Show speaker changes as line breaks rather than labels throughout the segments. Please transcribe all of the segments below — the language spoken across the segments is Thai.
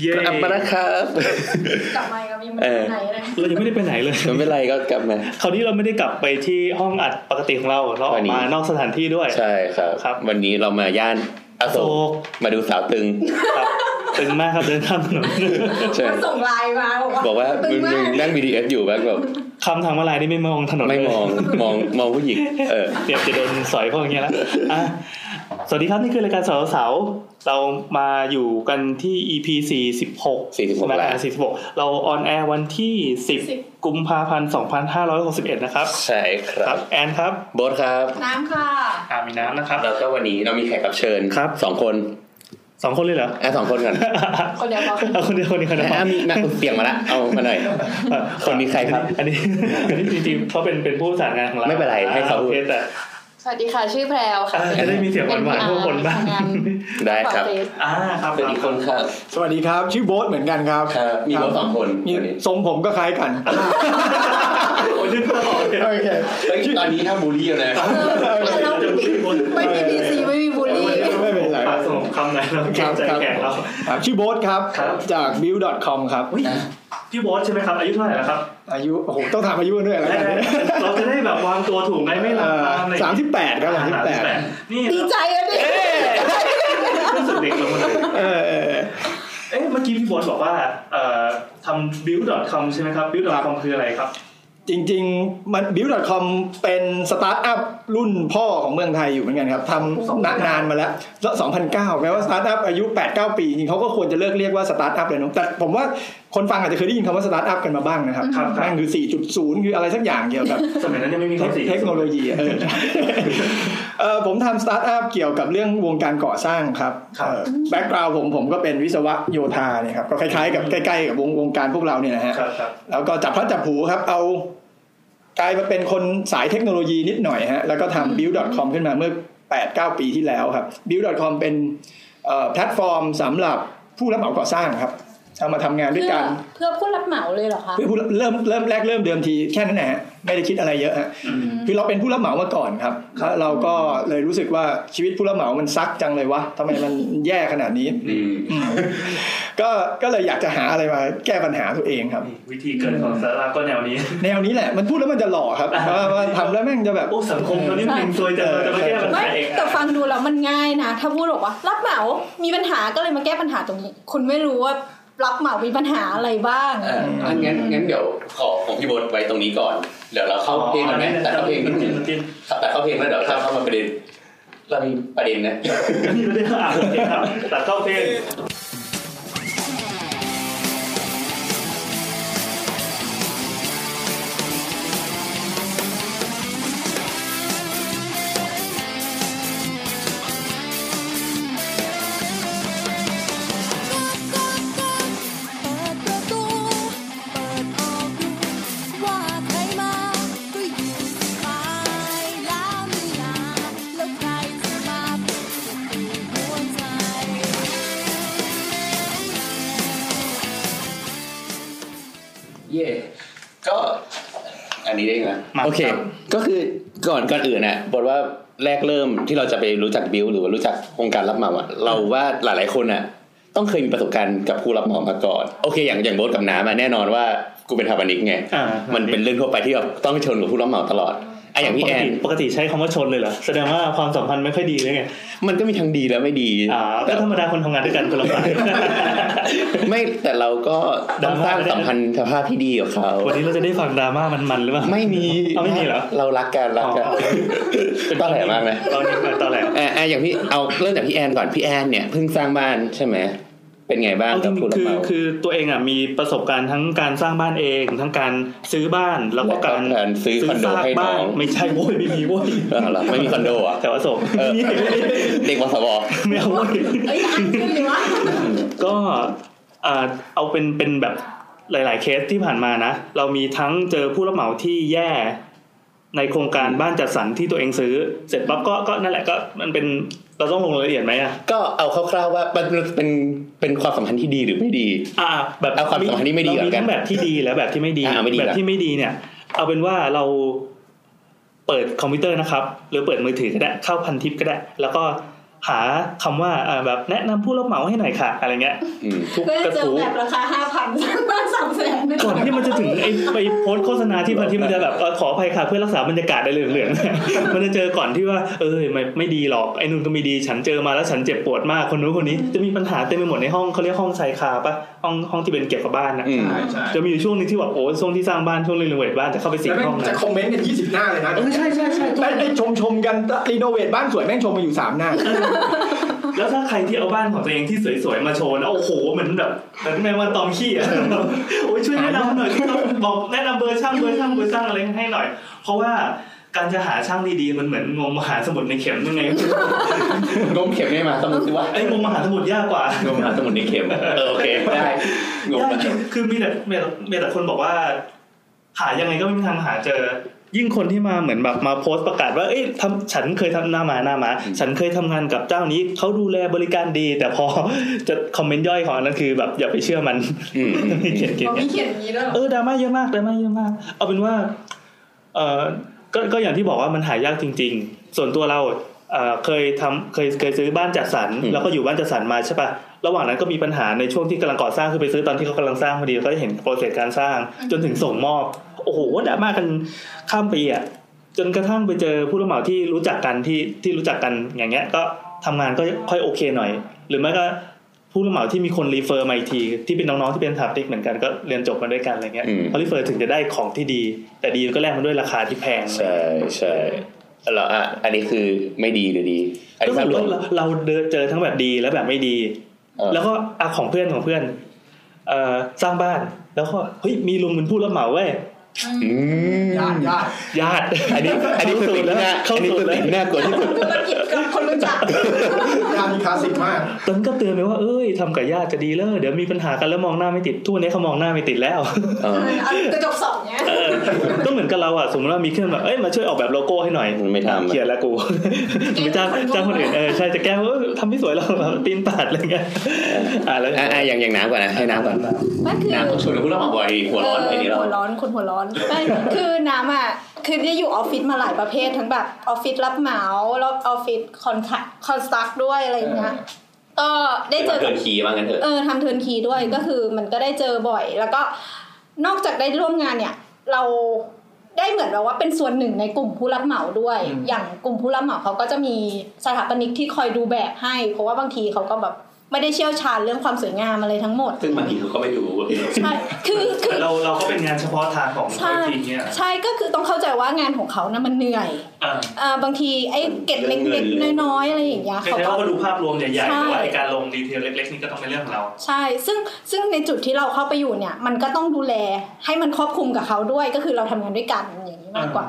เย้
กลับมา นะครับ
กลับมาอีกแล้วยังไม่ได้ไปไหนเลย
เรายังไม่ได้ไปไหนเลย
ไม่เป็นไรก็กลับมา
คราวนี้เราไม่ได้กลับไปที่ห้องอัดปกติของเราเราอ
วั
อนก
นี้
มานอกสถานที่ด้วย
ใช่ครับ
ครับ
วันนี้เรามาย่านอโศ
โศ
ก
ก
มาดูสาวตึง
ครับตึงมากครับเดินข้ามถนน
ใช่
มันส่งไลน์มาบอกว่า
บอกว่า
ตึ
มึง
งมา
มึง
ก
นั่ง BDS อยู่แบบแบบ
คำทางมาลายนี่ไม่มองถนน
ไม่
เลย
มองมองมองผู้หญิงเออ
เตรียมจะโดนสอยพวกอย่างเงี้ยแล้วอ่ะสวัสดีครับนี่คือรายการสาวสาวเรามาอยู่กันที่ EP 46
46
นะคว
แล้
รับ46 เราออนแอร์วันที่ 10 กุมภาพันธ์ 2561 นะครับ
ใช่ค
ค
รั
รั
บบ
แอนครับ
โบทครับ
น้ำค่ะ
อามีน้ำนะครับ
แล้วก็วันนี้เรามีแขกรับเชิญ
ครับ
สองคน
สองคนเลยเหรอ
อ่ะสองคนก่อน
คนเดียวพอ
เอาคนเดียวคนเดียวคนเดียว
อ่ะมีมาเปลี่ยนมาละเอามาหน่อย คนนี้ใครครับ
อันนี้อันนี้จริงๆเขาเป็นเป็นผู้ประสานงานของเรา
ไม่เป็นไรให้เขาพูด
โอคแต่
สวัสดีค่ะชื่อแพรวค่ะ
อ่าจะได้มีเสียงหวานๆพวกคนบ้าง
ทำงาน
ได้
ฝาก
ครับ
เฟซ
อ่าครับ
เป็นอีกคนครับ
สวัสดีครับ ชื่อโบ๊ทเหมือนกันครับ
ครับมีโบทสองคน
มี
วันนี้
ทรงผมก็คล้ายกัน
โอ้ยนึกไม่ออกเลย
โอเค
เฮ้ยตอนนี้ถ้าบูลลี่กันนะ
เรา
จะพูดคน
ไม่มีพีซีไม่มีบูลลี่
ไม่เป็นไร
ปากสมองคำไหนเราเกรงใจแขกเรา
ครับชื่อโบ๊ทครับ
ครับ
จาก build.com ครับ
พี่โบอสใช่ไหมครับ อายุเท่าไหร่แล้วครับ
อายุโอ้โหต้องถามอายุกันด้วยอะไร
ได้
กันเนี่ย
ๆเราจะได้แบบวางตัวถูกไหมไม่หลับตามอะไรอย่
สาง มสิ
เงี้ย
บแปดครับสามสิบแปด
นี่
ดีใจอะดิ
รู้สึกเด็กลงมาเลย
เออเออเออ
เอ๊ะเมื่อกี้พี่โบอสบอกว่าเอ่อทำ build.com ใช่ไหมครับ build.com คืออะไรครับ
จริงๆมัน build.com เป็นสตาร์ทอัพรุ่นพ่อของเมืองไทยอยู่เหมือนกันครับทำนานานมาแล้วแล้ว2009แม้ว่าสตาร์ทอัพอายุ 8-9 ปีจริงๆเขาก็ควรจะเลิกเรียกว่าสตาร์ทอัพเลยเนอะแต่ผมว่าคนฟังอาจจะเคยได้ยินคำว่าสตาร์ทอัพกันมาบ้างนะครับ
ครับครับ
นั่นคือ 4.0 คืออะไรสักอย่างเกี่ยวกับ
สมัยนั้นยังไม่มีคำสี
เทคโนโลยีเอ อเออผมทำสตาร์ทอัพเกี่ยวกับเรื่องวงการก่อสร้างครับ
ครับ
แบ็กกราวผมผมก็เป็นวิศวะโยธาเนี่ยครับก็คล้ายๆกับ
อืม
ใกล้ๆกับวงวงการพวกเราเนี่ยนะฮะ
ครับครับ
แล้วก็จับพลัดจับผลูครับเอากลายมาเป็นคนสายเทคโนโลยีนิดหน่อยฮะแล้วก็ทำ build.com ขึ้นมาเมื่อ 8-9 ปีที่แล้วครับ build.com เป็นเอ่อแพลตฟอร์มสำหรับผู้รับเหมาก่อสร้างครับเอามาทำงานด้วย
เพื่อ
กัน
เพื่อผู้รับเหมาเลยเหรอคะ
เพื่อผู้รับเริ่มเริ่มแรกเริ่มเดิมทีแค่นั้นแหละฮะไม่ได้คิดอะไรเยอะฮะ
อืม
คือเราเป็นผู้รับเหมามาก่อนครับแล้วเราก็เลยรู้สึกว่าชีวิตผู้รับเหมามันซักจังเลยวะทำไมมันแย่ขนาดนี้
อืม
ก็ก็เลยอยากจะหาอะไรมาแก้ปัญหาตัวเองครับ
วิธีเกิดของสาระก็แนวนี้
แนวนี้แหละมันพูดแล้วมันจะหล่อครับว่าว่าทำแล้วแม่งจะแบบ
โอ้สังคมตอนนี้มันซวยจังเลยจะมาแก้ปัญ
ไม่
หาเอง
แต่ฟังดูแล้วมันง่ายนะ ถ้าพูดบอกว่ารับเหมามีปัญหาก็เลยมาแก้ปัญหาตรงนี้ คุณไม่รู้ว่ารับเหมามีปัญหาอะไรบ้าง
เอ่ออันงั้นงั้นเดี๋ยวขอของพี่โบดไว้ตรงนี้ก่อน เดี๋ยวเราเข้าเพลงกันไหมแต่เข้าเพลงนิดนึง
จริง
ครับแต่เข้าเพลงแล้วเดี๋ยวเราเข้ามาประเด็น เรามีประเด็นนะ
นี่เรื่องอ่านครับแต่เข้าเพลง
เปิดประตู เปิดออกดูว่าใครมาก็อยู่สบายแล้วไม่นานแล้วใครจะมาปิดประตูหัวใจ
เย่ก็ อันนี้ได้ไหม
มา
โอเค
รับ
ก็คือก่อนก่อนอื่นน่ะบอกว่าแรกเริ่มที่เราจะไปรู้จักบิวหรือว่ารู้จักโครงการรับเหมาอ่ะเราว่าหลาย ๆ คนอ่ะ ต้องเคยมีประสบการณ์กับผู้รับเหมามาก่อน โอเค อย่างอย่างโบดกับน้ำอ่ะแน่นอนว่ากูเป็นทาปนิกไง
อ่า
มันเป็นเรื่องทั่วไปที่แบบต้องชนกับผู้รับเหมาตลอดไอ้อย่างพี่แอน
ปกติใช้คำว่าชนเลยเหรอแสดงว่าความสัมพันธ์ไม่ค่อยดีเลยไง
มันก็มีทั้งดีและไม่ดี
อ่าก็ธรรมดาคนทำงานด้วยกันคนละ ฝ่าย
ไม่แต่เราก็ต้องสร้าง
ดราม่า
สัมพันธภาพที่ดีกับเขา
วันนี้เราจะได้ฟังดราม่ามันๆหรือเปล่า
ไม่มี
เอาไม่มีเหรอ
เรารักกันรักกัน
อ๋อ
ต้องแหลมากไหม
ตอนนี้มาตอนแหลม
เอ่อเอ่ออย่างพี่เอาเริ่มจากพี่แอนก่อนพี่แอนเนี่ยเพิ่งสร้างบ้านใช่ไหมเป็นไงบ้าง
เอาจ
กับ
ริงๆ
ผู้รั
คื
บเห
อ
มา
คือตัวเองอ่ะมีประสบการณ์ทั้งการสร้างบ้านเอง ทั้งการซื้อบ้านแล้วก็การ
การซื้อคอนโด
ซาก
ให้
บ้า
น้อง
ไม่ใช่โว้ยไม่มีโว้ย
เออเหรอไม่มีคอนโดเหรอ่ะ
แต่ว่าส่งนี่
เด็กวสบ
ไม่เอาโว้ย
เอ้ยอ่านชื่ออยู่วะ
ก็อ่าเอาเป็นเป็นแบบหลาย ๆ เคสที่ผ่านมานะ เรามีทั้งเจอผู้รับเหมาที่แย่ในโครงการบ้านจัดสรรที่ตัวเองซื้อ เสร็จปั๊บก็ก็นั่นแหละก็มันเป็นเราต้องลงรายละเอียดไหมอะ
ก็เอาคร่าวๆว่ามันเป็นเป็นความสัมพันธ์ที่ดีหรือไม่ดี
อ่า แบบ
เอาความสัมพันธ์ที่ไม่ดี
เรา
ก่อน
มี
กัน
ทั้งแบบที่ดีและแบบที่ไม่ดี
อ่าไม่ดี
แบ
ก่
บ
อน
ที่ไม่ดีเนี่ย เอาเป็นว่าเราเปิดคอมพิวเตอร์นะครับ หรือเปิดมือถือก็ได้เข้าพันทิปก็ได้ แล้วก็ หาคำว่าเอ่อแบบแนะนำผู้รับเหมาให้หน่อยค่ะ อะไรเงี้ย
อื ม
ทุก
เพื่อก
ระ
เจอ
ทู้
แบบราคาห้าพันบ้านสามแสนไม่
ก่อนที่มันจะถึงไอ้ไปโพสต์โฆษณาที่บางทีมันจะแบบเอ่อขออภัยค่ะเพื่อรักษาบรรยากาศได้เหลืองๆ มันจะเจอก่อนที่ว่า เอ้ยไม่ไม่ดีหรอกไอ้นุ่นก็ไม่ดีฉันเจอมาแล้วฉันเจ็บปวดมากคนนู้นคนนี้จะมีปัญหาเต็มไปหมดในห้องเขาเรียกห้องชายคาปะห้องห้องที่เป็นเกี่ยวกับบ้านนะ
อืม
ใช่ใช่
จะมีอยู่ช่วงหนึงที่แบบโอ้ยช่วงที่สร้างบ้านช่วงรีโนเวทบ้านจะเข้าไปสิ
แล้ว
ง
แม่
ห้อง
งจะ
นะ
คอมเมนต์กันยี่สิบหน้าเลยนะ
เออใช่ใช่ใช่
ได้ได้ชมชมกันรีโนเวทบ้านสวยแม่งชมมาอยู่สามหน้า
แล้วถ้าใครที่เอาบ้านของตัวเองที่สวยๆมาโชว์นะโอ้โหเหมือนแบบเหมือนแมงวันตอมขี้อะ โอ้ยช่วยแนะนำหน่อยครับบอกแนะนำเบอร์ช่างเบอร์ช่างเบอร์ช่างอะไรให้หน่อย เพราะว่าการจะหาช่างดีๆมันเหมือนงมหาสมุทรในเข็มยังไง
งมเข็มได้มาสมุดสิวะ
ไอ้ยงมมหาสมุทรยากกว่าง
มหาสมุดในเข็มเออโอเคได้งม
ยาก
นะ
จริงคือมีแต่มีแต่มีแต่คนบอกว่า หายังไงก็ไม่มีทางหาเจอ ยิ่งคนที่มาเหมือนแบบมาโพสต์ประกาศว่า เอ้ยทำฉันเคยทำหน้ามาหน้ามา ฉันเคยทำงานกับเจ้านี้เขาดูแลบริการดี แต่พอจะคอมเมนต์ย่อยของอันนั้นคือแบบอย่าไปเชื่อมัน
อืมอืมอืม
เขียนเขียน
มีเขียนอย่างนี้ด้วยเหรอ
เออดราม่าเยอะมากดราม่าเยอะมาก เอาเป็นว่า เออก็ก็อย่างที่บอกว่ามันหายากจริง ๆ ส่วนตัวเราเอ่อเคยทำเคยเคยซื้อบ้านจัดสรรแล้วก็อยู่บ้านจัดสรรมาใช่ปะระหว่างนั้นก็มีปัญหาในช่วงที่กำลังก่อสร้างคือไปซื้อตอนที่เขากำลังสร้างพอดีก็เห็นโปรเซสการสร้าง จนถึงส่งมอบโอ้โหดราม่ากันข้ามปีอ่ะจนกระทั่งไปเจอผู้รับเหมาที่รู้จักกันที่ที่รู้จักกันอย่างเงี้ย ก็ทำงานก็ค่อยโอเคหน่อย หรือไม่ก็ ผู้รับเหมาที่มีคนรีเฟอร์มาอีกทีที่เป็นน้องๆที่เป็นสถาปนิกเหมือนกันก็เรียนจบมาด้วยกันอะไรเงี้ยเขารีเฟอร์ถึงจะได้ของที่ดี แต่ดีก็แลกมาด้วยราคาที่แพง
ใช่ใช่แล้วอ่ะอันนี้คือไม่ดีหรือดีอัน
ก็
นี้
ส
ส
รุ
รุ
ป
ป
ว่าเราเดินเจอทั้งแบบดีและแบบไม่ดี
เออ
แล้วก็อะของเพื่อนของเพื่อนเอ่อสร้างบ้านแล้วก็เฮ้ยมีลุงเป็นผู้รับเหมาเว้ย
อืม
ญาติญาติ
ญาติ
อันนี้อันนี้คือติดหน้า
เข้า
อันนี้
สู
คื
ตร
อ
แล้ว
ติดหน้ากลัวที่สุด
ธุรกิจกับคนรู้จัก
ญาตินี่คลาสสิกมาก
ตอนนนก็เตือนไปว่าเอ้ยทำกับญาติจะดีเลยเดี๋ยวมีปัญหากันแล้วมองหน้าไม่ติดทุกวันนี้เขามองหน้าไม่ติดแล้ว
เออ
เอากระจกสองเนี้ย
เออก็เหมือนกับเราอ่ะสมมติว่ามีเครื่องแบบเอ้ยมาช่วยออกแบบโลโก้ให้หน่อย
ไม่ทำอะ
เขียนแล้วกู ไปจ้างจ้างคนอื่นเออใช่จะแก้ว่าเออทำไม่สวยเราแบบตีนปาดอะไรเงี้ย อ่าแล้ว
อ่ะอ่ะอย่างอย่างน้ำก่อนนะให้น้ำก่อน
ไม่คือ
น้ำต้องชวนกับผู้รับเหมาบ่อยหัวร้อนไอ้นี่เรา
เหัวร้อนคนหัวร้อนไม่คือน้ำอ่ะคือเนี่ยอยู่ออฟฟิศมาหลายประเภททั้งแบบออฟฟิศรับเหมาแล้วออฟฟิศคอนแทคคอนสตักด้วยอะไรอย่างเงี้ยก็ได้เจอ
เกินคีย์ว่างั้นเถอะ
เออทำเทิร์นคีย์ด้วยก็คือมันก็ได้เจอบ่อย แล้วก็นอกจากได้ร่วมงานเนี่ย เราได้เหมือนแบบว่าเป็นส่วนหนึ่งในกลุ่มผู้รับเหมาด้วย
อืม
อย่างกลุ่มผู้รับเหมาเขาก็จะมีสถาปนิกที่คอยดูแบบให้ เพราะว่าบางทีเขาก็แบบไม่ได้เชี่ยวชาญเรื่องความสวยงามอะไรทั้งหมด
ซึ่งบางทีเขาก็ไม่รู้
ใช่คือคือ
เราเราก็เป็นงานเฉพาะทางของ
ใช่
ทีมเนี่ย
ใช่ก็คือต้องเข้าใจว่างานของเขานะมันเหนื่อย
อ่า
อ่าบางทีไอ้เก็ดเล็กๆน้อยๆอะไรอย่างเงี้ย
ใช่
เขา
ใช่
ก็
ว่าก็ดูภาพรวมใหญ่ๆ
ใช่
แต่ว่าในการลงดีเทลเล็ก ๆ นี่ก็ต้องเป็นเรื่องของเรา
ใช่ซึ่งซึ่งในจุดที่เราเข้าไปอยู่เนี่ย มันก็ต้องดูแลให้มันครอบคลุมกับเขาด้วยก็คือเราทำงานด้วยกันอย่างนี้มากกว่า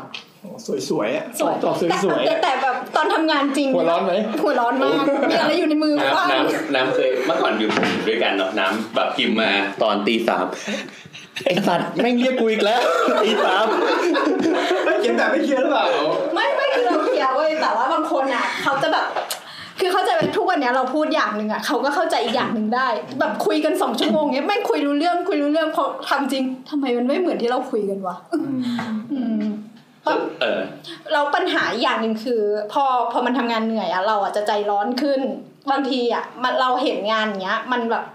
สวยๆอ่ะ
สวย
ตอบส
แต่
วยๆ
แต่
อะ
แต่แบบตอนทำงานจริง
หัวร้อนไหม
หัวร้อน มากมีอะไรอยู่ในมือบ้าง
น้ำน้ำน้ำเคยเมื่อก่อนอยู่ด้วยกันเนาะน้ำแบบพิมพ์มาตอนตีสามไอ้สัตว์แม่งเรียกกูอีกแล้วตีสาม
เขียนแบบไม่เคลียร์หรือเปล่า
ไม่ไม่คือเราเคลียร์เว้ยแต่ว่าบางคนอ่ะเขาจะแบบ คือเข้าใจว่าทุกวันเนี้ยเราพูดอย่างหนึ่งอ่ะเขาก็เข้าใจอีกอย่างหนึ่งได้ แบบคุยกันสองชั่วโมงเนี้ยแม่งคุยรู้เรื่องคุยรู้เรื่องพอทำจริงทำไมมันไม่เหมือนที่เราคุยกันวะ อืม
เออ
เราปัญหาอย่างหนึ่งคือ พอพอมันทำงานเหนื่อยอะเราอะจะใจร้อนขึ้น บางทีอะมันเราเห็นงานเนี้ย มันแบบ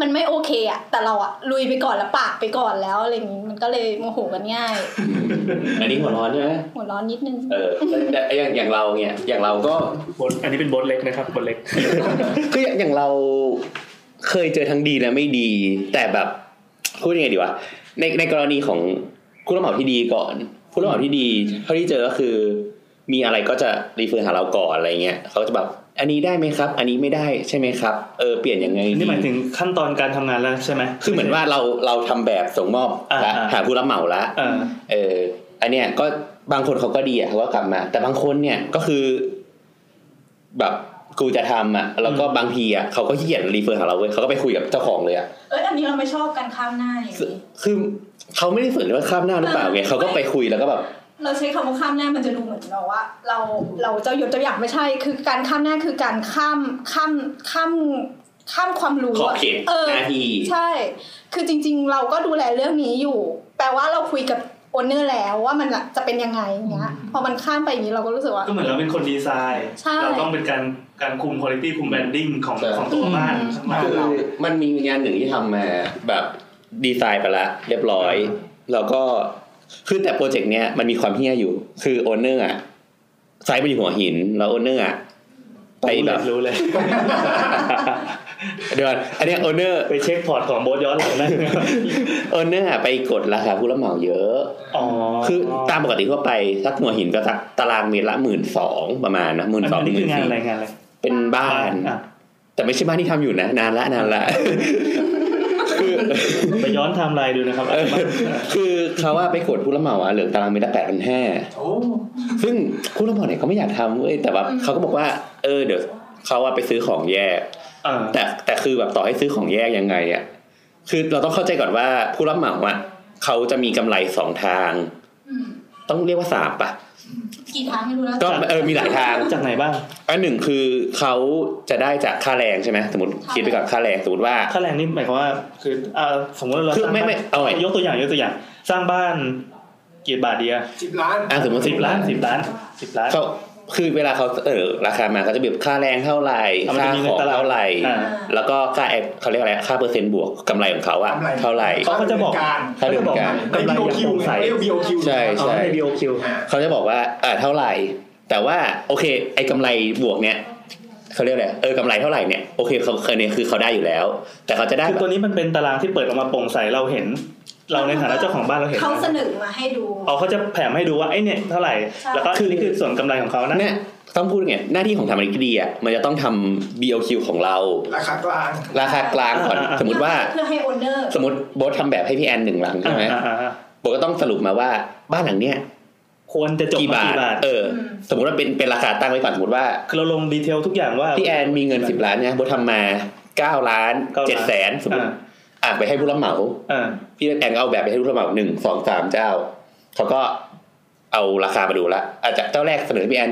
มันไม่โอเคอะแต่เราอะลุยไปก่อนแล้วปากไปก่อนแล้วอะไรอย่างงี้มันก็เลยโมโหกันง่าย
อันนี้หัวร้อนใช่ไหม
หัวร้อนนิดนึง
เออแต่แต่อย่างอย่างเราเนี่ยอย่างเราก็
อันนี้เป็นบทเล็กนะครับบทเล็ก
คืออย่างอย่างเราเคยเจอทั้งดีและไม่ดี แต่แบบพูดยังไงดีวะในในกรณีของผู้รับเหมาที่ดีก่อนผู้รับเหมาที่ดีเท่าที่เจอก็คือ มีอะไรก็จะรีเฟอร์หาเราก่อนอะไรเงี้ยเขาก็จะแบบอันนี้ได้ไหมครับ อันนี้ไม่ได้ใช่ไหมครับเออเปลี่ยนยังไงดี
นี่หมายถึงขั้นตอนการทำงานแล้วใช่ไหม
คือเหมือนว่าเราเราทำแบบส่งมอบ
อ่า
ละ
อ่า
หาผู้รับเหมาละ
เออ
เอออันเนี้ยก็บางคนเขาก็ดีอ่ะเขาก็กลับมา แต่บางคนเนี่ยก็คือ แบบกูจะทำอ่ะ แล้วก็บางทีอ่ะเขาก็ขี้เกียจรีเฟอร์หาเราเว้ยเขาก็ไปคุยกับเจ้าของเลยอ่ะ
เอ้ยอันนี้เราไม่ชอบกันข้ามหน้าอย่างนี้
คือเขาไม่ได้สนว่าข้ามหน้าหรือเปล่าไงเขาก็ไปคุยแล้วก็แบบ
เราใช้คำว่าข้ามหน้ามันจะดูเหมือนเราว่า เราเราเจ้ายศเจ้าอย่างไม่ใช่ คือการข้ามหน้าคือการข้ามข้ามข้ามข้ามความรู้ะ
ขอบเขต
เออ
หน้าที่
ใช่ คือจริงๆ เราก็ดูแลเรื่องนี้อยู่ แปลว่าเราคุยกับ นเนอร์แล้วว่ามันอะจะเป็นยังไงอย่างเงี้ยพอมันข้ามไปอย่างนี้เราก็รู้สึกว่า
ก็เหมือนเราเป็นคนดีไซน์
ใช่
เราต้องเป็นการการคุมคุณภาพคุมแบรนดิ้งของ
ใช่
ของตัวบ้านมาก
คื
ก
อ
ว่า
มันมีงานหนึ่งที่ทำมาแบบดีไซน์ไปละเรียบร้อย แล้วก็คือแต่โปรเจกต์เนี้ยมันมีความเฮี้ยอยู่ คือโอนเนอร์อะไซต์ไปอยู่หัวหิน แล้วโอนเนอร์อะไปแบบ
รู้เลย
เดี๋ยวก่อนอันเนี้โอนเนอร์
ไปเช็คพอร์ตของโบสย้อนหลังได้
โอนเนอร์ไปกดราคาผู้รับเหมาเยอะ
อ๋อ
คือตามปกติทั่วไปสักหัวหินก็สักตารางเมตรละหมื่นสองประมาณนะหมื่นสอง
อันนี้
ห
คื
มื่
อนงาน
สี่
อะไรงานอะไร
เป็นบ้าน
อ่ะ
แต่ไม่ใช่บ้านที่ทำอยู่นะ นานละนานละ คือ
ไปย้อนไทม์ไลน์ดูนะครับ
เออคือเขาว่าไปกดผู้รับเหมาอะเหลือตารางเมตรละแปดพันห้า
โอ้
ซึ่งผู้รับเหมาเนี่ยเขาไม่อยากทำเว้ยแต่ว่า
อืม
เขาก็บอกว่า เออเดี๋ยวเขาว่าไปซื้อของแยก
เออ
แต่แต่คือแบบต่อให้ซื้อของแยกยังไงอะคือเราต้องเข้าใจก่อนว่าผู้รับเหมาอะเขาจะมีกำไรสองทาง
อืม
ต้องเรียกว่าสามปะ
กี่ทางไม่รู้แล้ว
ก็เออมีหลายทาง
จากไหนบ้าง
อันหนึ่งคือเขาจะได้จากค่าแรงใช่ไหมสมมติ
ค่ะ
คิดไปก่อนค่าแรงสมมติว่า
ค่าแรงนี่หมายความว่า คืออ่าสมมติว่าเรา
คือไม่ไม่เอาใหม่
ยกตัวอย่างยกตัวอย่าง สร้างบ้านกี่บาทเดีย
สิบล้าน
อ่ะสมมติ
สิบล้านสิบล้านสิบล้าน
เขาคือเวลาเขาเออราคามาเขาจะแบบค่าแรงเท่าไหร่
เอามัน
ค่า
จะมี
ข
ใน
อง
ตาราง
เท่าไหร่
อ่า
แล้วก็ค่าแอดเขาเรียกอะไรค่าเปอร์เซ็นต์บวกกำไรของเขาอะ
กำไร
เท่าไหร่
เขาก็จะบอก
ค่าดำเนิน
บอก
การ
กำไร
ใน
อย่าง
BOQ
โปร่งใส
ไงเรียก BOQ
ใช่
อ๋อ
ใช่
ใน BOQ
อ่า
เขาจะบอกว่าอ่าเท่าไหร่ แต่ว่าโอเค ไอ้กำไรบวกเนี่ยเขาเรียกอะไรเออกำไรเท่าไหร่เนี่ยโอเคเขาเคยเนี่ยคือเขาได้อยู่แล้ว แต่เขาจะได้
คือ
แบบ
ตัวนี้มันเป็นตารางที่เปิดออกมาโปร่งใสเราเห็น เราในฐานะเจ้าของบ้านเราเห็น
เขาเสนอมาให้ดู
อ๋อเขาจะแผ่ให้ดูว่าไอ้เนี่ยเท่าไหร่
ใช่
แล้วก็คือนี่คือส่วนกำไรของเขานะ
เนี่ยต้องพูดไงหน้าที่ของทำอะไรก็ดีอะมันจะต้องทำ BOQ ของเรา
ราคากลาง
ราคากลางก่อนสมมติว่า
เพื่อให้โอนเนอร์
สมมติโบททำแบบให้พี่แอนหนึ่งหลังใช่ไหม
อ่าอ่าอ่า
โบทก็ต้องสรุปมาว่าบ้านหลังเนี้ย
ควรจะจบ
กี่
มา
บาท
กี่บาท
เออ สมมติว่าเป็นเป็นราคาตั้งไว้ก่อนสมมติว่า
คือเราลงดีเทลทุกอย่างว่า
พี่แอนมีเงินสิบล้านเนี่ยโบททำมาเก้าล้าน
เก้าล้าน
เจ็ดแสนสมมติ
อ่า
อ่ะไปให้ผู้รับเหมา
อ่า
พี่แอนก็เอาแบบไปให้ผู้รับเหมาหนึ่งสองสามเจ้าเขาก็เอาราคามาดูละอาจจะเจ้าแรกเสนอพี่แอน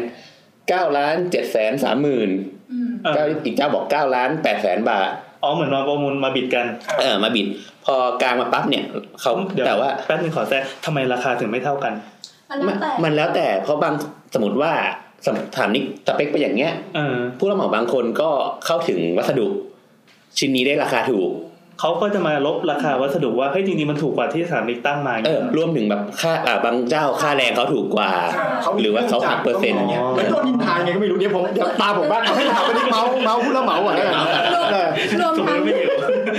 เก้าล้านเจ็ดแสนสามหมื่น
อืม
อ่า
เจ้าอีกเจ้าบอกเก้าล้านแปดแสนบาท
อ๋อเหมือนมาประมูลมาบิดกัน
เออมาบิด พอกลางมาปั๊บเนี่ยเขา
เดี๋ยว
แต่ว่า
แป๊บนึงขอแทรกทำไมราคาถึงไม่เท่ากัน
มันแล้วแต่
มันแล้วแต่เพราะบางสมมติว่าสมมติถามนิกสเปคไปอย่างเงี้ย
เออ
ผู้รับเหมาบางคนก็เข้าถึงวัสดุ ชิ้นนี้ได้ราคาถูก
เขาก็จะมาลบราคาวัสดุว่าเฮ้ยจริงๆมันถูกกว่าที่สถานีตั้งมาอย่าง
เอ
เงี้
อย รวมถึงแบบค่าอ่าบางเจ้าค่าแรงเขาถูกกว่า หรือว่าเขาหักเปอร์เซ็นต์
อ๋อ
ไม่โดนนินทาไงก็ไม่รู้เนี่ยผมเดี๋ยวตาผมบ้างเอาให้ถามไปนี่เมาส์เมาส์พูดแล้วเมาส์อ่ะแล้วกันเออ
รวม
สมม
ทั้
ติ
ง
ไม่เห็น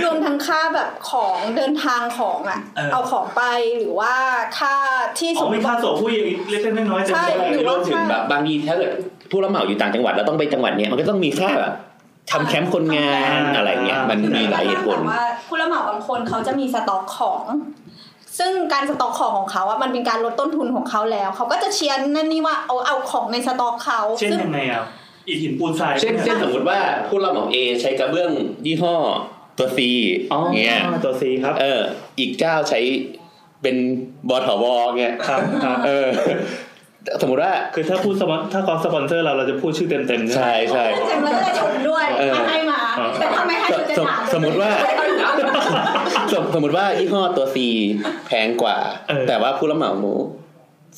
รวมทั้งค่าแบบของเดินทางของอ่ะ
เออ
เอาของไปหรือว่าค่าที่
อ๋
ส
อ
มม
มี
ติ
ค่าส่งผู้ยิงเล็กๆน้อยๆจะ
ใช่
มีอะไร
หรือ
ร
ว่า
วมถึงแบบบางทีถ้าเกิดผู้รับเหมาอยู่ต่างจังหวัดแล้วต้องไปจังหวัดเนี้ยมันก็ต้องมีค่าแบบทำแคมป์คนงานอะไรเงี้ยมันมีหลายเหตุผล
แต่ว่าผู้รับเหมาบางคนเขาจะมีสต็อกของ ซึ่งการสต็อกของของเขาอ่ะมันเป็นการลดต้นทุนของเขาแล้ว เขาก็จะเชียร์นั่นนี่ว่าเอาเอาของในสต็อกเขา
เช่น
ซึ่ง
ยังไงอ่ะอิฐหินปูนทราย
เช่นเช่นสมมติว่าผู้รับเหมาเอใช้กระเบื้องยี่ห้อตัวซี
อ๋อ
เงี้ย
ตัวซีครับ
เออ อีกเจ้าใช้เป็นบอถวเงี้ย
ครับครับ
เออ สมมติว่า
คือถ้าพูดสปอนถ้าความสปอนเซอร์เราเราจะพูดชื่อเต็มเต็มๆ
ใช่ใช่
เรื่องจริงแล้วก็จะชมด้วย
เออ
ถ้าให้มา แต่ทำไมให้ถึงจะถาม
สมมติว่าสมสมมติว่ายี่ห้อตัวซีแพงกว่า
เออ
แต่ว่าผู้รับเหมา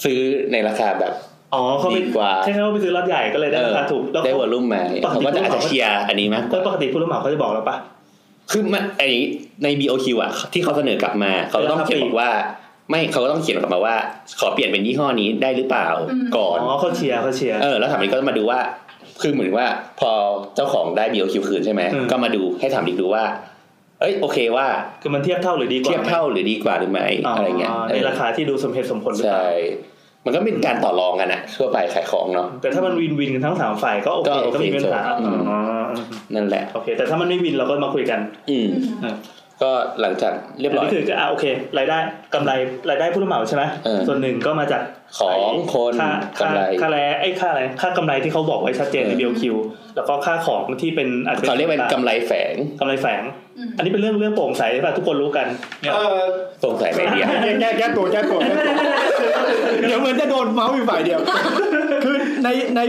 ซื้อในราคาแบบ
อ๋อเขาไป
ดีกว่า
ใช่ไหมว่าไปซื้อรถใหญ่ก็เลยได้
เอ
รา
อ
คาถูกแล้ว
ได้วอลลุ่มมา
ปกติ
เขาก็จะอาจจะเชียร์อันนี้มากก
แล้ว
ว่า
ปกติผู้รับเหมาเขาจะบอกเราปะ
คือมันไอใน BOQ อ่ะ ที่เขาเสนอกลับมา เขาต้องเขียนบอกว่า ไม่เขาก็ต้องเขียนกลับมาว่า ขอเปลี่ยนเป็นยี่ห้อนี้ได้หรือเปล่าก่อน
อ๋อเขาเชียร์เขาเชียร์
เออแล้วถามอีกก็มาดูว่า คือเหมือนว่าพอเจ้าของได้ BOQ คืนใช่ไหม
อืม
ก็มาดูให้ถามอีกดูว่า เอ้ยโอเคว่า
คือมันเทียบเท่าหรือดีกว่า
เทียบเท่าหรือดีกว่าหรือไม่อะไรเงี้ย
ในราคาที่ดูสมเหตุสมผลหรือเป
ใช่
ล่า
มันก็เป็นการต่อรองกันนะทั่วไปขายของเนาะ
แต่ถ้ามันวินวินกันทั้งสามฝ่ายก็โอเค
ก็โอเค
ก็ไมมีปัญหา
อืม
อ๋อ
นั่นแหละ
โอเค แต่ถ้ามันไม่วินเราก็มาคุยกัน
อืม
เออ
ก็หลังจากเรียบร้อย
นี่คือก็อ่ะโอเค รายได้กำไรรายได้ผู้รับเหมาใช่ไหม
เออ
ส่วนหนึ่งก็มาจาก
ของคน
ค่าก
ำ
ค่า
ไร
ค่าแรงไอ้ยค่าอะไรค่ากำไรที่เขาบอกไว้ชัดเจนใน
เออ
BOQ แล้วก็ค่าของที่เป็นอาจจะ
เขาเรียกเป็นกำไรแฝง
กำไรแฝง
อืม
อันนี้เป็นเรื่องเรื่องโปร่งใสใช่ป่ะทุกคนรู้กันเนี่ย
เออ
สงสัยไหมเดียว
แก้แก้แก้ตัวแก้ตัวเดี๋ยวมันจะโดนเมาส์อยู่ฝ่ายเดียว คือในใน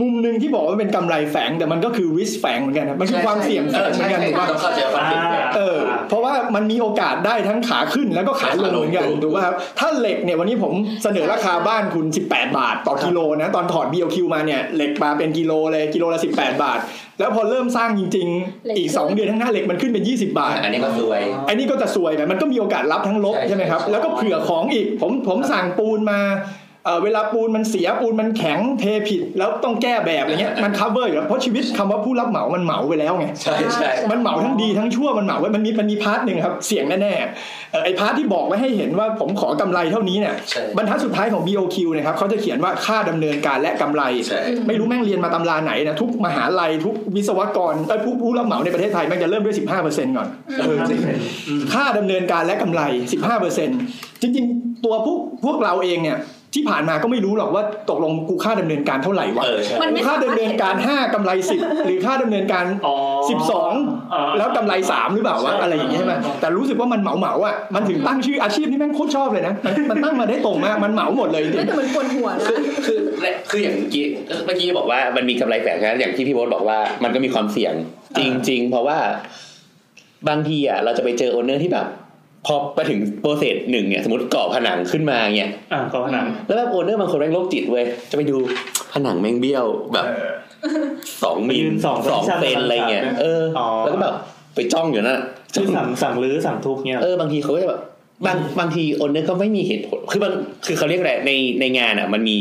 มุมหนึ่งที่บอกว่าเป็นกำไรแฝงแต่มันก็คือริสแฝงเหมือนกันครับมันคือความเสี่ยงแฝ
เอง อ
เหมื
ใช่
อนกัน
ใช่
ถูกปะ
ต้องเข้าใจความเป็นไป
เออเพราะว่ามันมีโอกาสได้ทั้งขาขึ้นแล้วก็ขาลงเหมือนกัน
ขาลง
ถูกป่ะครับถ้าเหล็กเนี่ยวันนี้ผมเสนอราคาบ้านคุณ 18 บาท ต่อกิโลนะตอนถอด BOQ มาเนี่ยเหล็กมาเป็นกิโลเลยกิโลละ 18 บาท แล้วพอเริ่มสร้างจริง
เหล็
ๆ
ก
อีก 2 เดือนข้างหน้าเหล็กมันขึ้นเป็น 20 บาท
อันนี้ก็ซวย
ไอ้นี่ก็จะซวยไปมันก็มีโอกาสรับทั้งลบ
ใช่
ใช่ไหมครับ
ใช่
แล้วก็เผื่อของอีกผมผมสั่งปูนมาเอ่อเวลาปูนมันเสียปูนมันแข็งเทผิดแล้วต้องแก้แบบอะไรเงี้ยมัน cover อยู่แล้วเพราะชีวิตคำว่าผู้รับเหมามันเหมาไปแล้วไง
ใช่ใช่
มันเหมาทั้งดีทั้งชั่วมันเหมาไว้มันมีมันมีพาร์ทหนึ่งครับ เสียงแน่ๆเอ่อไอ้พาร์ทที่บอกไว้ให้เห็นว่าผมขอกำไรเท่านี้เนี่ย
ใช่
บรรทัดสุดท้ายของ BOQ นะครับเขาจะเขียนว่าค่าดำเนินการและกำไร
ใช่
ไม่รู้แม่งเรียนมาตำราไหนนะทุกมหาลัยทุกวิศวกรเอ้ยผู้ผู้รับเหมาในประเทศไทยแม่งจะเริ่มด้วย 15%ก่อน ค่าดำเนินการและกำไร 15%จริงๆ ตัวพวกพวกเราเองเนี่ยที่ผ่านมาก็ไม่รู้หรอกว่าตกลงกูค่าดำเนินการเท่าไหร่วะ
เออใช่
มันไม่
ค่าดำเนินการห้ากำไรสิบหรือค่าดำเนินการ
อ๋อ
สิบสอง
อ่า
แล้วกำไรสามหรือเปล่าวะ
ใช่
อะไรอย่างเงี้ยใช่ไหมแต่รู้สึกว่ามันเหมาเหมาๆอ่ะมันถึงตั้งชื่ออาชีพนี่แม่งโคตรชอบเลยนะมันมันตั้งมาได้ตรงมากมันเหมาหมดเลยจริ
ไม่
ง
แต่มันปวดหัวนะ
คือคือและคืออย่างเมื่อกี้เมื่อกี้บอกว่ามันมีกำไรแฝงนะอย่างที่พี่โบ๊ทบอกว่ามันก็มีความเสี่ยง จริง ๆ เพราะว่าบางทีอ่ะเราจะไปเจอโอนเนอร์ที่แบบพอไปถึงโปรเซสหนึ่งเนี่ยสมมติก่อผนังขึ้นมาเนี่ย
อ่ากองผนัง
แล้วแบบโอนเนอร์บางคนแม่งโรคจิตเว้ย จะไปดูผนังแม่งเบี้ยวแบบสองมิ
ยื
ล
นสอง
สองเซนอะไรเงี้ย เออ
อ
แล้วก็แบบไปจ้องอยู่นั่นน่ะ
ชื่อสั่งสั่งรื้อสั่งทุบเนี่ย
เออบางทีเขาก็จะแบบบางบางทีโอนเนอร์ก็ไม่มีเหตุผล คือบางคือเขาเรียกอะไรในในงานอ่ะ มันมี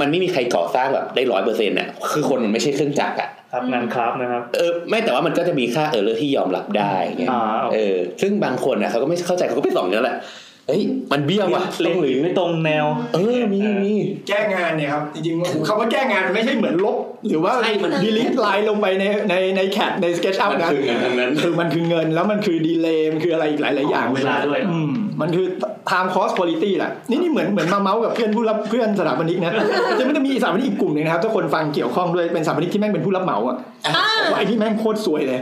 มันไม่มีใครก่อสร้างแบบได้ร้อยเปอร์เซ็นต์อ่ะ คือคนมันไม่ใช่เครื่องจักรอ่ะ
ครับงานคราฟต์นะครับ
เออไม่แต่ว่ามันก็จะมีค่าเออเลอร์ที่ยอมรับได้เงี้ย
อ่าโอเค
เออ ซึ่งบางคนอ่ะเขาก็ไม่เข้าใจเขาก็ไปส่องอย่างนั้นแหละเฮ้ยมันเบี้ยวว่ะ
เล
ต้อ
น
งห
หรื
รือ อ
ไม่ตรงแนว
เออมีมี
แก้งานเนี่ยครับจริงๆคำว่าแก้งานมันไม่ใช่เหมือนลบ หรือว่า
ใช่มัน
ดีลิทไลน์ลงไปในในในแคดในสเก t อัพ
มัน
นะ
คืองานทั้งนั้น
คือมันคือเงินแล้วมันคือดีเลย์มันคืออะไรอีกหลายๆอย่าง
เวลาด้วย
อืมมันคือ time cost quality แหละนี่นี่เหมือนเหมือนมาเมาส์กับเพื่อนผู้รับเพื่อนสถาปนิกนะ จะไม่ได้มีสถาปนิกอีกกลุ่มหนึ่งนะครับถ้าคนฟังเกี่ยวข้องด้วยเป็นสถาปนิกที่แม่งเป็นผู้รับเหมาอะ
อ่า
ว่าไอ้ที่แม่งโคตรสวยเลย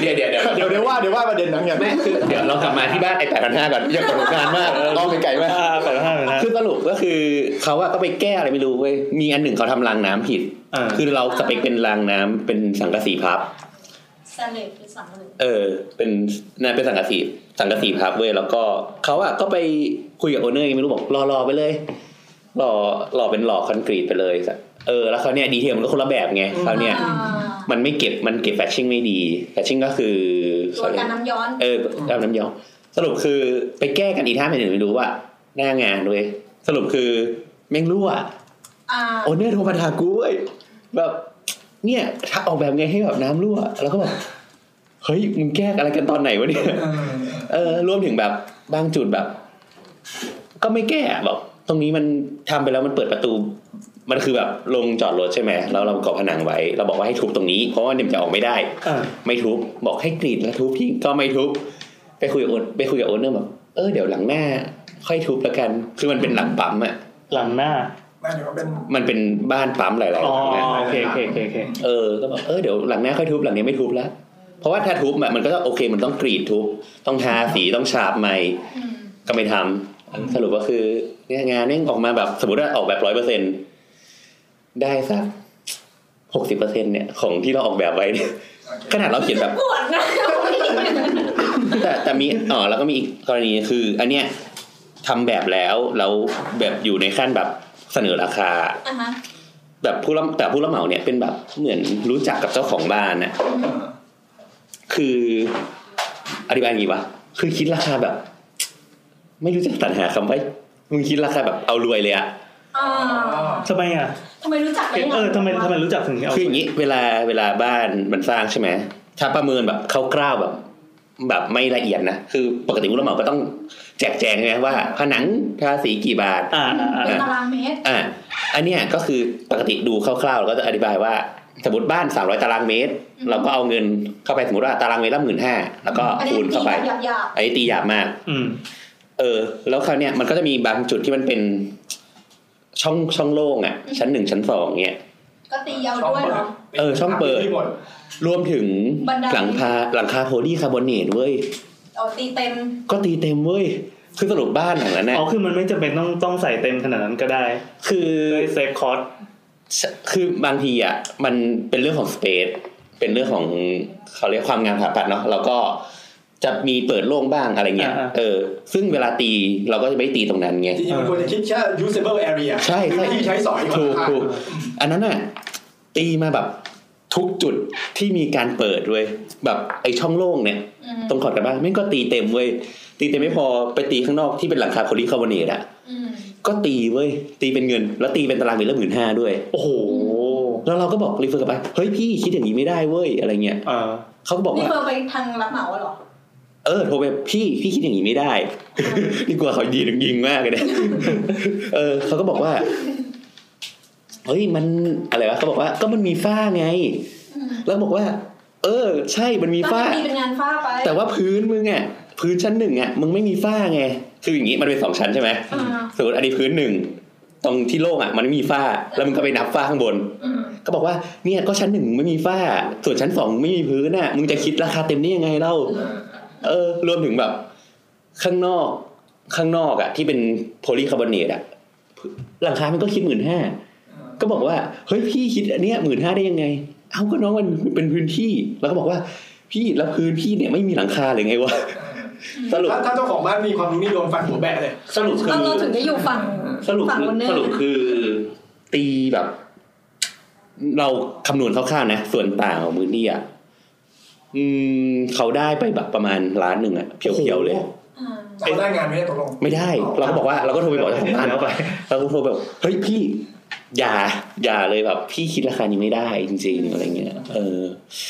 เดี๋ยวเดี๋ยวเดี๋ยว
เดี๋ยวเดี๋ยวว่าเดี๋ยวว่าประเด็นนั้นกัน
แม่คือเดี๋ยวเรากลับมาที่บ้านไอ้แปดพันห้าก่อนอย่ากดงานมากต้องไปไกลมาก
อ่าแปดห้าเลยนะ
คือสรุปก็คือเขาอะก็ไปแก้อะไรไม่รู้เว้ยมีอันหนึ่งเขาทำรางน้ำผิด
เออ
คือเราสเปคเป็นรางน้ำเป็นสังกะสีพับ
สเลดหรือสังเลด
เออ เป็นนั่นเป็นสังกะสีสังกะสีพับเว้ยแล้วก็เขาอะก็ไปคุยกับโอเนอร์ยังไม่รู้บอกรอรอไปเลยรอรอเป็นหล่อคอนกรีตไปเลยเออแล้วเขาวเนี่ยดีเทลมันก็คนละแบบไงเขาวเนี่ย
อ่า
มันไม่เก็บมันเก็บแฟชชิ่งไม่ดีแฟชชิ่งก็คือ
ตัวการน้ำย้อน
เออตามน้ำยองสรุปคือไปแก้กันอีท่าไหนไม่รู้ว่าหน้างานเว้ยสรุปคือแม่งรั่ว
อ่า
โอเนอร์โทรมาถามกูเว้ยแบบเนี่ยถ้าออกแบบไงให้แบบน้ำรั่ว แล้วก็แบบเฮ้ยมึงแก้อะไรกันตอนไหนวะเนี่ยเออรวมถึงแบบบางจุดแบบ ก็ไม่แก้อะแบบตรงนี้มันทำไปแล้วมันเปิดประตู มันคือแบบลงจอดรถใช่ไหมแล้วเราก่อผนังไว้ เราบอกว่าให้ทุบตรงนี้เพราะว่าเนี่ยมันจะออกไม่ได้
อ่า
ไม่ทุบบอกให้กรีดแล้วทุบที่ก็ไม่ทุบไปคุยกับโอนไปคุยกับโอนเนอร์แบบเออเดี๋ยวหลังหน้า ค่อยทุบแล้วกัน คือมันเป็นหลังปั๊มอ่ะ
หลังหน้า
ไม่เดี๋ยวเป็น
มันเป็นบ้านปั๊มหลายๆห
อ๋อ
ลังนะ
โอเคโอเคโอเคโอเค
เออก็บอกเออเดี๋ยวหลังหน้าค่อยทุบหลังนี้ไม่ทุบแล้วเพราะว่าถ้าทุบอะมันก็ต้องโอเคมันต้องกรีดทุบต้องทาสีต้องฉาบใหม่
อืม
ก็ไม่ทำสรุปก็คือเนี่ยงานเนี่ยออกมาแบบสมมติว่าออกแบบร้อยเปอร์เซ็นได้สักหกสิบเปอร์เซ็นเนี่ยของที่เราออกแบบไว้เนี่ยขนาดเราเขียนแบบ
ปวดนะ
แต่แต่มีอ๋อแล้วก็มีอีกกรณีคือ อันเนี้ยทำแบบแล้วแล้วแบบอยู่ในขั้นแบบเสนอราคา
อ่าฮะ
แบบผู้รับแต่ผู้รับเหมาเนี่ยเป็นแบบเหมือนรู้จักกับเจ้าของบ้านน่ะคืออธิบายอย่างงี้วะคือคิดราคาแบบ ไม่รู้จะสรรหาคำไว้มึงคิดราคาแบบเอารวยเลยอะ
อ่า
ทำไมอ่ะ
ทำไมรู้จักได้ยัง
เออทำไมทำไมรู้จักถึงเอา
คืออย่างนี้เวลาเวลาบ้านมันสร้างใช่ไหมถ้าประเมินแบบคร่าวๆแบบ แบบไม่ละเอียดนะคือปกติผู้รับเหมาก็ต้องแจกแจงไงว่าผนังทาสีกี่บาท
อ่าอ่าอ่า
เป็นตารางเมตร
อ่าอันเนี้ยก็คือปกติดูคร่าวๆเราก็จะอธิบายว่า สมมติบ้าน 300 ตารางเมตร
อืม
เราก็เอาเงินเข้าไปสมมติว่าตารางเมตรละหมื่นห้าแล้วก็
อันนี้
คูณเข้าไป
หยาบหยาบ
ไอ้ตีหยาบมาก
อืม
เออ แล้วคราวเนี้ยมันก็จะมีบางจุดที่มันเป็นช่องช่องโล่งอ่ะ ชั้นหนึ่งชั้นสองเงี้ย
ๆก็ตียาวด้วยเหรอ
เออช่องเปิด รวมถึง
บันได
หลังคาหลังคาโพลีคาร์บอเนตเว้ย
เอาตีเต็ม
ก็ตีเต็มเว้ย คือสรุปบ้านหลังนั้นน่ะ
อ๋อ คือมันไม่จำเป็นต้องต้องใส่เต็มขนาดนั้นก็ได้
คือ
เซฟคอร์ส
คือบางทีอ่ะมันเป็นเรื่องของสเปซเป็นเรื่องของเขาเรียกความงามสถาปัตย์เนาะแล้วก็จะมีเปิดโล่งบ้างอะไรเงี้ย
อ่าๆ
เออ ซึ่งเวลาตีเราก็จะไม่ตีตรงนั้นไง
จริงๆมันควรจะคิดแค่ usable area
ใช่
พื้
ใช่
นที่ใช้สอย
ถูกถูกอันนั้นน่ะตีมาแบบทุกจุดที่มีการเปิดเว้ยแบบไอช่องโล่งเนี่ย
อืม
ตรงขอบกันบ้านแม่งก็ตีเต็มเว้ยตีเต็มไม่พอไปตีข้างนอกที่เป็นหลังคาโพลีคาร์บอเนตอะ
อืม
ก็ตีเว้ยตีเป็นเงิน แล้วตีเป็นตารางเมตรละหมื่นห้าด้วย
โอ้โห
แล้วเราก็บอกรีเฟอร์กลับไปเฮ้ยพี่คิดอย่างนี้ไม่ได้เว้ยอะไรเงี้ย
อ่า
เขาก็บอก
นี่
ว่า
เบอร์ไปทางรับเหมาเหรอ
เออโทรไปพี่พี่คิดอย่างนี้ไม่ได้ นี่กลัวเขายิงยิงมากเลย เนี่ยเออเขาก็บอกว่าเฮ้ยมันอะไรวะเขาบอกว่า ก็มันมีฝ้าไง
อืม
แล้วบอกว่า เออ ใช่มันมี
ก็
ฝ้า
ตีเป็นงานฝ้าไป
แต่ว่าพื้นมึงอ่ะพื้นชั้นหนึ่งอ่ะมึงไม่มีฝ้าไง คืออย่างนี้มันเป็นสองชั้นใช่ไหม
อ่า
สมมติอันนี้พื้นหนึ่งตรงที่โล่งอ่ะมันไม่มีฝ้า แล้วมึงก็ไปนับฝ้าข้างบน
อืม
ก็บอกว่าเนี่ยก็ชั้นหนึ่งไม่มีฝ้า ส่วนชั้นสองไม่มีพื้นอ่ะมึงจะคิดราคาเต็มได้ยังไงเล่า เออ รวมถึงแบบ ข้างนอกข้างนอกอ่ะ ที่เป็นโพลีคาร์บอเนตอ่ะหลังคามันก็คิดหมื่นห้าก็บอกว่าเฮ้ยพี่คิดอันเนี้ยหมื่นห้าได้ยังไง เอ้าก็น้องมันเป็นพื้นที่ แล้วก็บอกว่า พี่แล้วพื้นพี่เนี่ยไม่มีหลังคาหรือไงวะ สรุป
ถ้าถ้าเจ้าของบ้านมีความรู้นี่โดนฟันหัวแบะเลย
สรุปคือ
เราเราถึงได้อยู่ฝั่ง
สรุป
ฝั่ง
คือ
คนเนอ
สรุป
ร์
คือ ตีแบบ เราคำนวณคร่าวๆนะ ส่วนต่างของพื้นที่อ่ะอืมเขาได้ไปแบบประมาณล้านหนึ่งอ่ะเพียวๆเลย
อ่า
เอาได้งานไม่ได้ตกลง
ไม่ได้ เราก็บอกว่าเราก็โทรไปบอกเจ้าของบ้าน
แล้วไป
เราก็โทรแบบเฮ้ยพี่ อย่า อย่าเลยแบบ พี่คิดราคานี้ไม่ได้จริง ๆ อะไรเงี้ยเออ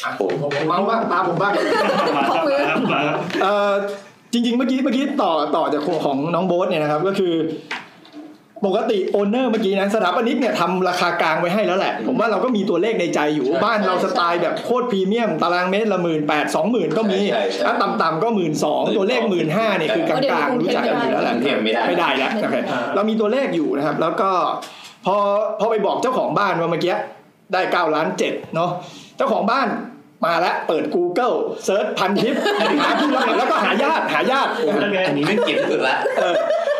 อ่ะผมผมผมเมาบ้างตามผม บ้าง
มาครับมาครับมาครับ
เอ่อจริง ๆ เมื่อกี้เมื่อกี้ต่อต่อจากของน้องโบ๊ทเนี่ยนะครับ ก็คือ ปกติโอนเนอร์เมื่อกี้นะสถาปนิกเนี่ยทำราคากลางไว้ให้แล้วแหละ ผมว่าเราก็มีตัวเลขในใจอยู่
ใช่
บ้านเราสไตล์แบบโคตรพรีเมียม ตารางเมตรละหมื่นแปดสองหมื่นก็มี
ใช่ใช่
ถ้าต่ำๆก็หมื่นสองตัวเลขหมื่นห้าเนี่ยคือกลางๆรู้จักกันอยู่แล้วแหละ
เทียบไม่ได้
ไม่ได้แล้วโอเคเรามีตัวเลขอยู่นะครับ แล้วก็พอพอไปบอกเจ้าของบ้านว่าเมื่อกี้ได้เก้าล้านเจ็ดเนาะเจ้าของบ้านมาแล้วเปิด Google เซิร์ชพันทิปหาผู้รับเหมาแล้วก็หาญาติหาญาติ
อันนี้ไม่เก็บสุดละ
เออ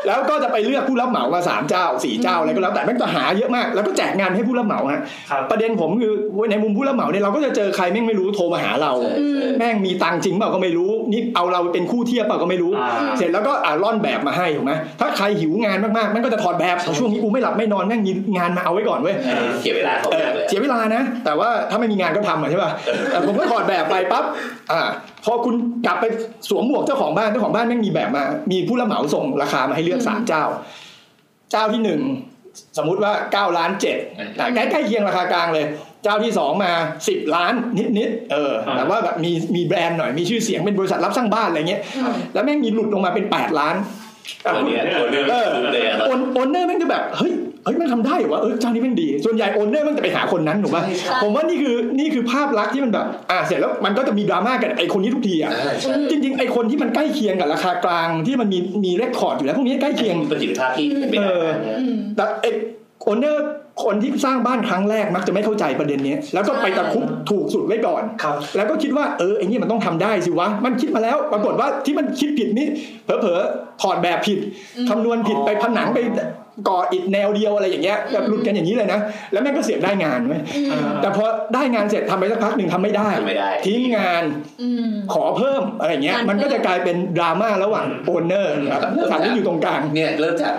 แล้วก็จะไปเลือกผู้รับเหมามาสามเจ้าสี่เจ้าอะไรก็แล้วแต่แม่งจะหาเยอะมาก แล้วก็แจกงานให้ผู้รับเหมาฮะ
ครับ
ประเด็นผมคือในมุมผู้รับเหมาเนี่ยเราก็จะเจอใครแม่งไม่รู้โทรมาหาเรา
อืม
แม่งมีตังค์จริงเปล่าก็ไม่รู้นี่เอาเราเป็นคู่เทียบเปล่าก็ไม่รู้
อ่า
เสร็จแล้วก็อ่าร่อนแบบมาให้ถูกไหมถ้าใครหิวงานมากๆแม่งก็จะถอดแบบช่วงนี้กูไม่หลับไม่นอนแม่งมีงานมาเอาไว้ก่อนเว้ย
เก็บเวลาเขา
เอ
แบ
อบ
เลย
เสียเวลานะ แต่ว่าถ้าไม่มีงานก็ทำอ่ะใช่ป่ะเออผมก็ถอดแบบไปปั๊บอ่าพอคุณกลับไปสวมหมวกเจ้าของบ้านเจ้าของบ้านแม่งมีแบบมา มีผู้รับเหมาส่งราคามาให้เลือก
อืม
สามเจ้า เจ้าที่หนึ่งสมมุติว่าเก้าล้านเจ็ด
อืม
ใกล้ใกล้เคียงราคากลางเลย เจ้าที่สองมาสิบล้านนิดนิดๆเออแต่ว่าแบบมีมีแบรนด์หน่อยมีชื่อเสียงเป็นบริษัทรับสร้างบ้านอะไรเงี้ยแล้วแม่งมีหลุดลงมาเป็นแปดล้าน
ตัวเนี้ยตัวเรื่อง
เออ
เลยอะ
โอนโอนเนอร์แม่งจะแบบเฮ้ยเฮ้ยมันทำได้เหรอวะเออเจ้านี้แม่งดี ส่วนใหญ่โอนเนอร์แม่งจะไปหาคนนั้นถูกป่ะ
ใช่ใช่
ผมว่านี่คือนี่คือภาพลักษณ์ที่มันแบบอ่าเสร็จแล้วมันก็จะมีดราม่ากันไอคนนี้ทุกทีอ่ะจริงๆไอคนที่มันใกล้เคียงกับราคากลางที่มันมีมีเรคคอร์ดอยู่แล้วพวกนี้ใกล้เคียง
ประสิทธิภาพที่เป็นไปได้นะ
อืม
แต่ไอโอนเนอร์คนที่สร้างบ้านครั้งแรกมักจะไม่เข้าใจประเด็นนี้แล้วก็ไปตะคุบถูกสุดไว้ก่อน
ครับ
แล้วก็คิดว่าเออไอ้นี่มันต้องทำได้สิวะ มันคิดมาแล้ว ปรากฏว่าที่มันคิดผิดนี่เผลอๆถอดแบบผิด
อืม
คำนวณผิดไปผนังไปก่ออิฐแนวเดียวอะไรอย่างเงี้ยแบบหลุดกันอย่างนี้เลยนะ แล้วแม่งก็เสียได้งานไหม
อืม
แต่พอได้งานเสร็จทำไปสักพักหนึ่งทำไม่ได้
ทำไม่ได้
ทิ้งงาน
อืม
ขอเพิ่มอะไรเงี้ย
งานเพิ่ม
มันก็จะกลายเป็นดราม่าระหว่างโอนเนอร์ครับสามที่อยู่ตรงกลาง
เนี่ยเริ่มจาก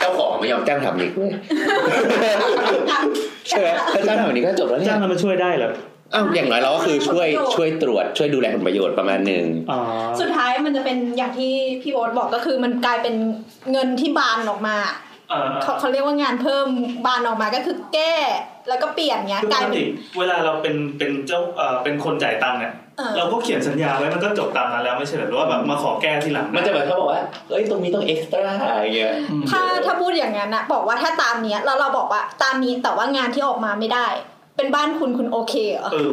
เจ้าของไม่ยอมจ้างทำอีกเว้ยเออถ้าจ้างทำแบบนี้ก็จบแล้วเนี่
จ้าย งแล้วมาช่วยได้เหรอ
อ้าวอย่างน้อยเราก็คือช่วยช่วยตรวจช่วยดูแลผลประโยชน์ประมาณหนึ่ง
อ๋อ
สุดท้ายมันจะเป็นอย่างที่พี่โอ๊ตบอกก็คือมันกลายเป็นเงินที่บานออกมาเขาเขาเรียกว่างานเพิ่มบานออกมาก็คือแก้แล้วก็เปลี่ยนเงี้ย
คือก ป
ลาย
ก
เป็
ติ
น
เวลาเราเป็นเป็นเจ้าเอ่อเป็นคนจ่ายตังค์เนี่ย
เออ
เราก็เขียนสัญญาไว้มันก็จบตามนั้นแล้วไม่ใช่เหรอหรือว่าแบบมาขอแก้ทีหลัง
มันจะเหมือนเขาบอกว่า เฮ้ย ตรงนี้ต้องเอ็กซ์ตร้าอะไรเงี้ย
ถ้าถ้าพูดอย่างนั้นนะบอกว่าถ้าตามเนี้ยแล้วเราบอกว่าตามนี้แต่ว่างานที่ออกมาไม่ได้ เป็นบ้านคุณคุณโอเคเหรอ
เออ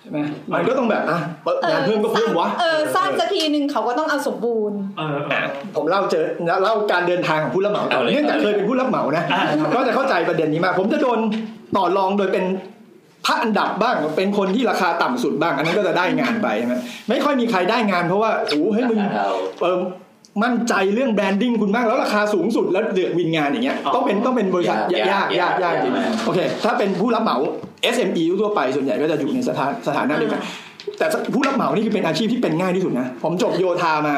ใช่ไหมมันก็ต้องแบบอ่ะเปิด
เออง
านเพิ่มก็เพิ่มวะ
เออสร้างสักทีหนึ่งเขาก็ต้องเอาสมบูรณ์
เออ
ผมเล่าเจอเล่าการเดินทางของผู้รับเหมา
เอาเลย
เนื่องจากเคยเป็นผู้รับเหมานะ
อ่าครับ
ก็จะเข้าใจประเด็นนี้มากผมจะโดนต่อรองโดยเป็นพระอันดับบ้างเป็นคนที่ราคาต่ำสุดบ้าง อันนั้นก็จะได้งานไปใช่ไหมไม่ค่อยมีใครได้งานเพราะว่าโอ้โหเฮ้ยมึง
ราคาเรา
เออ มั่นใจเรื่องแบรนดิ้งคุณมากแล้วราคาสูงสุดแล้วเดือดวินงานอย่างเงี้ย
อ๋อ
ต้องเป็นต้องเป็นบริษัท
ยาก
ยากยากยากจริง
ยาก
โอเค ถ้าเป็นผู้รับเหมา SME ทั่วไปส่วนใหญ่ก็จะอยู่ในสถานสถานะเดียวกันแต่ผู้รับเหมานี่คือเป็นอาชีพที่เป็นง่ายที่สุดนะ ผมจบโยธามา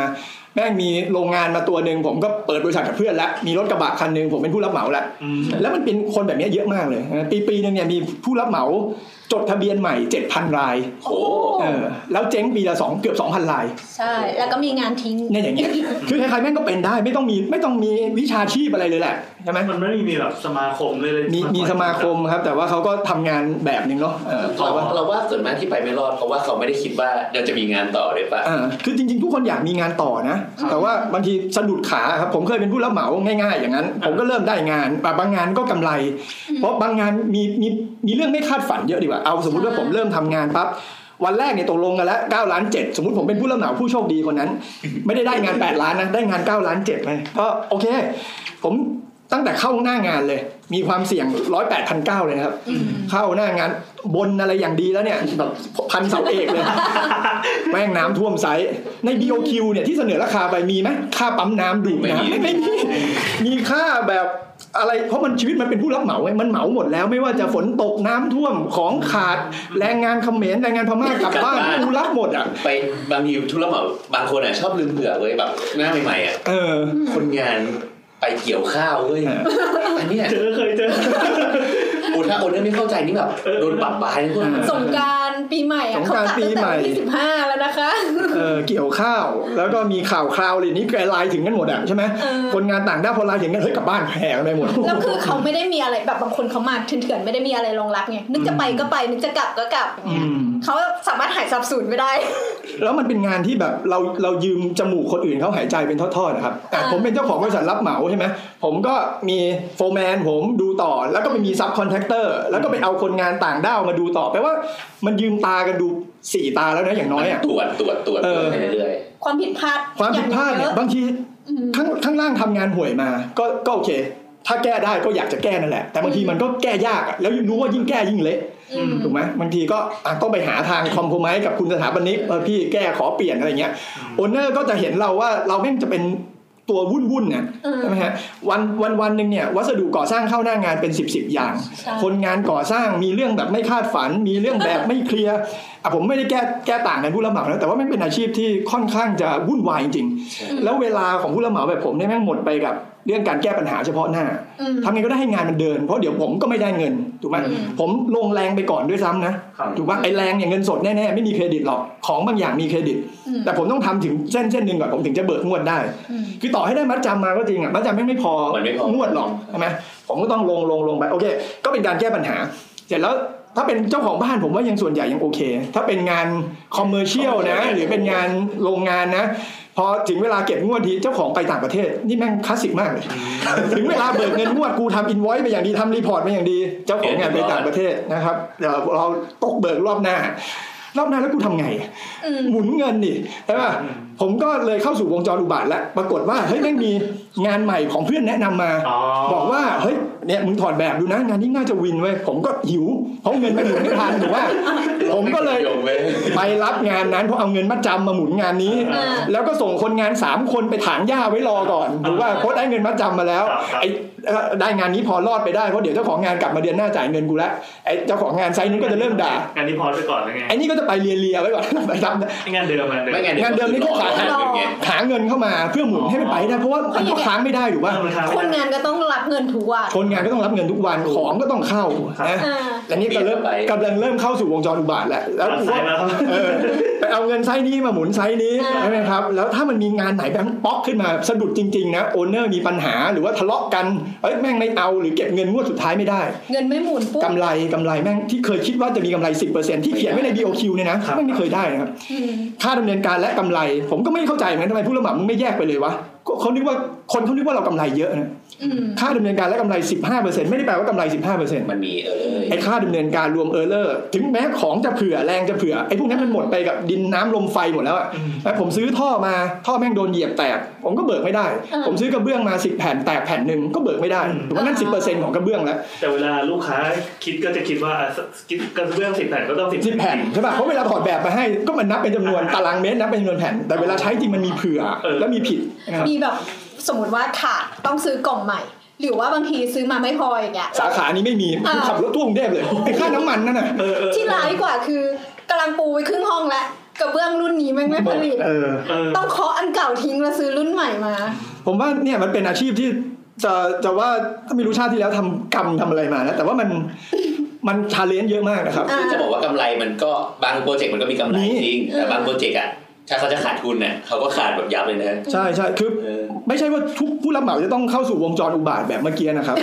แม่งมีโรงงานมาตัวหนึ่งผมก็เปิดบริษัทกับเพื่อนแล้วมีรถกระบะคันหนึ่งผมเป็นผู้รับเหมาแล้ว
อืม
แล้วมันเป็นคนแบบเนี้ยเยอะมากเลยนะปีปีหนึงเนี่ยมีผู้รับเหมาจดทะเบียนใหม่7,000ราย
โอ้
เออแล้วเจ๊งปีละสองเกือบ2,000ราย
ใช่ แล้วก็มีงานทิ้ง
เนี่ยอย่างเงี้ย คือใครๆแม่งก็เป็นได้ไม่ต้องมีไม่ต้องมีวิชาชีพอะไรเลยแหละใช่ไหม
มันไม่ได้มีแบบสมาคมเลยเลย
มีมีสมาคมครับ แต่ว่าเขาก็ทำงานแบบหนึ่งเนาะเออ
เรา
แต่ว่า
ว่าเราว่าส่วนมากที่ไปไม่รอดเพราะว่าเขาไม่ได้คิดว่าเราจะมีงานต่อหรือเปล่า
เออคือจริงๆ ทุกคนอยากมีงานต่อนะ แต่ว่าบางทีสะดุดขาครับผมเคยเป็นผู้รับเหมาง่ายๆ อย่างนั้น ผมก็เริ่มได้งานอ่ะบางงานก็กำไร เพราะบางงานมีมีมีเรื่องไม่คาดฝันเยอะดีกว่าเอาสมมติว่า
ใช่
ผมเริ่มทำงานปั๊บวันแรกเนี่ยตกลงกันแล้ว9ล้าน7สมมติผมเป็นผู้รับเหมาผู้โชคดีคนนั้น ไม่ได้ได้งาน 8 ล้านนะได้งาน9ล้าน7เลยก็โอเค ผมตั้งแต่เข้าหน้างานเลย มีความเสี่ยงร้อยแปดพันเก้าเลยนะครับ เข้าหน้างานบนอะไรอย่างดีแล้วเนี่ยแบบพันเสาเอกเลย แม่งน้ำท่วมไซส์ใน BOQ เนี่ยที่เสนอราคาไปมีไหมค่าปั๊มน้ำดูดน้ำ
ไม่มี
ไม่ มีมีค่าแบบอะไรเพราะมันชีวิตมันเป็นผู้รับเหมาไงมันเหมาหมดแล้วไม่ว่าจะฝนตกน้ำท่วมของขาดแรงงานเขมรแรงงานพม่ากลับบ้านกูรับหมดอ่ะ
ไปบางทีทุรับเหมาบางคนอ่ะชอบลืมเผื่อเว้ยแบบหน้าใหม่ๆอ่ะ
เออ
คนงานไปเกี่ยวข้าวเว้ย
เออ
อันเนี้ย
เจอเคยเจอ
โอ้ถ้าคนเนี้ยไม่เข้าใจนี่แบบโดนปรับบายทุกคน
สงกรารปีใหม่อะ
สงกรานต์
เขจัดตั้ง
ปีใหม่
แต่วันที่สิบห้าแล้วนะคะ
เออเกี่ยวข้าว แล้วก็มีข่าวคราวเลยนี่ไลน์ถึงกันหมดอ่ะใช่ไหม
เออ
คนงานต่างด้าวพอไลน์ถึงกันเฮ้ยกลับบ้านแห่กันไปหมด
แล้วคือเขาไม่ได้มีอะไรแบบบางคนเขามาเถื่อนๆไม่ได้มีอะไรรองรับไงนึกจะไปก็ไปนึกจะกลับก็กลับอย่างเงี้ย
อืม
เขาสามารถหายสับสูญไม่ได้
แล้วมันเป็นงานที่แบบเราเรายืมจมูกคนอื่นเขาหายใจเป็นทอดๆนะครับอ่ะ
อ่า
ผมเป็นเจ้าของบริษัทรับเหมาใช่ไหมผมก็มีโฟร์แมนผมดูต่อ แล้วก็ไปมีซับคอนแทคเตอร์แล้วก็ไปเอาคนงานต่างด้าวมาดูต่อแปลว่ามันยืมตากันดูสี่ตาแล้วนะอย่างน้อยอ่ะ
ตรวจตรวจตรวจ
เออ
ไปเรื่อย
ความผิดพลาด
ความผิดพลาดเนี่ยบางที
อืม
ข้างข้างล่างทำงานห่วยมา ก็ก็โอเค ถ้าแก้ได้ก็อยากจะแก้นั่นแหละ แต่บางทีมันก็แก้ยากอะแล้วรู้ว่ายิ่งแก้ยิ่งเละ
อืม
ถูกไหมบางทีก็อ่ะต้องไปหาทางคอมโพมไยกับคุณสถาปนิกเออพี่แก้ขอเปลี่ยนอะไรเงี้ยโอนเนอร์ก็จะเห็นเราว่าเราแม่งจะเป็นตัววุ่นวุ่นๆเนี่ย
อืม
ใช่ไหมฮะวันวันวันหนึ่งเนี่ยวัสดุก่อสร้างเข้าหน้างานเป็นสิบสิบอย่าง
ใช่
คนงานก่อสร้างมีเรื่องแบบไม่คาดฝัน มีเรื่องแบบ ไม่เคลียร์อ่ะผมไม่ได้แก้แก้ต่างกันผู้รับเหมานะแต่ว่าแม่งเป็นอาชีพที่ค่อนข้างจะวุ่นวายจริงๆแล้วเวลาของผู้รับเหมาแบบผมเนี่ยแม่งหมดไปกับเรื่องการแก้ปัญหาเฉพาะหน้า
อืม
ทำไงก็ได้ให้งานมันเดิน เพราะเดี๋ยวผมก็ไม่ได้เงินถูกไหม
อืม
ผมลงแรงไปก่อนด้วยซ้ำนะครับ ถูกป่ะไอ้แรงเนี่ยเงินสดแน่ๆไม่มีเครดิตหรอกของบางอย่างมีเครดิต
อืม
แต่ผมต้องทำถึงเส้นเส้นหนึ่งก่อนผมถึงจะเบิกงวดได้
อืม
คือต่อให้ได้มัดจำมาก็จริงอ่ะมัดจำไม่ไม่พอ
ๆมันไม่พอง
งวดหรอกใช่ไหมผมก็ต้องลงลงลงไปโอเค ก็เป็นการแก้ปัญหา เสร็จแล้วถ้าเป็นเจ้าของบ้านผมว่ายังส่วนใหญ่ยังโอเค ถ้าเป็นงานคอมเมอร์เชียลนะ หรือเป็นงานโรงงานนะ พอถึงเวลาเก็บงวดทีเจ้าของไปต่างประเทศนี่แม่งคลาสสิกมากเลย ถึงเวลาเบิกเงินงวดกูทำอินไว e ไปอย่างดีทำรีพอร์ตไปอย่างดี เจ้าของงานไปต่างประเทศนะครับเดี๋ยวเราตกเบิกรอบหน้า รอบหน้าแล้วกูทำไง
อืม
หมุนเงินนี่ใช่ป่ะ
อืม
ผมก็เลยเข้าสู่วงจรอุบาทแล้ว ปรากฏว่าเฮ้ยแม่งมีงานใหม่ของเพื่อนแนะนำมา
อ๋อ
บอกว่าเฮ้ยเนี่ยมึงถอดแบบดูนะ งานนี้น่าจะวินเว้ยผมก็หิวเพราะเงินมันหมุนไม่ทันถูกว่า ผมก็เลย
โยงเว้ย
ไปรับงานนั้นเพราะเอาเงินมาจำมาหมุนงานนี้
อ่า
แล้วก็ส่งคนงานสามคนไปถางหญ้าไว้รอก่อนดูว่าเพราะได้เงินมาจำมาแล้ว
ครับครับ
ไอ้เอ่อได้งานนี้พอรอดไปได้เพราะเดี๋ยวเจ้าของงานกลับมาเดือนหน้าจ่ายเงินกูแล้วไอ้เจ้าของงานไซต์นู้นก็จะเริ่มด่าง
านนี้พอไปก่อนแล้วไง
ไอ้นี่ก็จะไปเลียเลียๆไว้ก่อน ไปรับ
ไอ้งานเดิมมันเดิม
ไม่ไง
งานเดิมนี่ก็ขาด
เดิมไง
หาเงินเข้ามาเพื่อหมุนให้มันไปได้เพราะว่ามันก็ค้างไม่ได้อยู่ว่า
เออมันทำ
ค
ไม่
น
ได้
งานก็ต้องรับเงินถูกว่า
คนงานก็ต้องรับเงินทุกวันของก็ต้องเข้านะ
อ่า
และนี่ก็เริ่ม
ไป
กำลังเริ่มเข้าสู่วงจรอุบาทแล้วแล้ว
ตัด
กู
สายมา
ว่า
ครับ
เออไปเอาเงินไซส์นี้มาหมุนไซส์นี้
อ่า
ใช่ไหมครับ แล้วถ้ามันมีงานไหนแบบป๊อกขึ้นมาสะดุดจริงๆนะโอนเนอร์มีปัญหาหรือว่าทะเลาะกันเอ้ยแม่งไม่เอาหรือเก็บเงินงวดสุดท้ายไม่ได้
เงินไม่หมุนปุ๊บ
กำไรกำไรแม่งที่เคยคิดว่าจะมีกำไร 10%ที่เขียนไว้ใน BOQ เนี่ยนะครับ แม่งไม่เคยได้นะครับ
อืม
ค่าดำเนินการและกำไร ผมก็ไม่เข้าใจเหมือนกันทำไมผู้รับเหมามึงไม่แยกไปเลยวะก็เขานึกว่า คนเขานึกว่าเรากำไรเยอะนะ
อืม
ค่าดำเนินการและกำไร 15%ไม่ได้แปลว่ากำไร 15%
มันมีเออเลย
ไอ้ค่าดำเนินการรวมเออร์เลอร์ถึงแม้ของจะเผื่อแรงจะเผื่อไอ้พวกนั้นมันหมดไปกับดินน้ำลมไฟหมดแล้วอะแต่ผมซื้อท่อมาท่อแม่งโดนเหยียบแตก ผมก็เบิกไม่ได้ ผมซื้อกระเบื้องมา10แผ่นแตกแผ่นหนึ่งก็เบิกไม่ได้ผมว่านั่น10%ของกระเบื้องแล้ว
แต่เวลาลูกค้าคิดก็จะคิดว่าอ่ะคิดกระเบื้องสิบแผ่นก็ต้องสิบ
สิบแผ่นใช่ป่ะเพราะเวลาถอดแบบมาให้ก็มันนับเป็นจำนวนตารางเมตรนับเป็นจำนวนแผ่น แต่เวลาใช้จริงมันมีเผื่อและมีผิดนะครับ
มีแบบสมมติว่าขาดต้องซื้อกล่องใหม่ หรือว่าบางทีซื้อมาไม่พออย่างเงี้ย
สาขานี้ไม่มี
อ่า
คือขับรถทั่วกรุงเทพเลยไอ้ค่าน้ำมันนั่นน่ะ
เออเออ
ที่ร้ายกว่าคือกำลังปูไปครึ่งห้องแล้วกระเบื้องรุ่นนี้แม่งไม่ผลิต
เออ
เออ
ต้องเคาะอันเก่าทิ้งแล้วซื้อรุ่นใหม่มา
ผมว่าเนี่ยมันเป็นอาชีพที่จะจะว่าถ้าไม่รู้ชาติที่แล้วทำกรรมทำอะไรมานะแต่ว่ามันมันชาเลนจ์เยอะมากนะครับ
อ่า
จะบอกว่ากำไรมันก็บางโปรเจกต์มันก็มีกำไร
มี
จริง แต่บางโปรเจกต์อ่ะถ้าเขาจะขาดทุนเนี่ยเขาก็ขาดแบบยับเลยนะ
ใช่ใช่คือ
เออ
ไม่ใช่ว่าทุกผู้รับเหมาจะต้องเข้าสู่วงจรอุบาทแบบเมื่อกี้ นะครับ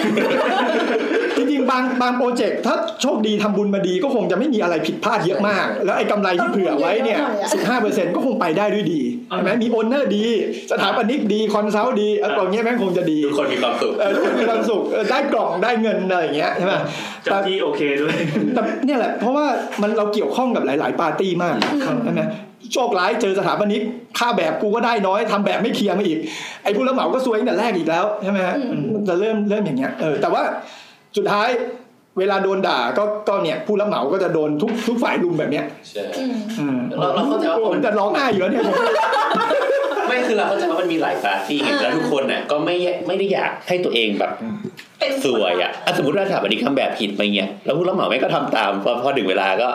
จริงๆ บางบางโปรเจกต์ถ้าโชคดีทำบุญมาดีก็คงจะไม่มีอะไรผิดพลาดเยอะมาก แล้วไอ้กำไรที่เผื่อไว้เนี่ย
ต้องเยอะหน่อยอะ
สิบห้าเปอร์เซ็นต์ก็คงไปได้ด้วยดีใช่ไหมมีโอนเนอร์ดี สถาปนิกดี คอนซัลท์ดีเออตรงเนี้ยแม่งคงจะดี
ทุกคนมีความสุข
เออทุกคนมีความสุขเออได้กล่องได้เงินอะไรอย่างเงี้ยใช่ไหม
เจ้า
แต่
ที่โอเคด้วย
แต่เนี่ยแหละเพราะว่ามันเราเกี่ยวข้องกับหลาย ๆ ปาร์ตี้มากใช่ไหมโชคร้ายเจอสถาปนิกค่าแบบกูก็ได้น้อยทำแบบไม่เคลียร์มาอีก ไอ้ผู้รับเหมาก็ซวยตั้งแต่แรกอีกแล้วใช่ไหมฮะมันจะเริ่มเริ่มอย่างเงี้ยเออแต่ว่าสุดท้ายเวลาโดนด่าก็ก็เนี่ยผู้รับเหมาก็จะโดนทุกทุกฝ่ายลุมแบบเนี้ย
ใช่
อืม
อืม
เราเราเข้าใจว่าคน
ผมจะร้องไห้อยู่แล้วเนี่ยผม
ไม่คือเราเข้าใจว่ามันมีหลายปาร์ตี้ไง
อ่า
แล้วทุกคนน่ะก็ไม่ไม่ได้อยากให้ตัวเองแบบ
เป็น
สวยอ่ะอ่ะสมมติว่าสถาปนิกทำแบบผิดไปเงี้ยแล้วผู้รับเหมาแม่งก็ทำตามพอพอถึงเวลาก็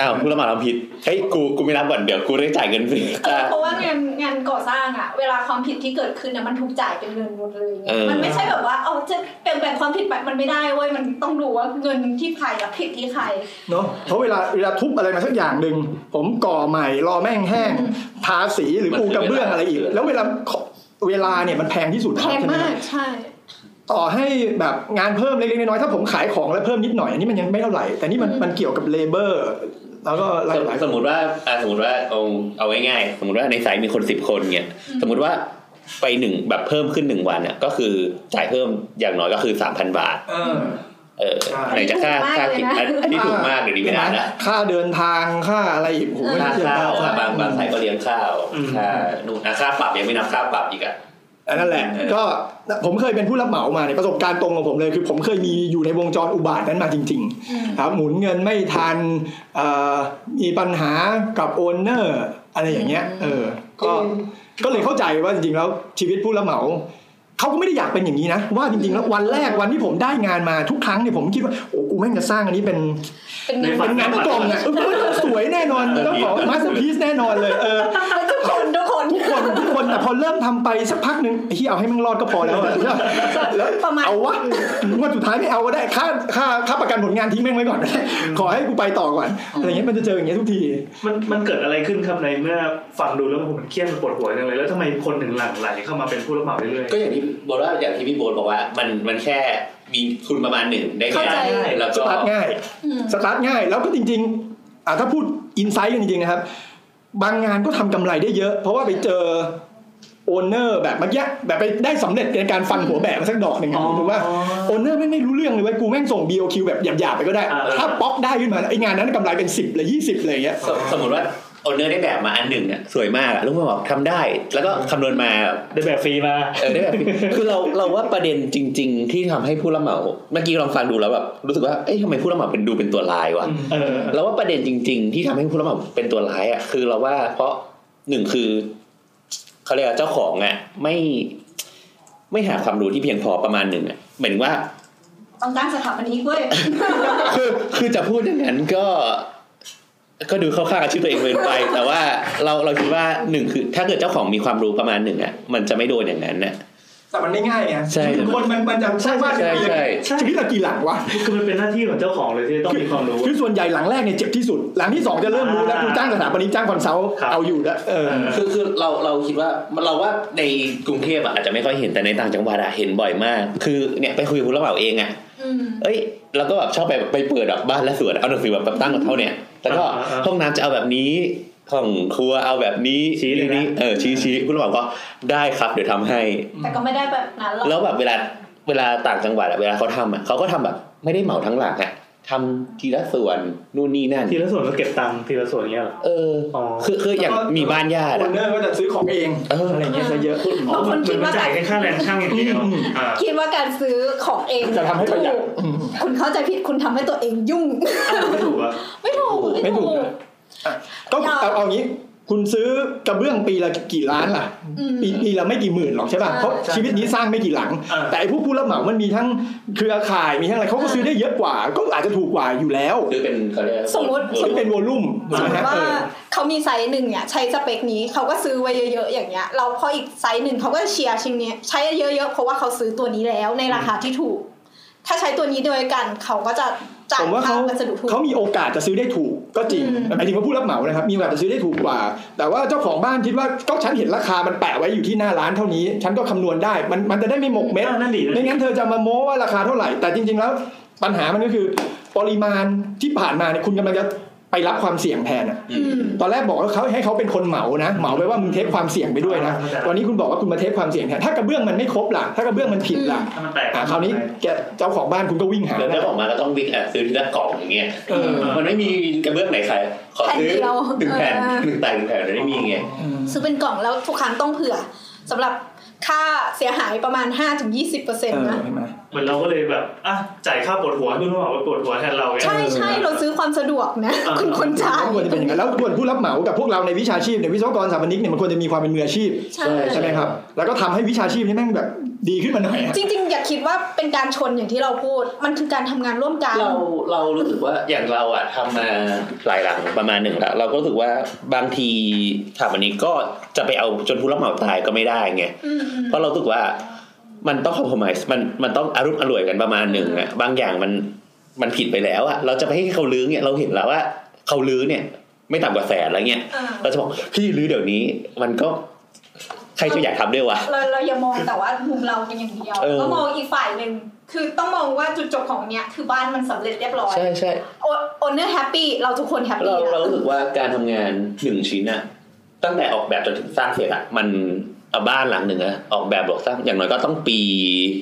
อ้าวผู้รับเหมาทำผิดเฮ้ยกูกูไม่รับก่อนเดี๋ยวกูได้จ่ายเงินฟ รี
เออเพราะว่างานงานก่อสร้างอะเวลาความผิดที่เกิดขึ้นนะมันถูกจ่ายเป็นเงินหมดเลยไง
เออ
มันไม่ใช่แบบว่าเอาจะแบ่งแบ่งความผิดไปมันไม่ได้เว้ยมันต้องดูว่าเงินที่ใครรับผิดที่ใคร
เนาะเพราะเวลาเวลาทุบอะไรมาสักอย่างหนึ่งผมก่อใหม่รอแม่งแห้งทาสีหรือปูกระเบื้องอะไรอีก แล้วเวลาเวลาเนี่ยมันแพงที่สุด
แพง
ใช่ไห
มากใช่
ต่อให้แบบงานเพิ่มเล็กๆน้อยๆถ้าผมขายของแล้วเพิ่มนิดหน่อยอันนี้มันยังไม่เท่าไหร่ แต่นี่มันมันเกี่ยวกับเลเบอร์ แล้วก็หลายๆ
สมมติว่าอ่ะสมมติว่าเอาเอาง่ายๆสมมติว่าในสายมีคนสิบคนเนี่ยสมมติว่าไปหนึ่งแบบเพิ่มขึ้นหนึ่งวันเนี่ยก็คือจ่ายเพิ่มอย่างน้อยก็คือสามพันบาท
เออ
เออ
ใช่
ไหนจะค่าค่ากิน
ถูกมากเลยนะ
อันนี้ถูกมากเดี๋ยวนี้ไม่ได้นะ
ค่าเดินทางค่าอะไรอีกโอ้โหไม่
ค่า
เกี่ยว
ข้าว
กับบ
อ่ะางบางสายก็เลี้ยงข้าว
อืม
ค่านู่นอ่ะค่าปรับยังไม่นับค่าปรับอีกอ่ะ
อันนั้นแหละ
เออ
ก็ผมเคยเป็นผู้รับเหมามาเนี่ยประสบการณ์ตรงของผมเลย คือผมเคยมีอยู่ในวงจรอุบาทนั้นมาจริง ๆ ครับ หมุนเงินไม่ทันเอ่อมีปัญหากับโอนเนอร์อะไรอย่างเงี้ยเออก็ก็เลยเข้าใจว่าจริงๆแล้วชีวิตผู้รับเหมา เขาก็ไม่ได้อยากเป็นอย่างนี้นะว่าจริงๆแล้ววันแรกวันที่ผมได้งานมาทุกครั้งเนี่ยผมคิดว่าโอ้กูแม่งจะสร้างอันนี้เป็น
เป็นเงิ
ใน
น
ฝั
เป็น นงานกล่องอ่ะเออมันต้องสวยแน่นอนมันต้องของมาสเตอร์พีซแน่นอนเลยเออ
ทุกคนทุกคน
ทุกคนทุกคนแต่พอเริ่มทำไปสักพักหนึ่งไอ้ที่เอาให้มันรอดก็พอแล้วอะแล้ว
ประมาณ
เอาวะงวดสุดท้ายไม่เอาก็ได้ค่าค่าค่าประกันผลงานทิ้งแม่งไว้ก่อน ขอให้กูไปต่อก่อนอะไรเงี้ยมันจะเจออย่างเงี้ยทุกที
มันมันเกิดอะไรขึ้นครับในเมื่อฟังดูแล้วผมมันเครียดมันปวดหัวจังเลยแล้วทำไมคนถึงหลั่งไหลเข้ามาเป็นผู้รับเหมาเรื่อย
ก็อย่างที่โบทว่าอย่างที่พี่โบทบอกว่า มันมันแค่มีทุนประมาณหนึ่งได้
เข้า
ง่า
ใจ
ยแล้ว
ส
ก็
ตาร์ทง่าย
อืม
สตาร์ทง่ายแล้วก็จริงๆอ่ะถ้าพูดอินไซต์กันจริงๆนะครับ บางงานก็ทำกำไรได้เยอะ เพราะว่าไปเจอโอนเนอร์แบบเมื่อกี้แบบไปได้สำเร็จในการฟันหัวแบบมาสักดอกหนึ่ง
อ๋อ
ถูกว่าโอนเนอร์ไม่งไม่รู้เรื่องเลยเว้ยกูแม่งส่ง BOQ แบบหยาบๆไปก็ได้
อ่า
ถ้าป๊อกได้ขึ้นมาไอ้งานนั้นกำไรเป็น10เลย20เลยอย่างเงี้ย
สมสมมติว่าเอาเนื้อได้แบบมาอันหนึ่งอ่ะสวยมากอ่ะลูกพ่อบอกทำได้ แล้วก็คำนวณมาแบบ
ๆได้แบบฟรีมา
เออได้แบบ คือเราเราว่าประเด็นจริง ๆ ที่ทำให้ผู้รับเหมาเมื่อกี้ลองฟังดูแล้วแบบรู้สึกว่าเอ๊ะทำไมผู้รับเหมาเป็นดูเป็นตัวลายวะ
เออ
เราว่าประเด็นจริง ๆ ที่ทำให้ผู้รับเหมาเป็นตัวร้ายอ่ะคือเราว่าเพราะหนึ่งคือเขาเรียกว่าเจ้าของอ่ะไม่ไม่หาความรู้ที่เพียงพอประมาณหนึ่งอ่ะเหมือนว่า
ต้องตั้งสถาปนิกเว้ย
คือคือจะพูดอย่างนั้นก็ ก็ดูเข้าข้างอาชีพตัวเองเกินไป แต่ว่าเราเราคิดว่าหนึ่งคือ ถ้าเกิดเจ้าของมีความรู้ประมาณหนึ่งอ่ะมันจะไม่โดนอย่างนั้นน่ะ
แต่มันไม่ง่ายไง
ใช่
คนมันมันจะสร้างบ้าน
ใช่ใช่ใช่
ชีวิตเรากี่หลังวะ
คือมันเป็นหน้าที่ของเจ้าของเลยที่ต้องมีความรู้
คือส่วนใหญ่หลังแรกเนี่ยเจ็บที่สุด หลังที่สองจะเริ่มรู้แล้วกูจ้างสถาปนิกจ้างคอนซัลท์
ครับ
เอาอยู่แล้วเออ
คือคือเราเราคิดว่าเราว่าในกรุงเทพอ่ะอาจจะไม่ค่อยเห็นแต่ในต่างจังหวัดอ่ะเห็นบ่อยมาก คือเนี่ยไปคุยกับผู้รับเหมาเองอ่ะ
อืม
เอ้ยแล้วก็แบบชอบไปไปเปิดแบบบ้านและสวนเอาหนังสือแบบตั้งกับเขาเนี่ยแล้วก็
อ่าอ่า
ห้องน้ำจะเอาแบบนี้ ห้องครัวเอาแบบนี้
ชี้เลยนะ
นี่เออชี้ชี้ผู้รับเหมาก็ได้ครับเดี๋ยวทำให้
แต่ก็ไม่ได้แบบนั้นหรอก
แล้วแบบเวลาเวลาต่างจังหวัดอะเวลาเขาทำอะเขาก็ทำแบบไม่ได้เหมาทั้งหลังอะทำทีละส่วนนู่นนี่นั่น
ทีละส่วนก็เก็บตังค์ทีละส่วนเงี้ยเหรอ
เอออ
อ
คือคืออย่างมีบ้านญาติ
โอ
อะ
นเนอร์ก็จะซื้อของเอง
เออ
อะไรอย่างเงี้ยซะเยอะขึ้น
บางคนคิด
มัจ่าก
ว่าาย ร
แค่ค่าแรงช่างอย่างเดียวอ่า
คิดว่าการซื้อของเอง
จะทำให้ประหยัด
ถูกคุณเข้าใจผิดคุณทำให้ตัวเองยุ่ง
ไม่ถูกอ่ะ
ไม่ถูก
ไม่ถูกนะอ่ะก็
เรา
เอาเอางี้ คุณซื้อกระเบื้องปีละกี่ล้านล่ะ
อืม
ปีปีละไม่กี่หมื่นหรอกใช่ป่ะ
ใช่
เพราะชีวิตนี้สร้างไม่กี่หลัง
อ่า
แต่ไอ้ผู้ผู้รับเหมามันมีทั้งเครือข่ายมีทั้งอะไรเขาก็ซื้อได้เยอะกว่า ก็อาจจะถูกกว่าอยู่แล้ว
หรือเป็นเขาเรียกอะไร
สมมุติ
ที่เป็นวอลลุ่ม
สมม
นะฮะ
ติว่า
เออ
เขามีไซส์หนึ่งเนี่ยใช้สเปคนี้เขาก็ซื้อไว้เยอะๆอย่างเงี้ยเราพออีกไซส์หนึ่งเขาก็เชียร์ชิ้นเนี้ยใช้เยอะๆเพราะว่าเขาซื้อตัวนี้แล้วในราคาที่ถูก ถ้าใช้ตัวนี้โดวยกันเขาก็จะจ่าย
ผมว่า
ค่า
เขา
วัสดุถูก
เขามีโอกาสจะซื้อได้ถูกก็จริง
อืม
หมายถึงว่าผู้รับเหมานะครับมีโอกาสจะซื้อได้ถูกกว่า แต่ว่าเจ้าของบ้านคิดว่าก็ฉันเห็นราคามันแปะไว้อยู่ที่หน้าร้านเท่านี้ ฉันก็คำนวณได้มันมันจะได้ไม่หมกเม็ด
เออนั่นดินั่
ไม่
นดิ
งั้นเธอจะมาโม้ว่าราคาเท่าไหร่ แต่จริง ๆ แล้วปัญหามันก็คือ ปริมาณที่ผ่านมาเนี่ยคุณกำลังจะไปรับความเสี่ยงแทนอะ
อืม
ตอนแรกบอกว่าเขาให้เขาเป็นคนเหมานะ เหมาไปว่ามึงเทคความเสี่ยงไปด้วยนะ ตอนนี้คุณบอกว่าคุณมาเทคความเสี่ยงแทน ถ้ากระเบื้องมันไม่ครบล่ะ ถ้ากระเบื้องมันผิดล่ะ
ถ้ามันแตก
อ่ะคราวนี้แกเจ้าของบ้านคุณก็วิ่ง หา
เดี๋ยว
แล้
เจ้าว ของมาก็ต้องวิ่งอ่ะซื้อทีละกล่องอย่างเงี้ย
เออ
มันไม่มีกระเบื้องไหนขายขอซื้อ
แผ่นเดียว
หนึ่งแผ่น
เออ
หนึ่งแผ่นหนึ่งแผ่นเดี๋ยวไม่มีไง
ซื้อเป็นกล่องแล้วทุกครั้งต้องเผื่อสำหรับค่าเสียหายประมาณ 5-20%
เออ
นะ
เห็นไหม
เหมือนเราก็เลยแบบอ่ะจ่ายค่าปวดหัวให้คุณผู้รับเหมาไปปวดหัวแทนเราเงี้ย
ใช่ใช่เราซื้อความสะดวกนะ
เออ
คุณคนจ่าย
มันควรจะเป็นอย่างนั้นแล้วควรผู้รับเหมากับพวกเราในวิชาชีพเนี่ยวิศวกรสถาปนิกเนี่ยมันควรจะมีความเป็นมืออาชีพ
ใช่
ใช่ไหมครับ แล้วก็ทำให้วิชาชีพนี่แม่งแบบดีขึ้นมาหน่อยอะ
จริง ๆ อย่าคิดว่าเป็นการชนอย่างที่เราพูด มันคือการทำงานร่วมกัน
เราเรารู้สึกว่าอย่างเราอ่ะทำมาหลายหลังประมาณหนึ่งแล้วเราก็รู้สึกว่าบางทีถามอันนี้ก็จะไปเอาจนผู้รับเหมาตายก็ไม่ได้ไง
อืมอืม
เพราะเรารู้สึกว่ามันต้องคอม p r o m i s e มันมันต้องอารุมอร่วยกันประมาณหนึ่งอะบางอย่างมันมันผิดไปแล้วอะเราจะไปให้เขาลื้อเนี่ยเราเห็นแล้วว่าเขาลื้อเนี่ย ไม่ต่ำกว่าแสนแล้วเนี่ย
อ่า
เราจะบอกพี่ลื้อเดี๋ยวนี้ มันก็ใครจะอยากทำด้วยวะ
เราเราอย่ามองแต่ว่ามุมเราเป็นอย่างเดียว
เออ
ก็มองอีกฝ่ายหนึ่งคือต้องมองว่าจุดจบของเนี้ยคือบ้านมันสำเร็จเรียบร้อย
ใช่ใช่
โอนเนอร์แฮปปี้เราทุกคนแฮป
เรา
ปี้
เรารู้สึกว่าการทำงานหนึ่งชิ้นอะตั้งแต่ออกแบบจนถึงสร้างเสร็จอะมันเอาบ้านหลังหนึ่งอะออกแบบบอกสร้างอย่างน้อยก็ต้องปี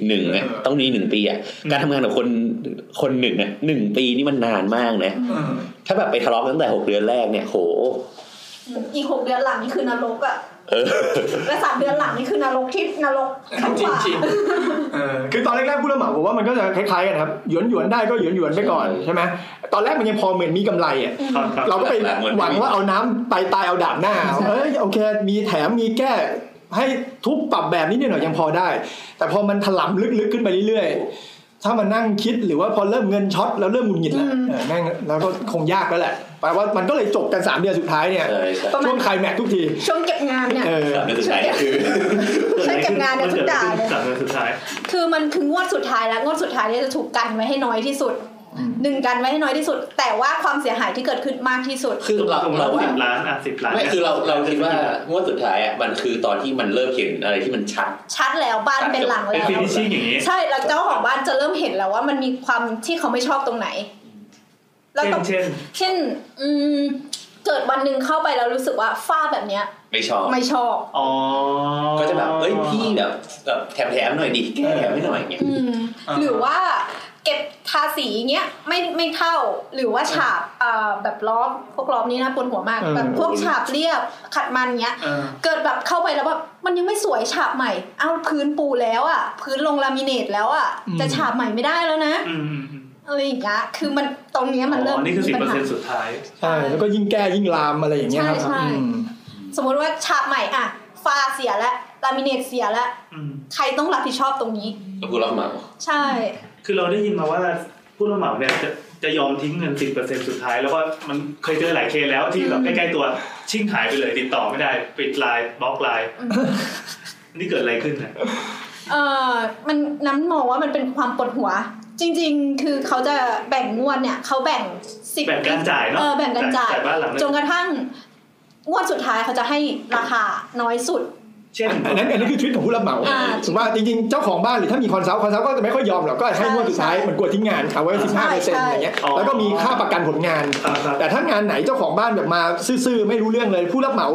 หนึ่งอะต้องมีหนึ่งปีอะการทำงานกับคนคนหนึ่งอะหนึ่งปีนี่มันนานมากนะ ถ้าแบบไปทะเลาะกันตั้งแต่หกเดือนแรกเนี่ยโห
อีกหกเดือนหลังนี่คือนรกอะ
เออ
และสามเดือนหลังนี่คือนรกที่นรกขั้นกว่า
เออคือตอนแรกๆผู้รับเหมาผมว่ามันก็จะคล้ายๆกันครับหยวนหยวนๆได้ก็หยวนหยวนๆไปก่อนใช่ไหมตอนแรกมันยังพอเหมือนมีกำไรอ่ะ
ครับครับ
เราก็ไป
หลังๆมัน
หวังว่าเอาน้ำไปตายเอาดาบหน้าเอ้ยโอเคมีแถมมีแก้ให้ทุบปรับแบบนี้นิดหน่อยยังพอได้ แต่พอมันถล่มลึกๆขึ้นไปเรื่อยๆ ถ้ามันนั่งคิดหรือว่าพอเริ่มเงินช็อตแล้วเริ่มหงุดหงิดแล้วเออแม่งแล้วก็คงยากแล้วแหละแปลว่ามันก็เลยจบกันสามเดือนสุดท้ายเนี่ย
ใช่ใช่
ช่วงไคลแม็กซ์ทุกที
ช่วงเก็บงานเนี่ย
เออ
แบบนี้สุดท้ายคือ
ใช้เก็บงานเนี่ยทุกด่านเลย
จับเงินสุดท้าย
คือมันคืองวดสุดท้ายแล้วงวดสุดท้ายเนี่ยจะถูกกันไว้ให้น้อยที่สุดหนึ่งกันไว้ให้น้อยที่สุด แต่ว่าความเสียหายที่เกิดขึ้นมากที่สุด
คือเรา
ตรงเรา
เราว่า
สิบล้านอ่ะสิบล้าน
ไม่คือเราเราคิดว่างวดสุดท้ายอ่ะมันคือตอนที่มันเริ่มเห็นอะไรที่มันชัด
ชัดแล้วบ้านเป็นหลัง
เป็น
แล้
ฟิ
ว
นิชชิ่งอย่างนี้
ใช่แล้วเจ้าของบ้านจะเริ่มเห็นแล้วว่ามันมีความที่เขาไม่ชอบตรงไหนแล้ว
เช่น
ต้อง
เช่น
เช่น อืมเกิดวันหนึ่งเข้าไปแล้วรู้สึกว่าฝ้าแบบเนี้ย
ไม่ชอบ
ไม่ชอบ
อ๋อ
ก็จะแบบเอ้ยพี่แบบแบบแถมแถมๆหน่อยดิแก้แถมให้หน่อยเงี้ย
อืมหรือว่าเก็บทาสีเงี้ยไม่ไม่เท่า หรือว่าฉาบเอ่อแบบล้อมพวกล้อมนี้นะปวดหัวมาก
เออ
แบบพวกฉาบเรียบขัดมันเงี้ย
เออ
เกิดแบบเข้าไปแล้วแบบมันยังไม่สวยฉาบใหม่เอ้าพื้นปูแล้วอ่ะ พื้นลงลามิเนตแล้วอ่ะจะฉาบใหม่ไม่ได้แล้วนะ
อืมอืมอืม
อะไรอย่างเงี้ยคือมันตรงเนี้ย
อ๋
มันเริ่ม
อนี่คือสิ
มี
บเป
ปั
อร์
ญหา
เซ็นต์สุดท้าย
ใช่แล้วก็ยิ่งแก้ยิ่งลามอะไรอย่างเงี้ยครับ
ใช่ใช่
อืม
สมมติว่าฉากใหม่อะฟ้าเสียแล้วลามิเนตเสียแล้ว
อืม
ใครต้องรับผิดชอบตรงนี้
แล้วกูรับเหมา
ใช่
คือเราได้ยินมาว่าผู้รับเหมาเนี่ยจะจะยอมทิ้งเงินสิบเปอร์เซ็นต์สุดท้าย แล้วก็มันเคยเจอหลายเคสแล้วที่แบบ
อื
ใก
ม
ล้ๆตัวชิ่งหายไปเลยติดต่อไม่ได้ ปิดไลน์บล็อกไลน์นี่เกิดอะไรขึ้นเนี่ย
เออมันน้ำมองว่ามันเป็นความปวดหัว จริง ๆ คือเขาจะแบ่งงวดเนี่ยเขาแบ่งสิบ
แบ่งการจ่ายเนาะ
เออแบ่งกันจ่าย
จ่ายบ้านหลังหนึ
จ
ง
นกระทั่งงวดสุดท้ายเขาจะให้ราคาน้อยสุด
เช่น
อันนั้นอันนั้นคือชีวิตของผู้รับเหมา
อ่า
ถือว่าจริงๆ เจ้าของบ้านหรือถ้ามีคอนซัลท์คอนซัลท์ก็จะไม่ค่อยยอมหรอกก็ให้งวดสุดท้าย
ใช่
มันกลัวทิ้งงานเอาไว้สิบห้าเปอร์
ใช่
เซ็นต์
ใช่
อย่างเงี้ย
อ๋อ
แล้วก็มีค่าประกันผลงาน
ครับครับ
แต่ถ้างานไหนเจ้าของบ้านแบบมาซื่อๆไม่รู้เรื่องเลย ผู้รับเหมา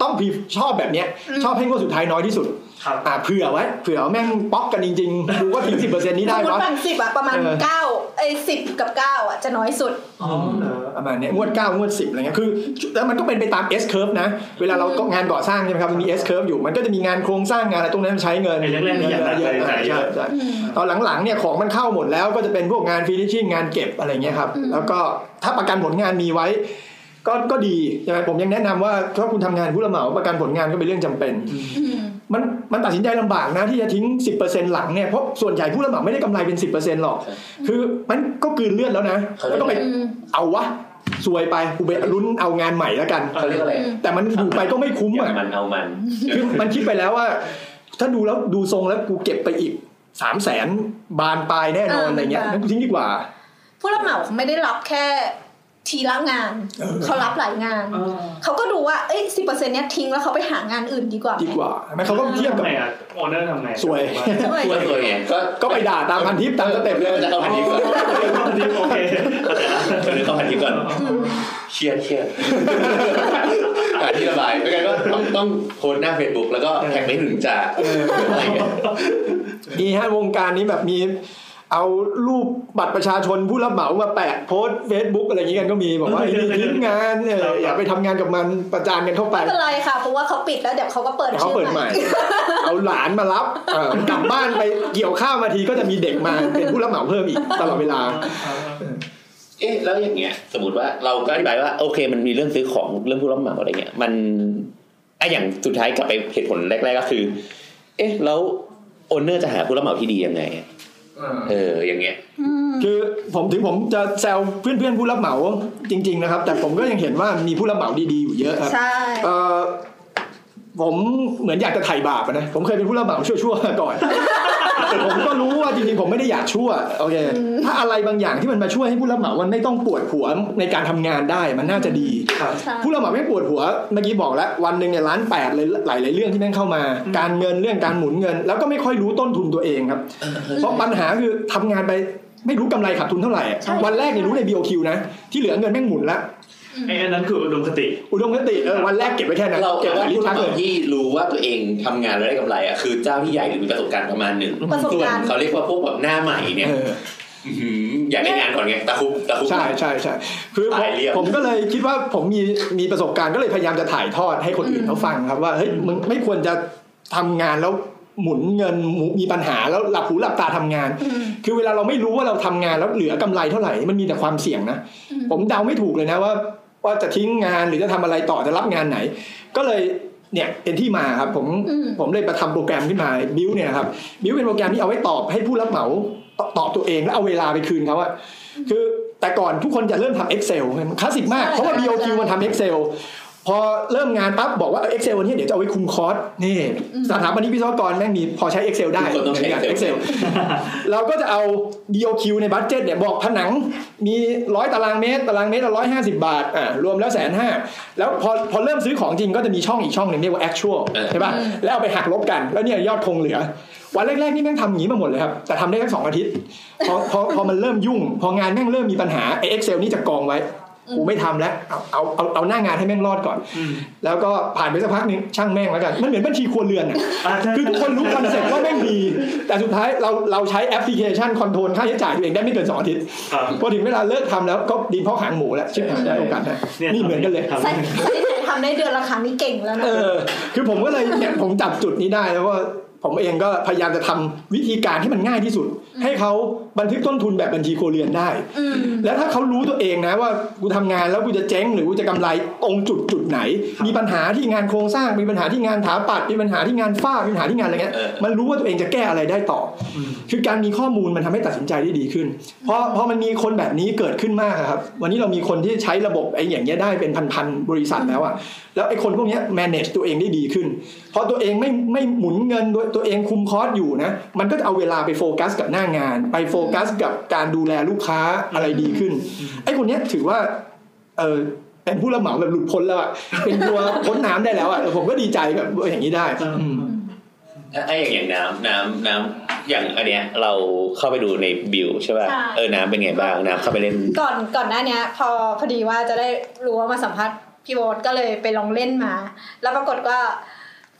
ต้องผิดชอบแบบเนี้ยชอบให้งวดสุดท้ายน้อยที่สุด
ครับ
อ่าเผื่อไว้เผื่อแม่งป๊อกกันจริงๆดูว่าถึงสิบเปอร์เซ็นต์นี้
ส
ได้
มมติ
วะ
ฝั่งสิบอะประมาณ
เออ
เก้าไอ้สิบกับเก้าอะจะน้อยสุด
อ๋อเหรอ
ประมาณเนี้ยงวด9งวด 10อะไรเงี้ยคือแล้วมันก็เป็นไปตาม S curve นะ เวลาเราก็งานก่อสร้างใช่ไหมครับมันมี S curve อยู่มันก็จะมีงานโครงสร้างงานอะไรตรงนั้นมันใช้เงิน
ไอ้แรกๆนี่อยากได้
เยอะ
ใช่
ใช่
ใช่
ใช่
อืม
ตอนหลังๆเนี่ยของมันเข้าหมดแล้วก็จะเป็นพวกงานฟินิชชิ่งงานเก็บอะไรเงี้ยครับ
อืม
แล้วก็ถ้าประกันผลงานมีไว้ ก็ก็ดีใช่ไหมผมยังแนะนำว่าถ้าคุณทำงานผู้รับเหมาประกันผลงานก็เป็นเรื่องจำเป็น
อืม
มันมันตัดสินใจลำบากนะที่จะทิ้ง 10%หลังเนี่ยเพราะส่วนใหญ่ผู้รับเหมาไม่ได้กำไรเป็น 10%หรอก คือมันก็กลืนเลือดแล้วนะก็ต้องไป
อืม
เอาวะสวยไปกูไปลุ้นเอางานใหม่แล้วกัน
เขาเรียกอะไร
แต่มันอยู่ไปก็ไม่คุ้ม
อย่า
อ่ะ
มันเอามัน
คือ มันคิดไปแล้วว่า ถ้าดูแล้วดูทรงแล้วกูเก็บไปอีกสามแสนบานปลายแน่นอ
เออ
น
อ
อะไรเงี้ย
บานปลาย
นั่นกูทิ้งดีกว่า
ผู้รับเหมาเขาไม่ได้รับแค่ทีละงาน
เออ
เขารับหลายงาน
เออ
เขาก็ดูว่าเอ้ยสิเปอร์เซ็นต์เนี้ยทิ้งแล้วเขาไปหางานอื่นดีกว่า
ดีกว่าใช่ไหมเขาก็เทียบกับ
ทำไงอ่ะโอเนอร์ทำไง
สวย
ช่วยตัวเองก็
ก็ไปด่าตามพันทิปตามสเต็ป เลย
จะเอาพันทิปก่อน
โอเคเข้าใจละ
หรือเข้าพันทิปก่อนเชียร์เชียร์หาที่ระบายไม่งั้นก็ต้องต้องโพสต์หน้าเฟซบุ๊กแล้วก็แท็กไม่ถึงจ่าอะไรเงี้ย
ดีฮะวงการนี้แบบมี เอารูปบัตรประชาชนผู้รับเหมามาแปะโพสต์เฟซบุ๊กอะไรอย่างงี้กันก็มีบอกว่าไอ้นี่ทิ้งงานเอออย่าไปทำงานกับมันประจานกันเข้าไป
ไม่เป็นไรค่ะ เพราะว่าเขาปิดแล้วเดี๋ยวเขาก็เปิด
เดี๋ยวเขา
ชื่อ
เปิดให
ใหม
ม่
่
เอาหลานมารับเออกลับบ้านไปเกี่ยวข้าวมาทีก็จะมีเด็กมาเป็นผู้รับเหมาเพิ่มอีกตลอดเวลา
เอ๊ะแล้วอย่างเงี้ย สมมติว่าเราก็อธิบายว่าโอเค มันมีเรื่องซื้อของเรื่องผู้รับเหมาอะไรเงี้ย มันอะอย่างสุดท้ายกลับไปเหตุผลแรก ๆก็คือ เอ๊ะแล้วโอนเนอร์จะหาผู้รับเหมาที่ดียังไงอะเอออย่างเงี้ย
คือผมถึงผมจะแซวเพื่อนๆผู้รับเหมาจริง ๆนะครับ แต่ผมก็ยังเห็นว่ามีผู้รับเหมาดีๆอยู่เยอะครับ
ใช่
เอ่อผมเหมือนอยากจะไถ่บาปอะนะ ผมเคยเป็นผู้รับเหมาชั่วๆมาก่อน ผมก็รู้ว่าจริงๆผมไม่ได้อยากชั่วโอเคถ้าอะไรบางอย่างที่มันมาช่วยให้ผู้รับเหมามันไม่ต้องปวดหัวในการทำงานได้มันน่าจะดี
ใช่
ผู้รับเหมาไม่ปวดหัวเมื่อกี้บอกแล้ววันหนึ่งเนี่ยล้านแปดเลยหลายๆเรื่องที่แม่งเข้ามา การเงินเรื่องการหมุนเงิน แล้วก็ไม่ค่อยรู้ต้นทุนตัวเองครับ เพราะปัญหาคือทำงานไปไม่รู้กำไรขาดทุนเท่าไหร่อะ
ใช่
วันแรกเนี่ยรู้ใน BOQ นะที่เหลือเงินแม่งหมุนละ
ไอ้อันนั้นคืออุดมคติ
อุดมคติเออวันแรกเก็บไว้แค่นั้น
เรา
เก็
เก็
บ
น
ไว้
ว่า
ลิ้
ผู้
นชั
รับ
ก
เห
เล
มาย ที่รู้ว่าตัวเองทำงานแล้วได้กำไรอ่ะคือเจ้าที่ใหญ่หรือมีประสบการณ์ประมาณหนึ่ง
ประสบ
ส่วน
การณ์
เขาเรียกว่าพวกแบบหน้าใหม่เนี่ย
เออ
อหืออยากได้งานก่อนไงตะคุบตะคุบ
ใช่ใช่ใช่คือผม
ตายเรียบ
ผมก็เลยคิดว่าผมมีมีประสบการณ์ก็เลยพยายามจะถ่ายทอดให้คนอื่นเขาฟังครับว่าเฮ้ยมึงไม่ควรจะทำงานแล้วหมุนเงินหมุนมีปัญหาแล้วหลับหูหลับตาทำงาน
อืม
คือเวลาเราไม่รู้ว่าเราทำงานแล้วเหลือกำไรเท่าไหร่มันมีแต่ความเสี่ยงนะ
อืม
ผมเดาไม่ถูกเลยนะว่า ว่าจะทิ้งงานหรือจะทำอะไรต่อจะรับงานไหน ก็เลยเนี่ยเป็นที่มาครับผม
อืม
ผมเลยประทำโปรแกรมขึ้นมาบิวเนี่ยนะครับบิวเป็นโปรแกรมที่เอาไว้ตอบให้ผู้รับเหมาตตอบตัวเองแล้วเอาเวลาไปคืนเขาอะคือแต่ก่อนทุกคนจะเริ่มทำ Excel มันคลาสสิกมาก เพราะว่า BOQ มันทำ Excel พอเริ่มงานปั๊บบอกว่าเอ็กเซลวันนี้เดี๋ยวจะเอาไว้คุมคอร์สนี่สถาปนิกวิศวกรแม่งมีพอใช้ Excel ได้
ทุกคนต้องใช้ Excel
เอ็กเซล เราก็จะเอา DOQ ในบัตเจตเนี่ยบอกผนังมีร้อยตารางเมตร ตารางเมตรละร้อยห้าสิบาทอ่ารวมแล้วแสนห้าแล้วพอพอเริ่มซื้อของจริงก็จะมีช่องอีกช่องหนึ่งเรียกว่า actual
เออ
ใช่ป่ะ แล้วเอาไปหักลบกัน แล้วเนี่ยยอดคงเหลือ วันแรก ๆ นี่แม่งทำอย่างนี้มาหมดเลยครับ แต่ทำได้แค่สองอาทิตย์ พอพอพอมันเริ่มยุ่ง พองานแม่งเริ่มมีปัญหาไอเอ็กเซลนี่จะกองไว้ กูไม่ทำแล้วเอาเอาเอาเอาหน้างานให้แม่งรอดก่อน
อืม
แล้วก็ผ่านไปสักพักหนึงช่างแม่งแล้วกันมันเหมือนบัญชีครัวเรือนอะ
อ่าใช่
คือทุกคนรู้คอนเซ็ปต์ว่าแม่งดีแต่สุดท้ายเราเราใช้แอปพลิเคชันคอนโทรลค่าใช้จ่ายตัวเองได้ไม่เกินสองอาทิตย์
ครับ
พอถึงเวลาเลิกทำแล้วก็ดีเพราะหางหมูแล้วชิบหายได้โอกาสนะนี่เหมือนกันเลย
ทำ
ใส่ใส่ทำได้เดือนละครั้งนี่เก่งแล้วนะ
เออ คือผมก็เลยเนี่ยผมจับจุดนี้ได้แล้วว่าผมเองก็พยายามจะทำวิธีการที่มันง่ายที่สุด ให้เขาบันทึกต้นทุนแบบบัญชีครัวเรือนได้
อืม
แล้วถ้าเขารู้ตัวเองนะว่ากูทำงานแล้วกูจะเจ๊งหรือกูจะกำไรตรงจุดจุดไหน มีปัญหาที่งานโครงสร้างมีปัญหาที่งานถาปัดมีปัญหาที่งานฝ้ามีปัญหาที่งานอะไรเงี้ย
เออ
มันรู้ว่าตัวเองจะแก้อะไรได้ต่ออคือการมีข้อมูลมันทำให้ตัดสินใจได้ดีขึ้นเพราะเพราะมันมีคนแบบนี้เกิดขึ้นมากอะครับ วันนี้เรามีคนที่ใช้ระบบไอ้อย่างเงี้ยได้เป็นพันๆบริษัทแล้วอะแล้วไอ้คนพวกเนี้ย manage ตัวเองได้ดีขึ้นเพราะตัวเองไม่ไม่หมุนเงินด้วยตัวเองคุมคอสอยู่นะมันก็จะเอาเวลาไปโฟกัสกับหน้างาน ไปโฟกัสกับการดูแลลูกค้าอะไรดีขึ้น ไอ้คนเนี้ยถือว่าเออ เป็นผู้รับเหมาแบบหลุดพ้นแล้วอะเป็นตัว พ้นน้ำได้แล้วอะเออผมก็ดีใจแบบเอออย่างนี้ได้อืม
ไอ้อย่างอย่างน้ำน้ำน้ำอย่างอันเนี้ยเราเข้าไปดูในบิวใช่ป่ะ
ใช่
เออน้ำเป็นไงบ้างน้ำเข้าไปเล่น
ก่อนก่อนหน้าเนี้ย พอพอดีว่าจะได้รู้ว่ามาสัมภาษณ์พี่โบ๊ทก็เลยไปลองเล่นมา แล้วปรากฏว่า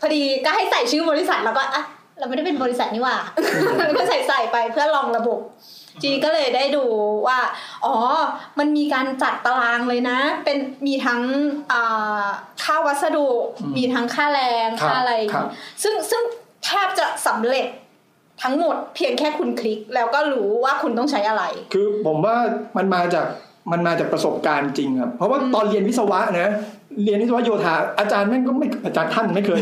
พอดีก็ให้ใส่ชื่อบริษัทแล้วก็อ่ะเราไม่ได้เป็นบริษัทนี่หว่า ก็ใส่ใส่ไปเพื่อลองระบบจีก็เลยได้ดูว่า อ๋อ มันมีการจัดตารางเลยนะ เป็นมีทั้งอ่าค่าวัสดุ
อืม
มีทั้งค่าแรง
ครับ
ค่าอะไร
ครับ
ซึ่งซึ่งแทบจะสำเร็จทั้งหมดเพียงแค่คุณคลิก แล้วก็รู้ว่าคุณต้องใช้อะไร
คือผมว่ามันมาจากมันมาจากประสบการณ์จริงครับ เพราะว่าตอนเรียนวิศวะนะเรียนวิศวะโยธาอาจารย์แม่งก็ไม่อาจารย์ท่านไม่เคย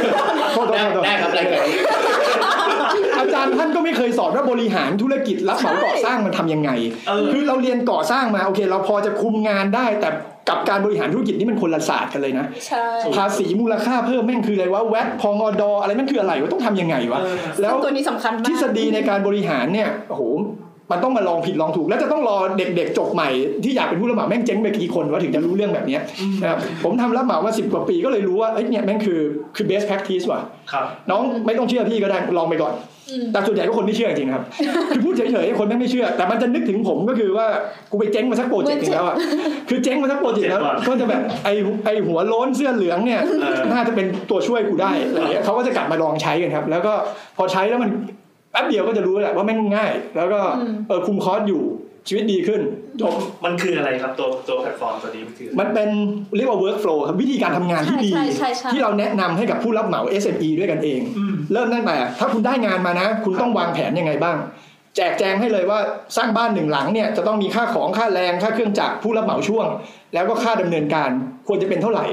โทษโทษ
ได้
โทษ
ได้ครับรายการนี้
อาจารย์ท่านก็ไม่เคยสอนว่าบริหารธุรกิจรับเหมาก่อสร้างมันทำยังไง
เออ
คือเราเรียนก่อสร้างมาโอเค เราพอจะคุมงานได้ แต่กับการบริหารธุรกิจนี่มันคนละศาสตร์กันเลยนะ
ใช่
ภาษีมูลค่าเพิ่มแม่งคืออะไรวะแวดพองอดออะไรแม่งคืออะไรวะต้องทำยังไงวะ
เออ
แล้ว
ตัวนี้สำคัญมา
ท
ก
ฤษฎีในการบริหารเนี่ยโอ้โหมันต้องมาลองผิดลองถูก แล้วจะต้องรอเด็กๆจบใหม่ที่อยากเป็นผู้รับเหมาแม่งเจ๊งไปกี่คนวะถึงจะรู้เรื่องแบบเนี้ยนะครับผมทำรับเหมามาสิบกว่าปีก็เลยรู้ว่าเอ้ยเนี่ยแม่งคือคือ best practice ว่ะ
ครับ
น้องไม่ต้องเชื่อพี่ก็ได้ลองไปก่อน
อืม
แต่ส่วนใหญ่ก็คนไม่เชื่อจริงๆ นะครับ คือพูดเฉยๆคนแม่งไม่เชื่อ แต่มันจะนึกถึงผมก็คือว่ากูไปเจ๊งมาสักโปรเจกต์หนึ่งแล้วอ่ะคือเจ๊งมาสักโปรเจกต์แล้ว
เจ็บก่อน
ก็จะแบบไอไอหัวโล้นเสื้อเหลืองเนี่ย
เออ
น่าจะเป็นตัวช่วยกูได้อะไรเงี้ยเขาก็จะกลับมาลองใช้กันครับ แล้วก็พอใช้แล้วมันแป๊บเดียวก็จะรู้แหละว่าแม่งง่าย แล้วก็
อืม
เออคุมคอสอยู่ชีวิตดีขึ้นจบ
มันคืออะไรครับตัวตัวแพลตฟอร์มตัวนี้มันคือ
มันเป็นเรียกว่า workflow ครับวิธีการทำงานที่ดี
ใช่ใช่ใช่ใช่
ที่เราแนะนำให้กับผู้รับเหมา SME ด้วยกันเอง
อืม
เริ่มตั้งแต่ถ้าคุณได้งานมานะ คุณต้องวางแผนยังไงบ้าง แจกแจงให้เลยว่าสร้างบ้านหนึ่งหลังเนี่ยจะต้องมีค่าของค่าแรงค่าเครื่องจักรผู้รับเหมาช่วง แล้วก็ค่าดำเนินการควรจะเป็นเท่าไหร่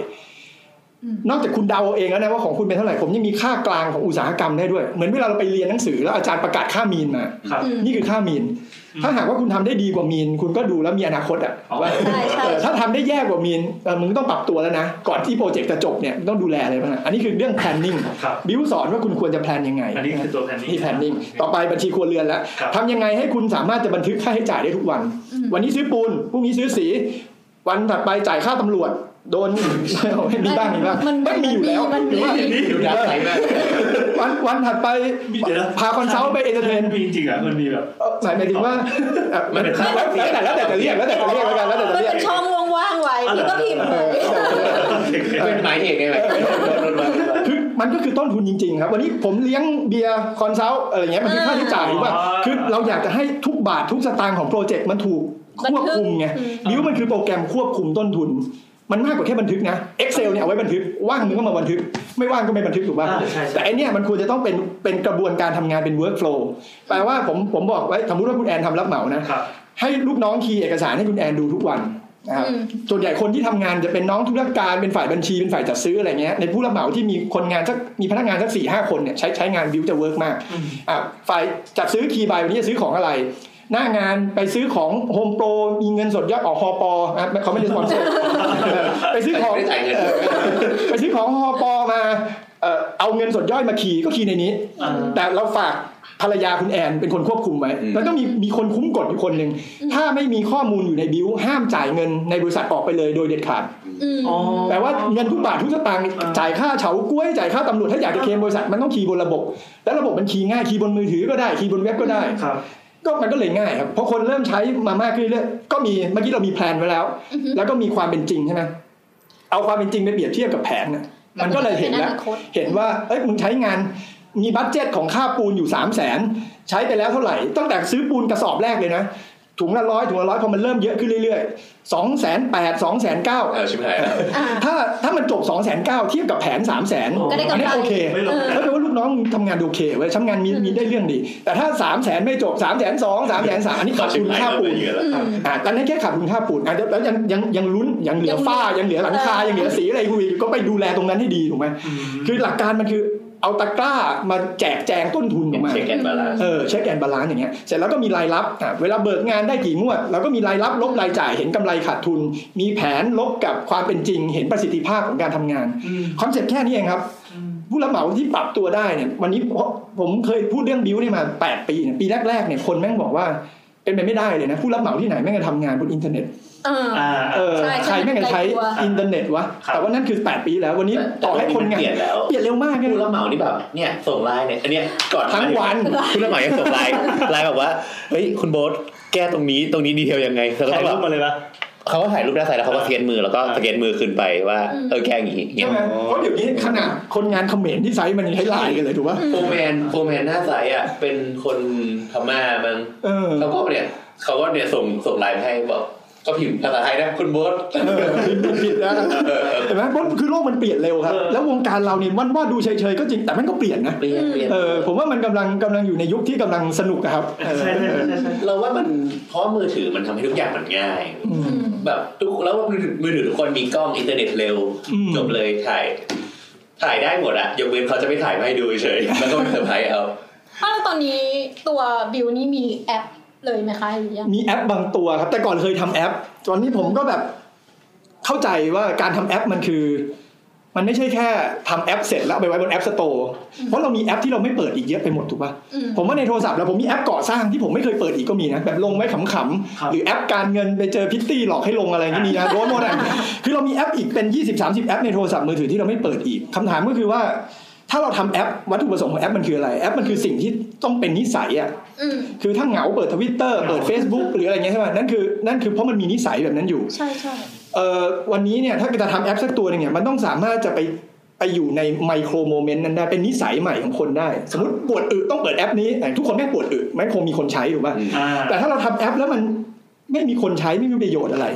อืม
นอกจากคุณเดาเอาเองแล้วนะว่าของคุณเป็นเท่าไหร่ผมยังมีค่ากลางของอุตสาหกรรมได้ด้วย เหมือนเวลาเราไปเรียนหนังสือแล้วอาจารย์ประกาศค่ามีนมา
ครับ
อืม
นี่คือค่ามีน
อืม
ถ้าหากว่าคุณทำได้ดีกว่ามีน คุณก็ดูแล้วมีอนาคตอ่ะ
อ๋อ
ว่า
ใช่ใช่
เออถ้าทำได้แย่กว่ามีนเออมึงต้องปรับตัวแล้วนะ ก่อนที่โปรเจกต์จะจบเนี่ยต้องดูแลอะไรบ้างนะอันนี้คือเรื่อง planning
ครับ
บิวสอนว่าคุณควรจะแพลนยังไง
อันนี้คือตัวแพนนี้
นี่ planning ต่อไปบัญชีครัวเรือนแล้ว
ครับ
ทำยังไงให้คุณสามารถจะบันทึกค่าใช้จ่ายได้ทุกวัน
อืม
วันนี้ซื้อปูนพรุ่งนี้ซื้อสี วันถัดไปจ่ายค่าตำรวจ โดน มีบ้างมีบ้าง
มัน
ไม่มีอยู่แล้ว
มันมี
หรือว่า
นี่อยู่
อยา
นะ
กใส่มาก
วันวันถัดไป
มีเดี๋ยวนะ
พาคอนเซิลท์ไปเอนเตอร์เทน
มันมีจริงอ่ะมันมีแบบ
เอ่อหมายถึงว่าเอ่อ
มั
แล้ว
นเป็นค่า
แต่แล้วแต่จะเรียกแล้วแต่จะเรียกแล้วกันแล้วแต่
มัน
จะเรียก
เป็นช่องว่างๆไว้พี่ก็พิมพ์เลย
เป็นหมายเหตุไง
คือมันก็คือต้นทุนจริง ๆ ครับ วันนี้ผมเลี้ยงเบียร์คอนซัลท์อะไรเงี้ยมันคือค่าใช้จ่ายหรือว่า
อ๋อ
คือเราอยากจะให้ทุกบาททุกสตางค์ของโปรเจกต์มันถูกควบคุมไงบิวมันคือโปรแกรมควบคุมต้นทุน มันมากกว่าแค่บันทึกนะ Excel เนี่ยเอาไว้บันทึกว่างมึงก็มาบันทึก ไม่ว่างก็ไม่บันทึกถูกป่ะ
อ่าใช่
แต่
ใช่
ไอเนี้ยมันควรจะต้องเป็นเป็นกระบวนการทำงานเป็น workflow แปลว่าผมผมบอกไว้สมมติว่าคุณแอนทำรับเหมานะ
ครับ
ให้ลูกน้องคีย์เอกสารให้คุณแอนดูทุกวันนะครับส่วนใหญ่คนที่ทำงานจะเป็นน้องธุรการเป็นฝ่ายบัญชีเป็นฝ่ายจัดซื้ออะไรเงี้ยในผู้รับเหมาที่มีคนงานสักมีพนักงานสักสี่ห้าคนเนี่ยใช้ใช้งานบิวจะเวิร์กมาก
อืม
อ่ะฝ่ายจัดซื้อคีย์บายวันนี้จะซื้อของอะไร หน้างานไปซื้อของโฮมโปรมีเงินสดยอดออกฮอปออ่ะเขาไม่ได้สปอนเซอร์ ไปซื้อของ
ไม่ได้จ่ายเงิน
ไปซื้อของฮอปอมาเอ่อเอาเงินสดย่อยมาขี่ก็ขี่ในนี้
อ่า
แต่เราฝากภรรยาคุณแอนเป็นคนควบคุมไว้แล้วต้องมีมีคนคุ้มกฎอยู่คนหนึ่ง ถ้าไม่มีข้อมูลอยู่ในบิวห้ามจ่ายเงินในบริษัทออกไปเลยโดยเด็ดขาด
อืม
อ๋อ
แปลว่าเงินทุกบาททุกสตางค์
อ่า
จ่ายค่าเฉากล้วยจ่ายค่าตำรวจถ้าอยากจะเคลมบริษัทมันต้องคีย์บนระบบ และระบบมันคีย์ง่ายคีย์บนมือถือก็ได้คีย์บนเว็บก็ได้
ครับ
ก็มันก็เลยง่ายครับเพราะคนเริ่มใช้มามากขึ้นเรื่อยๆก็มีเมื่อกี้เรามีแพลนไว้แล้ว แล้วก็มีความเป็นจริงใช่ไหมเอาความเป็นจริงไปเปรียบเทียบกับแผนน่ะมันก็เลยเห็น
ป็
แล้ว
อคต
เห็นว่าเอ้ยมึงใช้งานมีบัตเจ็ตของค่าปูนอยู่3 0 0แสนใช้ไปแล้วเท่าไหร่ ตั้งแต่ซื้อปูนกระสอบแรกเลยนะ ถุงละร้อยถุงละร้อยพอมันเริ่มเยอะขึ้นเรื่อยๆสองแสนแปดสองแสนเก้า
เออชิบหายแล้ว
อ่า
ถ้าถ้ามันจบ2องแสนเก้าเทียบกับแผน3 0 0แสน
ก็ได้กำไร
อันี้โอเค
ไม่ลง
แล้วแปลว่าลูกน้องทำงานโอเคเว้ยทำงานมีมีได้เรื่องดี แต่ถ้า3 0 0แสนไม่จบ3 0 0แสนสองสามแสนสามอันนี้
ต่อ
ขาด
ชิบ
ทุน
หาย
ค่า
แล้ว
ปู
ไป
น
เยอะแล้ว
อืม
อ่าตอนนั้นแค่ขาดทุนค่าปูนอ่ะแล้วแล้วยังยังยังลุ้นยังเหลือฝ้ายังเหลือหลังคา
เออ
ยังเหลือสีอะไรกูอีกก็ไปดูแลตรงนั้นให้ดีถูกไหมคือหลักการมันคือเอาตะกร้ามาแจกแจงต้นทุนออกมา
เช็คแอนด์บาลานซ์
เออเช็คแอนบาลานซ์อย่างเงี้ยเสร็จแล้วก็มีรายรับอ่ะเวลาเบิกงานได้กี่งวดเราก็มีรายรับลบรายจ่ายเห็นกำไรขาดทุน มีแผนลบกับความเป็นจริง เห็นประสิทธิภาพของการทำงาน
อืม
คอนเซ็ปต์แค่นี้เองครับ
อืม
ผู้รับเหมาที่ปรับตัวได้เนี่ยวันนี้ผมผมเคยพูดเรื่องบิวเนี่ยมา 8 ปีเนี่ยปีแรกๆเนี่ยคนแม่งบอกว่า เป็นไปไม่ได้เลยนะ ผู้รับเหมาที่ไหนแม่งจะทำงานบนอินเทอร์เน็ต
เออ
อ่า
เออ
ใช่ใช่
ใครแม่งจะใช้
ใกล้ตัว
อินเทอร์เน็ตวะ
ครับ
แต่ว่านั่นคือ 8 ปีแล้ววันนี้ต่อให้คนงาน
เปลี่ยนแล้ว
เปลี่ยนเร็วมากเลย
ผู้รับเหมานี่แบบเนี่ยส่งไลน์เนี่ยอันเนี้ยก่อน
ทั้งวัน
ผู้รับเหมายังส่งไลน์ไลน์แบบว่าเฮ้ยคุณโบ๊ทแก้ตรงนี้ตรงนี้ดีเทลยังไงแล้วก็
ถ่าย
แบ
รู
บ
ปมาเลยปะ
เขาก็ถ่ายรูปด้านซ้ายแล้วเขาก็สแกนมือแล้วก็สแกนมือขึ้นไปว่า
อืม
เออแก้อย่างงี้อย่างงี้
ใช่ไหมเพราะเดี๋ยวนี้ขนาดคนงานเขมรที่ไซต์มันยังใช้ไลน์กันเลยถูกป่ะ
โฟร์แมนโฟร์แมนหน้าใสอ่ะเป็นคนพม่ามั้ง
เออ
เขาก็เนี่ยเขาก็เนี่ยส่งส่งไลน์มาให้บอกก็พิมพ์ภาษาไทยนะคุณโบ๊ท
เออผิดนะเห็นไหมเพราะคือโลกมันเปลี่ยนเร็วครับ
เออ
แล้ววงการเราเนี่ยวันว่าดูเฉยๆก็จริงแต่มันก็เปลี่ยนนะ
เปลี่ยนเปลี่ยน
เออผมว่ามันกำลังกำลังอยู่ในยุคที่กำลังสนุกอะครับเออ
ใช่ใช่ใช่ใช่
เราว่ามันเพราะมือถือมันทำให้ทุกอย่างมันง่าย
อืม
แบบทุกแล้วว่ามือถือมือถือทุกคนมีกล้องอินเทอร์เน็ตเร็ว
อืม
จบเลยถ่าย ถ่ายได้หมดอะยกเว้นเขาจะไม่ถ่ายมาให้ดูเฉยแล้วก็ไม่เซอร์ไพรส์เอา
อ้าวแล้วตอนนี้ตัวบิวนี่มีแอปเลยไหมคะหรือยัง
มีแอปบางตัวครับ แต่ก่อนเคยทำแอป ตอนนี้ผมก็แบบเข้าใจว่าการทำแอปมันคือ มันไม่ใช่แค่ทำแอปเสร็จแล้วเอาไปไว้บนแอปสโตร์เพราะเรามีแอปที่เราไม่เปิดอีกเยอะไปหมดถูกป่ะ
อืม
ผมว่าในโทรศัพท์เราผมมีแอปก่อสร้างที่ผมไม่เคยเปิดอีกก็มีนะ แบบลงไว้ขำ
ครับ
ๆหรือแอปการเงินไปเจอพิตตี้หลอกให้ลงอะไรอย่างนี้ มีนะโดนหมดอ่ะ คือเรามีแอปอีกเป็น 20 30 แอปในโทรศัพท์มือถือที่เราไม่เปิดอีกคำถามก็คือว่า ถ้าเราทำแอปวัตถุประสงค์ของแอปมันคืออะไรแอปมันคือสิ่งที่ต้องเป็นนิสัยอ่ะ
อืม
คือถ้าเหงาเปิดทวิต เตอร์เปิด Facebook หรืออะไรเงี้ยใช่ไหมนั่นคือนั่นคือเพราะมันมีนิสัยแบบนั้นอยู่
ใช่ใช่
เอ่อวันนี้เนี่ยถ้าจะทำแอปสักตัวหนึงเนี่ยมันต้องสามารถจะไปไปอยู่ในไมโครโมเมนต์นั้นได้เป็นนิสัยใหม่ของคนได้ สมมติปวดอึต้องเปิดแอปนี้แต่ทุกคนแม่งปวดอึแม่งคงมีคนใช้อยู่ป่ะ
อ่า
แต่ถ้าเราทำแอปแล้วมันไม่มีคนใช้ไม่มีประโยชน์อะไร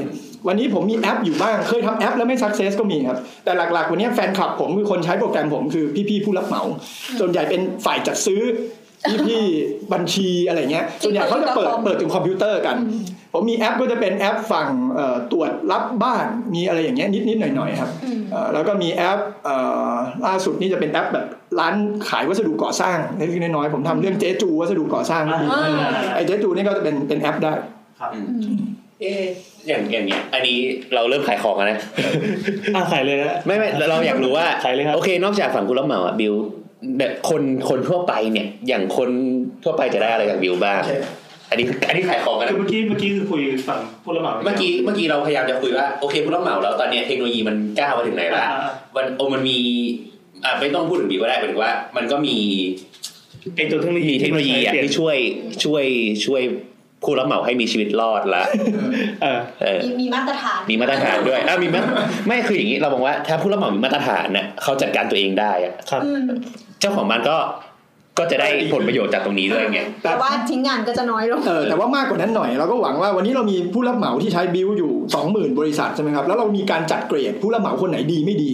วันนี้ผมมีแอปอยู่บ้างเคยทำแอปแล้วไม่สักเซสก็มีครับแต่หลักๆ วันนี้แฟนคลับผมคือคนใช้โปรแกรมผมคือพี่ๆผู้รับเหมาส่วนใหญ่เป็นฝ่ายจัดซื้อพี่ๆบัญชีอะไรเงี้ยส่วนใหญ่เขาจะเปิดเปิดถึงคอมพิวเตอร์กัน ผมมีแอปก็จะเป็นแอปฝั่งเอ่อตรวจรับบ้านมีอะไรอย่างเงี้ยนิดๆหน่อยๆครับ
อืม
เอ่อแล้วก็มีแอปเอ่อล่าสุดนี่จะเป็นแอปแบบร้านขายวัสดุก่อสร้างเล็กๆน้อยๆผมทำเรื่องเจ๊จูวัสดุก่อสร้างก็มี
อ่า
ไอ้เจ๊จูนี่ก็จะเป็นเป็นแอปได้
อืม
เอ๊ะอย่างอย่างเงี้ยอันนี้เราเริ่มขายของแล้วนะ
อ่าขายเลยนะ
ไม่ไม่เราอยากรู้ว่า
ใช่เลยครับ
โอเค นอกจากฝั่งคุณรับเหมาอะบิวเนี่ยคนคนทั่วไปเนี่ย อย่างคนทั่วไปจะได้อะไรจากบิวบ้าง อันนี้อันนี้ขายของกัน
คือ
นะ
เมื่อกี้เมื่อกี้คือคุยฝั่งผู้รับเหมา
เมื่อกี้เมื่อกี้เราพยายามจะคุยว่าโอเคคุณรับเหมาแล้วตอนเนี้ยเทคโนโลยีมันก้าวมาถึงไหน
อ่า
ละ
อ่า
มันโอมันมีอ่ะไม่ต้องพูดถึงบิวก็ได้หมายถึงว่า มันก็มี
ไอตัวเทคโนโลยี
มีเทคโนโลยีอะที่ช่วยช่วยช่วยผู้รับเหมาให้มีชีวิตรอดละ
เออ
เออ
มีมีมาตรฐาน
มีมาตรฐานด้วยอ่ะมีมาไม่คืออย่างนี้เราบอกว่าถ้าผู้รับเหมามีมาตรฐานเนี่ยเขาจัดการตัวเองได้อะ
อืม
เจ้าของบ้านก็ก็จะได้ผลประโยชน์จากตรงนี้ด้วยไง
แต่ว่าทิ้งงานก็จะน้อยลง
เออแต่ว่ามากกว่านั้นหน่อยเราก็หวังว่าวันนี้เรามีผู้รับเหมาที่ใช้บิลอยู่ 20,000 บริษัทใช่ไหมครับแล้วเรามีการจัดเกรดผู้รับเหมาคนไหนดีไม่ดี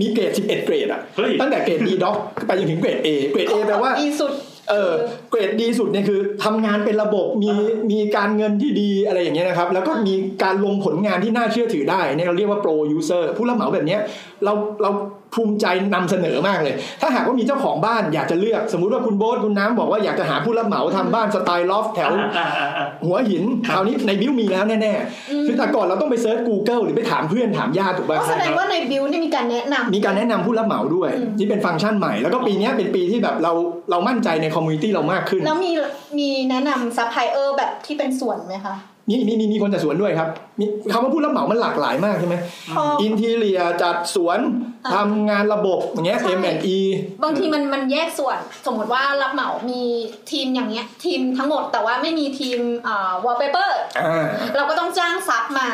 มีเกรด 11 เกรดอ่ะ
เฮ้ย
ตั้งแต่เกรดดีด็อกไปจนถึงเกรด A เกรด A แปลว่า
ดีสุด
เออเกรดดีสุดเนี่ยคือทำงานเป็นระบบมีมีการเงินที่ดีอะไรอย่างเงี้ยนะครับ แล้วก็มีการลงผลงานที่น่าเชื่อถือได้เนี่ยเราเรียกว่าโปรยูเซอร์ผู้รับเหมาแบบเนี้ยเราเราภูมิใจนำเสนอมากเลย ถ้าหากว่ามีเจ้าของบ้านอยากจะเลือกสมมุติว่าคุณโบ๊ทคุณน้ำบอกว่าอยากจะหาผู้รับเหมาทำบ้านสไตล์ลอฟแถว
อ่าอ่าอ่าอ่า
หัวหิน
ค
ครับ ราวนี้ในบิวมีแล้วแน่
อืม
ๆคือแต่ก่อนเราต้องไปเซิร์ช Google หรือไปถามเพื่อนถามญาติถูกป่ะ
ก็แสดงว่าในบิวนี่มีการแนะนำ
มีการแนะนำผู้รับเหมาด้วย
อืม
นี่เป็นฟังก์ชันใหม่ แล้วก็ปีเนี้ยเป็นปีที่แบบเราเรามั่นใจในคอมมูนิตี้เรามากขึ้น
แล้วมีมีแนะนำซัพพลายเออร์แบบที่เป็นส่วนไหมคะ
นี่นี่นี่มีคนจัดสวนด้วยครับมีคำว่าผู้รับเหมามันหลากหลายมากใช่ไหม
พอ
อินทีเรียจัดสวน
อ่ะ
ทำงานระบบอย่างเงี้ย
ใช่
M&E
บางทีมันมันแยกส่วน สมมติว่ารับเหมามีทีมอย่างเงี้ย ทีมทั้งหมดแต่ว่าไม่มีทีมอ่าวอลเปเปอร์
อ่า
เราก็ต้องจ้างซับมา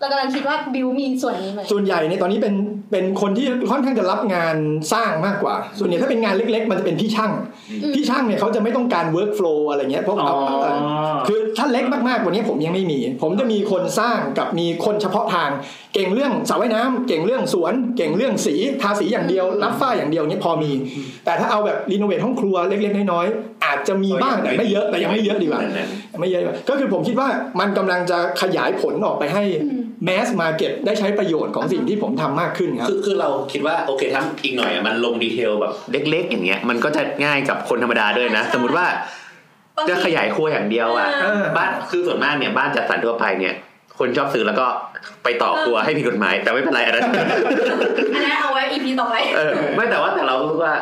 เรากำลังคิดว่าบิวมีส่วนนี้ไหม
ส่วนใหญ่ในยตอนนี้เป็นเป็นคนที่ค่อนข้างจะรับงานสร้างมากกว่า ส่วนใหญ่ถ้าเป็นงานเล็ก ๆ มันจะเป็นพี่ช่าง
ม
พี่ช่างเนี่ยเขาจะไม่ต้องการ workflow อะไรเงี้ยเพราะ
อ๋
เอา
อ
เอ่อคือถ้าเล็กมากๆกว่านี้ผมยังไม่มี ผมจะมีคนสร้างกับมีคนเฉพาะทาง เก่งเรื่องสระว่ายน้ำเก่งเรื่องสวน เก่งเรื่องสีทาสีอย่างเดียว รับฝ้าอย่างเดียวเนี่ยพอมี แต่ถ้าเอาแบบรีโนเวทห้องครัวเล็กๆน้อยๆอาจจะมีบ้างแต่ไม่เยอะแต่ยังไม่เยอะดีกว่า ไม่เยอะดีกว่าก็คือผมคิดว่ามันกำลังจะขยายผลออกไปให้
อืม
mass market ได้ใช้ประโยชน์ของสิ่งที่ผมทำมากขึ้นครับ
คือคือเราคิดว่าโอเคทั้งอีกหน่อยอะมันลงดีเทลแบบเล็ก ๆ อย่างเงี้ยมันก็จะง่ายกับคนธรรมดาด้วยนะ
ใช่
สมมติว่า
บาง
จะข
ที
ยายครัวอย่างเดียวอ่ะ
เออ
บ้านคือส่วนมากเนี่ยบ้านจัดสรรทั่วไปเนี่ย คนชอบซื้อแล้วก็ไปต่อครัวให้ผิดกฎหมาย แต่ไม่เป็นไรอันนั้น
อันนั้นเอาไว้อีพีต่อไป
เออไม่แต่ว่าแต่เรารู้สึกว่า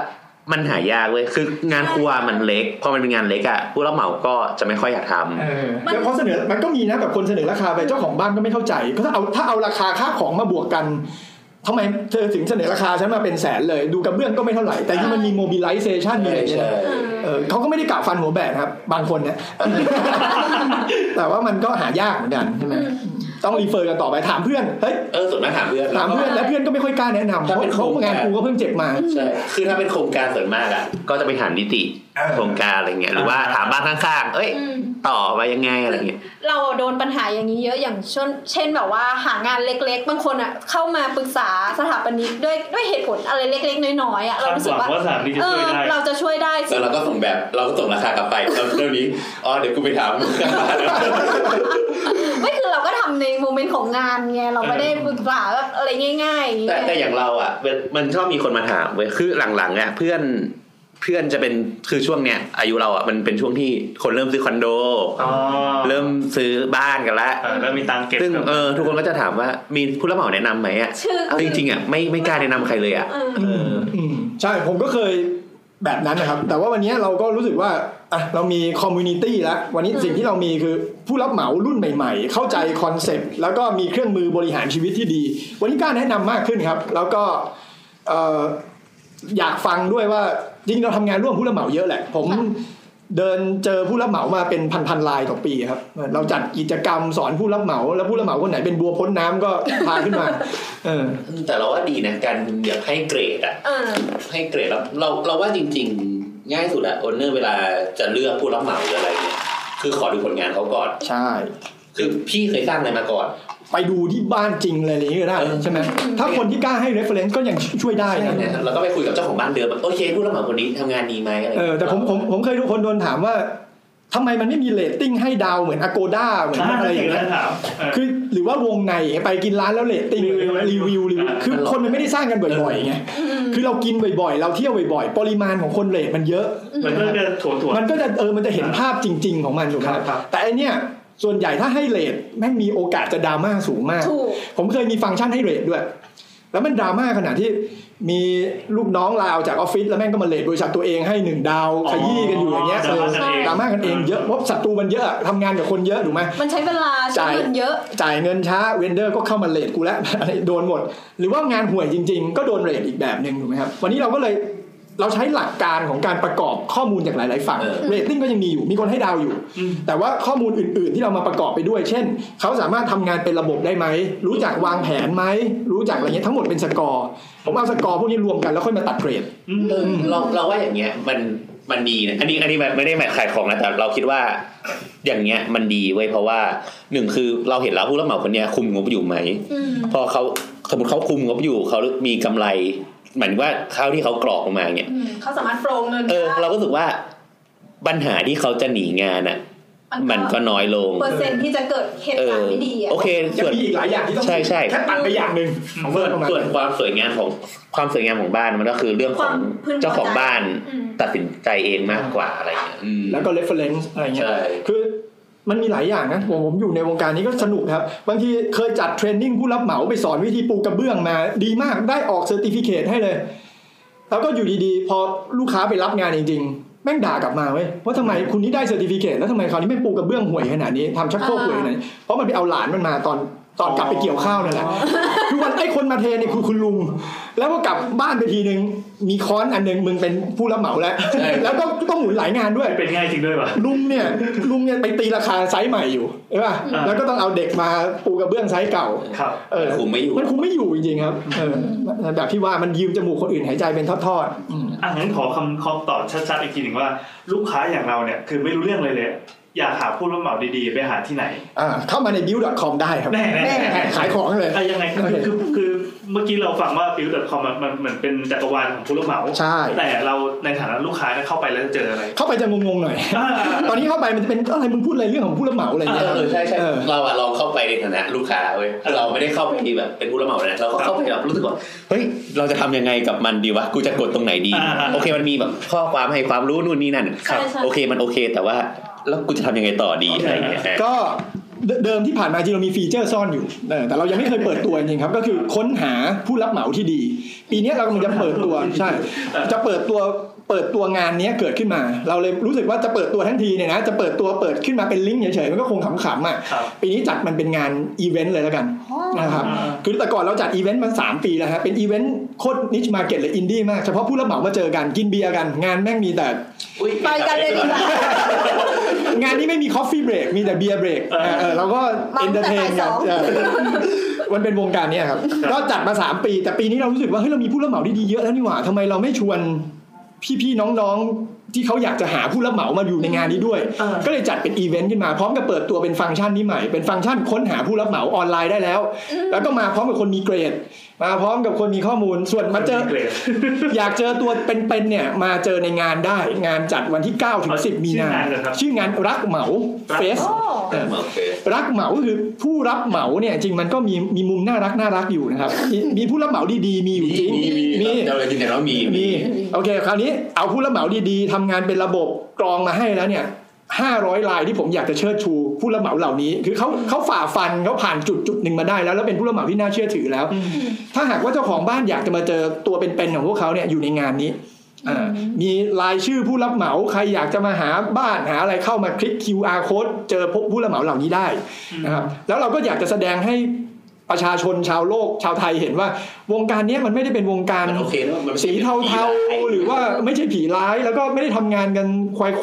มันหายากเว้ยคืองานครัวมันเล็กพอมันเป็นงานเล็กอ่ะผู้รับเหมาก็จะไม่ค่อยอยากทำ
เออแล้วพอเสนอมันก็มีนะแบบคนเสนอราคาไปเจ้าของบ้านก็ไม่เข้าใจก็ถ้าเอาถ้าเอาราคาค่าของมาบวกกันทำไมเธอถึงเสนอราคาฉันมาเป็นแสนเลย ดูกระเบื้องก็ไม่เท่าไหร่แต่ที่มันมีโมบิลไลเซชันมีอะไรเนี่ยนะ เออเขาก็ไม่ได้กล่าวฟันหัวแบกครับ บางคนเนี่ย แต่ว่ามันก็หายากเหมือนกันใช่ไหมต้องรีเฟอร์กันต่อไปถามเพื่อนเฮ้ย
เออส่วนมากถามเพื่อน
ถามเพื่อนแล้วเพื่อนก็ไม่ค่อยกล้าแนะนำเพ
ถ้า
ราะ
เป็นโครง
เขางา
การ
นกูก็เพิ่งเจ็บมา
ใช่คือถ้าเป็นโครงการส่วนมากอ่ะ
ก็จะไปหานิติ
เออ
โครงการอะไรเงี้ยหรือว่าถามบ้านข้างๆ เอ้ย
อืม
ต่อไปยังไงอะไรเงี้ย
เราโดนปัญหาอย่างนี้เยอะอย่างเช่นเช่นแบบว่าหางานเล็กๆ บางคนอ่ะเข้ามาปรึกษาสถาปนิกด้วยด้วยเหตุผลอะไรเล็ก ๆ น้อยๆอ่ะเรา
คาด
รู้
ห
สึก
วัง
ว่า
ว่าสถามนี้จะ
เอ
ช่
อ
วยได้
เราจะช่วยได้
แล้วเราก็ส่งแบบเราก็ส่งราคากลับไปแล้วเรื่องนี้อ๋อเดี๋ยวกูไปถาม
ไม่คือเราก็ทำในโมเมนต์ของงานไงเราไม่ได้ปรึกษาแบบอะไรง่ายๆอย่าง งี้
แต่แต่อย่างเราอ่ะเวลมันชอบมีคนมาถามเว้ยคือหลังๆเนี่ยเพื่อนเพื่อนจะเป็นคือช่วงเนี้ยอายุเราอ่ะมันเป็นช่วงที่คนเริ่มซื้อคอนโด
อ๋อ
เริ่มซื้อบ้านกันละ
เออแล้วมีตังค์เก็บ
ซึ่ง
แบบ
เออทุกคนก็จะถามว่ามีผู้รับเหมาแนะนำไหมอ่ะ
ชื่อ
เอาจริงๆอ่ะไม่ไม่กล้าแนะนำใครเลยอ่ะ
เออ
อืมอืมใช่ผมก็เคยแบบนั้นนะครับ แต่ว่าวันนี้เราก็รู้สึกว่าอ่ะเรามีคอมมูนิตี้แล้ว วันนี้
อืม
สิ่งที่เรามีคือผู้รับเหมารุ่นใหม่ ๆ เข้าใจคอนเซปต์แล้วก็มีเครื่องมือบริหารชีวิตที่ดี วันนี้กล้าแนะนำมากขึ้นครับ แล้วก็เอ่ออยากฟังด้วยว่าจริงเราทำงานร่วมผู้รับเหมาเยอะแหละ ผมเดินเจอผู้รับเหมามาเป็นพันๆรายต่อปีครับ เราจัดกิจกรรมสอนผู้รับเหมา แล้วผู้รับเหมาคนไหนเป็นบัวพ้นน้ำก็พาขึ้นมา เออ
แต่เราว่าดีนะการอยากให้เกรดอ่ะ
เออ
ให้เกรดแล้วเราเราว่าจริง ๆ ง่ายสุดอ่ะโอนเนอร์เวลาจะเลือกผู้รับเหมาหรืออะไรเนี่ยคือขอดูผลงานเขาก่อน
ใช่
คือพี่เคยสร้างอะไรมาก่อน
ไปดูที่บ้านจริงเลยอะไรอย่างนี้ก็ได้
เออ
ใช่ไหมถ้าคนที่กล้าให้ reference ก็ยังช่วยได้
ใช่
นะ
เนี่ยเราก็ไปคุยกับเจ้าของบ้านเดิมว่าโอเคผู้รับเหมาคนนี้ทำงานดีไหมอะไร
เออแต่ผมผมผมเคยทุกคนโดนถามว่าทำไมมันไม่มีเลตติ้งให้ดาวเหมือน Agoda เหมือน
อ่า
อะไรอย่าง
นั้
เงี้ย
นถามเออ
คือหรือว่าวงในไปกินร้านแล้วเลตติ้ง
รีวิว
รีวิวรีวิว
อ่า
คือคนมันไม่ได้สร้างกันบ่อยๆไงคือเรากินบ่อยๆ เราเที่ยวบ่อยๆ ปริมาณของคนเลตมันเยอะ
มันก็จะถั่วถั่วๆ
มันก็จะเออมันจะเห็นภาพจริง ๆ ของมันถูกไหม
ครับครับ
แต่อันเนี้ยส่วนใหญ่ถ้าให้เลทแม่งมีโอกาสจะดราม่าสูงมาก
ถูก
ผมเคยมีฟังก์ชันให้เรทด้วย แล้วมันดราม่าขนาดที่มีลูกน้องลาออกจากออฟฟิศแล้วแม่งก็มาเลทบริษัทตัวเองให้หนึ่งดาวขยี้กันอยู่อย่างเงี้ย
ดราม่ากันเอง
ดราม่ากันเองเยอะเพราะศัตรูมันเยอะทำงานกับคนเยอะถูกไหม
มันใช้เวลาใช้
จ่าย
เงินเยอะ
จ่ายเงินช้าเวนเดอร์ก็เข้ามาเลทกูแล้ว อะไรโดนหมด หรือว่างานห่วยจริง ๆ ก็โดนเรทอีกแบบหนึ่งถูกไหมครับ วันนี้เราก็เลยเราใช้หลักการของการประกอบข้อมูลจากหลาย ๆ ฝั่งเรตติ้งก็ยังมีอยู่มีคนให้ดาวอยู่
อืม
แต่ว่าข้อมูลอื่น ๆ ที่เรามาประกอบไปด้วย เช่น เขาสามารถทำงานเป็นระบบได้ไหม รู้จักวางแผนไหม รู้จักอะไรเงี้ยทั้งหมดเป็นสกอร์ ผมเอาสกอร์พวกนี้รวมกันแล้วค่อยมาตัดเกรด
อืม
เออเราเราว่าอย่างเงี้ยมันมันดีนะอันนี้อันนี้ไม่ไม่ได้หมายขายของนะแต่เราคิดว่า อย่างเงี้ยมันดีเว้ยเพราะว่าหนึ่งคือเราเห็นแล้วผู้รับเหมาคนเนี้ยคุมงบอยู่ไหม
อืม
พอเขาสมมติเขาคุมงบอยู่เขามีกำไรหมายถึงว่าข้าวที่เขากรอกออกมาเนี่ย
อืมเขาสามารถโปรงเงิน
เออ
ได้
เราก็รู้สึกว่าปัญหาที่เขาจะหนีงานอ่ะ มันก็น้อยลง
เปอร์เซ็นต์ที่จะเกิดเหตุ
เอ
กา
อ
รณ์ไม่ดีอ่ะ
โอเค
ยัง
ส่วน
มีอีกหลายอย่างที่ต้อง
ใช่ใช่
แค่ตัดไปอย่างหนึ่งของ
ส่
เพื่
ว
อน
น
ประมาณ
ส่วนความสว
นั้น
ยงามของความสวยงามของบ้านมันก็คือเรื่อง
ค
ข
วา
อ
ม
ง
พึงพอใจ
เจ้าของบ้าน
อืม
ตัดสินใจเองมากกว่าอะไรเงี้ยอืม
แล้วก็ reference อะไรเงี้ย
ใช่
คือมันมีหลายอย่างนะผมผมอยู่ในวงการนี้ก็สนุกครับ บางทีเคยจัดเทรนนิ่งผู้รับเหมาไปสอนวิธีปูกระเบื้องมา ดีมากได้ออกเซอร์ติฟิเคตให้เลย แล้วก็อยู่ดีๆ พอลูกค้าไปรับงานจริงๆ แม่งด่ากลับมาเว้ยว่าทำไมคุณนี่ได้เซอร์ติฟิเคตแล้วทำไมคราวนี้ไม่ปูกระเบื้องห่วยขนาดนี้ทำชักโครกห่วยขนาดนี้เพราะมันไปเอาหลานมันมาตอนตอนกลับไปเกี่ยวข้าวนั่นแหละคือวันไอ้คนมาเทเนี่ยคือคุณลุง แล้วก็กลับบ้านไปทีนึงมีค้อนอันหนึงมึงเป็นผู้รับเหมาแล้ว
ใช่
แล้วก็ต้องหมุนหลายงานด้วย
เป็นง่ายจริงด้วยป่ะ
ลุงเนี่ยลุงเนี่ยไปตีราคาไซส์ใหม่อยู่ใช่ป่ะ
อ่า
แล้วก็ต้องเอาเด็กมาปูกระเบื้องไซส์เก่า
ครับ
เออ
คุมไม่อยู่
มันคุมไม่อยู่จริงๆครับเออแบบที่ว่ามันยืมจมูกคนอื่นหายใจเป็นทอดๆอืม
อ่ะงั้นขอคำคำตอบชัดๆอีกทีหนึ่งว่า ลูกค้าอย่างเราเนี่ยคือไม่รู้เรื่องเลยเลย อยากหาผู้รับเหมาดีๆ ไปหาที่ไหน
อ่าเข้ามาใน build.com ได้ครับ
แน่แน่แน่แน่
ขายของเลย
อะยังไงคือ
โอเค
คือคือเมื่อกี้เราฟังว่า build.com อะมันเหมือนเป็นจักรวาลของผู้รับเหมา
ใช่
แต่เราในฐานะลูกค้าเนี่ยเข้าไปแล้วจะเจออะไร
เข้าไปจะงงๆหน่อย
อ่า
ตอนนี้เข้าไปมันจะเป็นอะไรมึงพูดอะไรเรื่องของผู้รับเหมาอะไรอย่าง
เอ
เงี้ย
อใช่ใช่
เออ
เราอะลองเข้าไปในฐานะลูกค้าเว้ยคือเราไม่ได้เข้าไปแบบเป็นผู้รับเหมาเลยนะเราก็เข้าไปแบบรู้สึกว่า
เฮ้ย เราจะทำยังไงกับมันดีวะ กูจะกดตรงไหนดี
อ่า
โอเค มันมีแบบข้อความให้ความรู้นู่นนี่นั่น
ใช่ใช่
โอเค มันโอเค แต่ว่าแล้วกูจะทำยังไงต่อดีอะไรเงี้ย
ก็เดิเดิมที่ผ่านมาจริงเรามีฟีเจอร์ซ่อนอยู่เออแต่เรายังไม่เคยเปิดตัวจริงๆครับ ก็คือค้นหาผู้รับเหมาที่ดี ปีเนี้ยเรากำลังจะเปิดตัวใช่ จะเปิดตัว เปิดตัวงานเนี้ยเกิดขึ้นมา เราเลยรู้สึกว่าจะเปิดตัวทั้งทีเนี่ยนะจะเปิดตัวเปิดขึ้นมาเป็นลิงก์เฉยๆมันก็คงขำๆอ่ะ
ครับ
ปีนี้จัดมันเป็นงานอีเวนต์เลยแล้วกันนะครับคือแต่ก่อนเราจัดอีเวนต์มา 3 ปีแล้วฮะเป็นอีเวนต์โคตรนิชมาร์เก็ตเลยอินดี้มากเฉพาะผู้รับเหมามาเจอกันกินเบียร์กัน งานแม่งมีแต่
ไปกันเลยดีกว่า
งานนี้ไม่มีคอฟฟี่เบรกมีแต่เบียร์เบรก
เออ
เออเราก็
เมา
เอนเตอร์เทนกัน
แต่บ่ายสอง
เออมันเป็นวงการเนี้ยครับก็จัดมา 3 ปี แต่ปีนี้เรารู้สึกว่าเฮ้ยเรามีผู้รับเหมาดีๆเยอะแล้วนี่หว่าทำไมเราไม่ชวนพี่ๆน้องๆ ที่เขาอยากจะหาผู้รับเหมามาอยู่ในงานนี้ด้วย ก็เลยจัดเป็นอีเวนต์ขึ้นมาพร้อมกับเปิดตัวเป็นฟังก์ชันนี้ใหม่ เป็นฟังก์ชันค้นหาผู้รับเหมาออนไลน์ได้แล้ว แล้วก็มาพร้อมกับคนมีเกรด มาพร้อมกับคนมีข้อมูลส่วนมาเจอ
เกรด
อยากเจอตัวเป็นๆเนี่ยมาเจอในงานได้ งานจัดวันที่9ถึง10 มีนา ชื่องานรักเหมาเฟส
โอ้
โอเค
รักเหมาก็คือผู้รับเหมาเนี่ยจริงมันก็มีมีมุมน่ารักน่ารักอยู่นะครับมีมีผู้รับเหมาดีๆ มีอยู่จริง
มีมีมีเราเลยยืนยันว่ามี
มี โอเค คราวนี้เอาผู้รับเหมาดีๆทำงานเป็นระบบกรองมาให้แล้วเนี่ยห้าร้อยลายที่ผมอยากจะเชิดชูผู้รับเหมาเหล่านี้ คือเขาเขาฝ่าฟันเขาผ่านจุดจุดหนึ่งมาได้แล้วแล้วเป็นผู้รับเหมาที่น่าเชื่อถือแล้ว ถ้าหากว่าเจ้าของบ้านอยากจะมาเจอตัวเป็นๆของพวกเขาเนี่ยอยู่ในงานนี้อ่ามีรายชื่อผู้รับเหมาใครอยากจะมาหาบ้านหาอะไรเข้ามาคลิก QR code เจอพบผู้รับเหมาเหล่านี้ได้นะครับแล้วเราก็อยากจะแสดงให้ประชาชนชาวโลกชาวไทยเห็นว่าวงการเนี้ยมันไม่ได้เป็นวงการ
มันโอเคนะมันไม่ใช่
สีเทาๆ หรือว่าไม่ใช่ผีร้ายแล้วก็ไม่ได้ทำงานกัน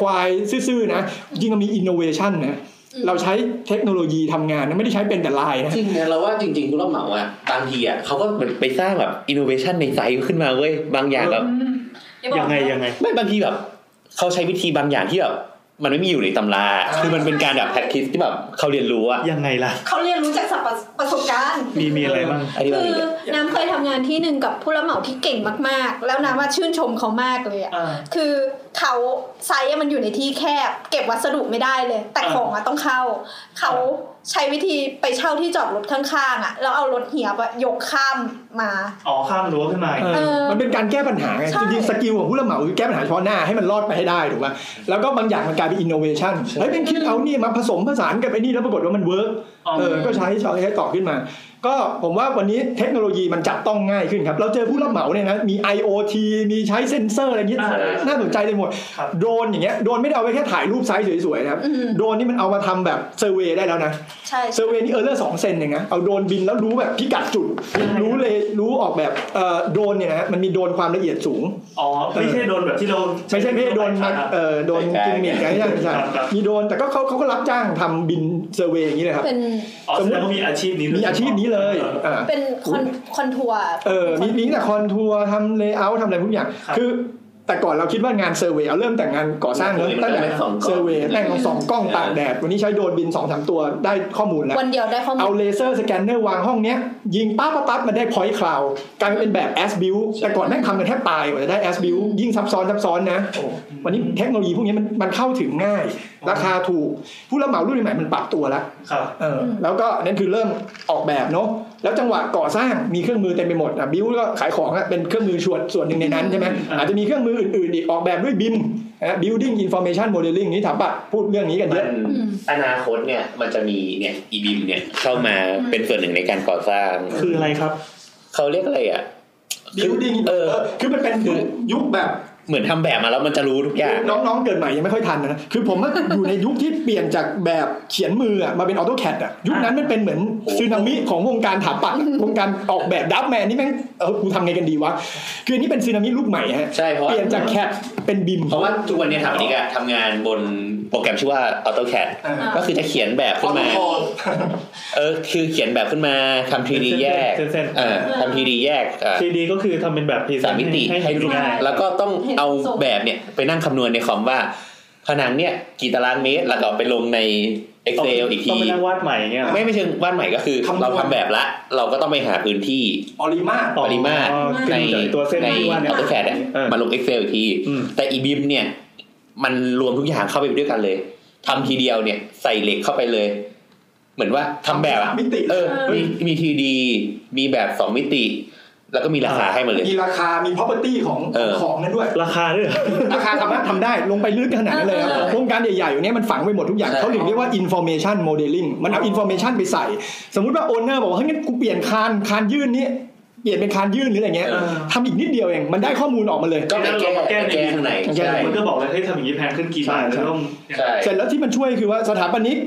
ควายๆ ซื่อๆ นะ จริงๆมันมีอินโนเวชันนะ เราใช้เทคโนโลยีทำงานนะไม่ได้ใช้เป็นแต่ลายนะ
จริงนะเราว่าจริงๆผู้รับเหมาอะบางทีอะเขาก็ไปสร้างแบบอินโนเวชันในไซต์ขึ้นมาเว้ยบางอย่างแบบ
ยังไงยังไง
ไม่บางทีแบบเขาใช้วิธีบางอย่างที่แบบมันไม่มีอยู่ในตำรา คือมันเป็นการแบบแพคทิสที่แบบเขาเรียนรู้อะ
ยังไงล่ะ
เขาเรียนรู้จากประสบการณ์
มีมีอะไรบ้าง
อันนี้มัน
คื
มี
อน้ำเคยทำงานที่หนึ่งกับผู้รับเหมาที่เก่งมากๆ แล้วน้ำว่าชื่นชมเขามากเลยอ่ะ
อ่า
คือเขาไซต์อะมันอยู่ในที่แคบ เก็บวัสดุไม่ได้เลย แต่
อ่า
ของอะต้องเข้า เขาใช้วิธีไปเช่าที่จอดรถข้างๆอ่ะ แล้วเอารถเหียบอะยกข้ามมา
อ๋อข้ามรั้วขึ้นมา
เออ
เออ
มันเป็นการแก้ปัญหาไง
ใช่
จริงๆ สกิลของผู้รับเหมาคือแก้ปัญหาเฉพาะหน้าให้มันรอดไปให้ได้ถูกป่ะแล้วก็บางอย่างมันกลายเป็นอินโนเวชันเฮ้ยเป็นคิดเอานี่มาผสมผสานกับไอ้นี่แล้วปรากฏว่ามันเวิร์กเออก็ใช้ใช้ใช้ต่อขึ้นมา ก็ผมว่าวันนี้เทคโนโลยีมันจับต้องง่ายขึ้นครับ เราเจอผู้รับเหมาเนี่ยนะมี IoT มีใช้เซ็นเซอร์อะไรอย่างเงี้ย
อ่า
น่าสนใจเลยหมด
ครับ
โดรนอย่างเงี้ยโดรนไม่ได้เอาไว้แค่ถ่ายรูปไซส์สวยๆนะครับ
อืม
โดรนนี่มันเอามาทำแบบเซอร์เวย์ได้แล้วนะ
ใช่
เซอร์เวย์นี่เออร์เลอร์สองเซนเองนะเอาโดรนบินแล้วรู้แบบพิกัดจุด รู้เลยรู้ออกแบบเอ่อโดรนเนี่ยนะฮะมันมีโดรนความละเอียดสูง
อ๋อไม่ใช่โดนแบบที่เรา
ไม่ใช่ไม่ใช่โดรนมาเอ่อโดรนกิมมิคอะไรอย่างเงี้ยใช่
ครับครับ
มีโดรนแต่ก็เขาเขาก็รับจ้างทำบินเซอร์เวย์อย่างนี้เลยครับ
เป็น
อ๋อแสดงว่ามีอาชีพนี้ด้ว
มี
ย
อาชีพนี้เลยอ่า
เป็นคอนคอนทัวร์
เออมีมีแต่คอนทัวร์ทำเลเยอร์ทำอะไรทุกอย่าง คือ แต่ก่อนเราคิดว่างานเซอร์เวยเอาเริ่มแต่งงานก่อสร้างเริ่มตั้งแต่เซอร์เวยแต่งสองกล้องตากแดด วันนี้ใช้โดรนบินสองสามตัวได้ข้อมูลแล้ว
วันเดียวได้ข้อมู
เอา
ล
เลเซอร์สแกนเนอร์วางห้องเนี้ย ยิงปั๊บปั๊บปั๊บมันได้พอยต์คลาวกลายเป็นแบบแอสบิวแต่ก่อนแม่งทำกันแทบตายกว่าจะได้แอสบิวยิ่งซับซ้อนซับซ้อนนะโอ้วันนี้เทคโนโลยีพวกนี้มันมันเข้าถึงง่าย ราคาถูกผู้รับเหมารุ่นใหม่ๆมันปรับตัวแล้ว
ครับ
เออแล้วก็นั่นคือเริ่มออกแบบเนาะแล้วจังหวะก่อสร้างมีเครื่องมือเต็มไปหมดอ่ะบิวก็ขายของอ่ะเป็นเครื่องมือชวนส่วนหนึ่งในนั้นใช่ไหม
อ่า
อาจจะมีเครื่องมืออื่นๆอีกออกแบบด้วยบิมนะ building information modeling นี่ถามปะพูดเรื่องนี้กันเย
มั
อะ
น
อืม
อนาคตเนี่ยมันจะมีเนี่ยอีบิมเนี่ยเข้ามาเป็นส่วนหนึ่งในการก่อสร้าง
คืออะไรครับ
เขาเรียกอะไรอ่ะ
บิวดิ้ง
เออ
คือมันเป็นยุคยุคแบบ
เหมือนทำแบบมาแล้วมันจะรู้ทุกอย่าง
น้องๆเกิดใหม่ยังไม่ค่อยทันนะคือผมอะ อยู่ในยุคที่เปลี่ยนจากแบบเขียนมืออะมาเป็นออโต้แคดอ่ะยุคนั้นมันเป็นเหมือนซึนามิของวงการถาปัดวงการออกแบบดับแมนนี่แม่งเออกูทำไงกันดีวะคืออันนี้เป็นซึนามิลูกใหม่ฮะ
ใช่เพราะ
เปลี่ยนจากแคทเป็นบิม
เพราะว่าทุกวันเนี้ถามนิกอะทำงานบนโปรแกรมชื่อว่า AutoCAD
อ่า
ก็คือจะเขียนแบบขึ้นมา เออคือเขียนแบบขึ้นมาทำ 3D แยก
เส้นๆ
เออทำ 3D แยกอ่า
ทีดีก็คือทำเป็นแบบพรีเซน
สามมิติให้ดู
ดู
ง่า
ง่าย ย
แล้วก็ต้องเอาแบบเนี่ยไปนั่งคำนวณในคอมว่า ผนังเนี่ยกี่ตารางเมตรแล้วก็เอาไปลงใน Excel อีก
ต้
ที
องไปนั่งวาดใหม่เงี้ย
ไม่ไม่เชิงวาดใหม่ก็คือ
คำนวณ
เราทำแบบละ เราก็ต้องไปหาพื้นที่
ออริมา
อ๋อ
ปริมาตร
คือ
ใน
ตัวเส้น
ใน
ที่วาดเนี่ย
AutoCAD อะ
เออ
มาลง Excel อีกที
อืม
แต่อีบิมเนี่ย มันรวมทุกอย่างเข้าไปด้วยกันเลยทำทีเดียวเนี่ย ใส่เหล็กเข้าไปเลย เหมือนว่าทำแบบอะ
มิติ
เออ
เออ
มีมีทีดีมีแบบสองมิติ แล้วก็มีราคาให้มาเลย
มีราคา มี property ของ
เออ
ของนั้นด้วย
ราคาด้วยเหรอ
ราคาสามารถทำได้ลงไปลึกขนาดนั้นเลยครับ
เออ
โครงการใหญ่ๆอยู่เนี้ยมันฝังไว้หมดทุกอย่าง
ใช่
เขาถึงเรียกว่า information modeling มันเอา information ไปใส่ สมมุติว่า owner บอกว่าเฮ้ยงั้นกูเปลี่ยนคานคานยื่นนี้ เปลี่ยนเป็นคานยื่นหรืออะไรเงี้ย
เออ
ทำอีกนิดเดียวเองมันได้ข้อมูลออกมาเลย
ก็ไปแก้
เรามาแก้ใน
แก้ข้างใน
แก้
ใช่
มันก็บอกเลยให้ยทำอย่างนี้แพงขึ้นกี่บาท
ใช่
แล้วต้อง
ใช่
เสร็จแล้วที่มันช่วยคือว่าสถาปนิก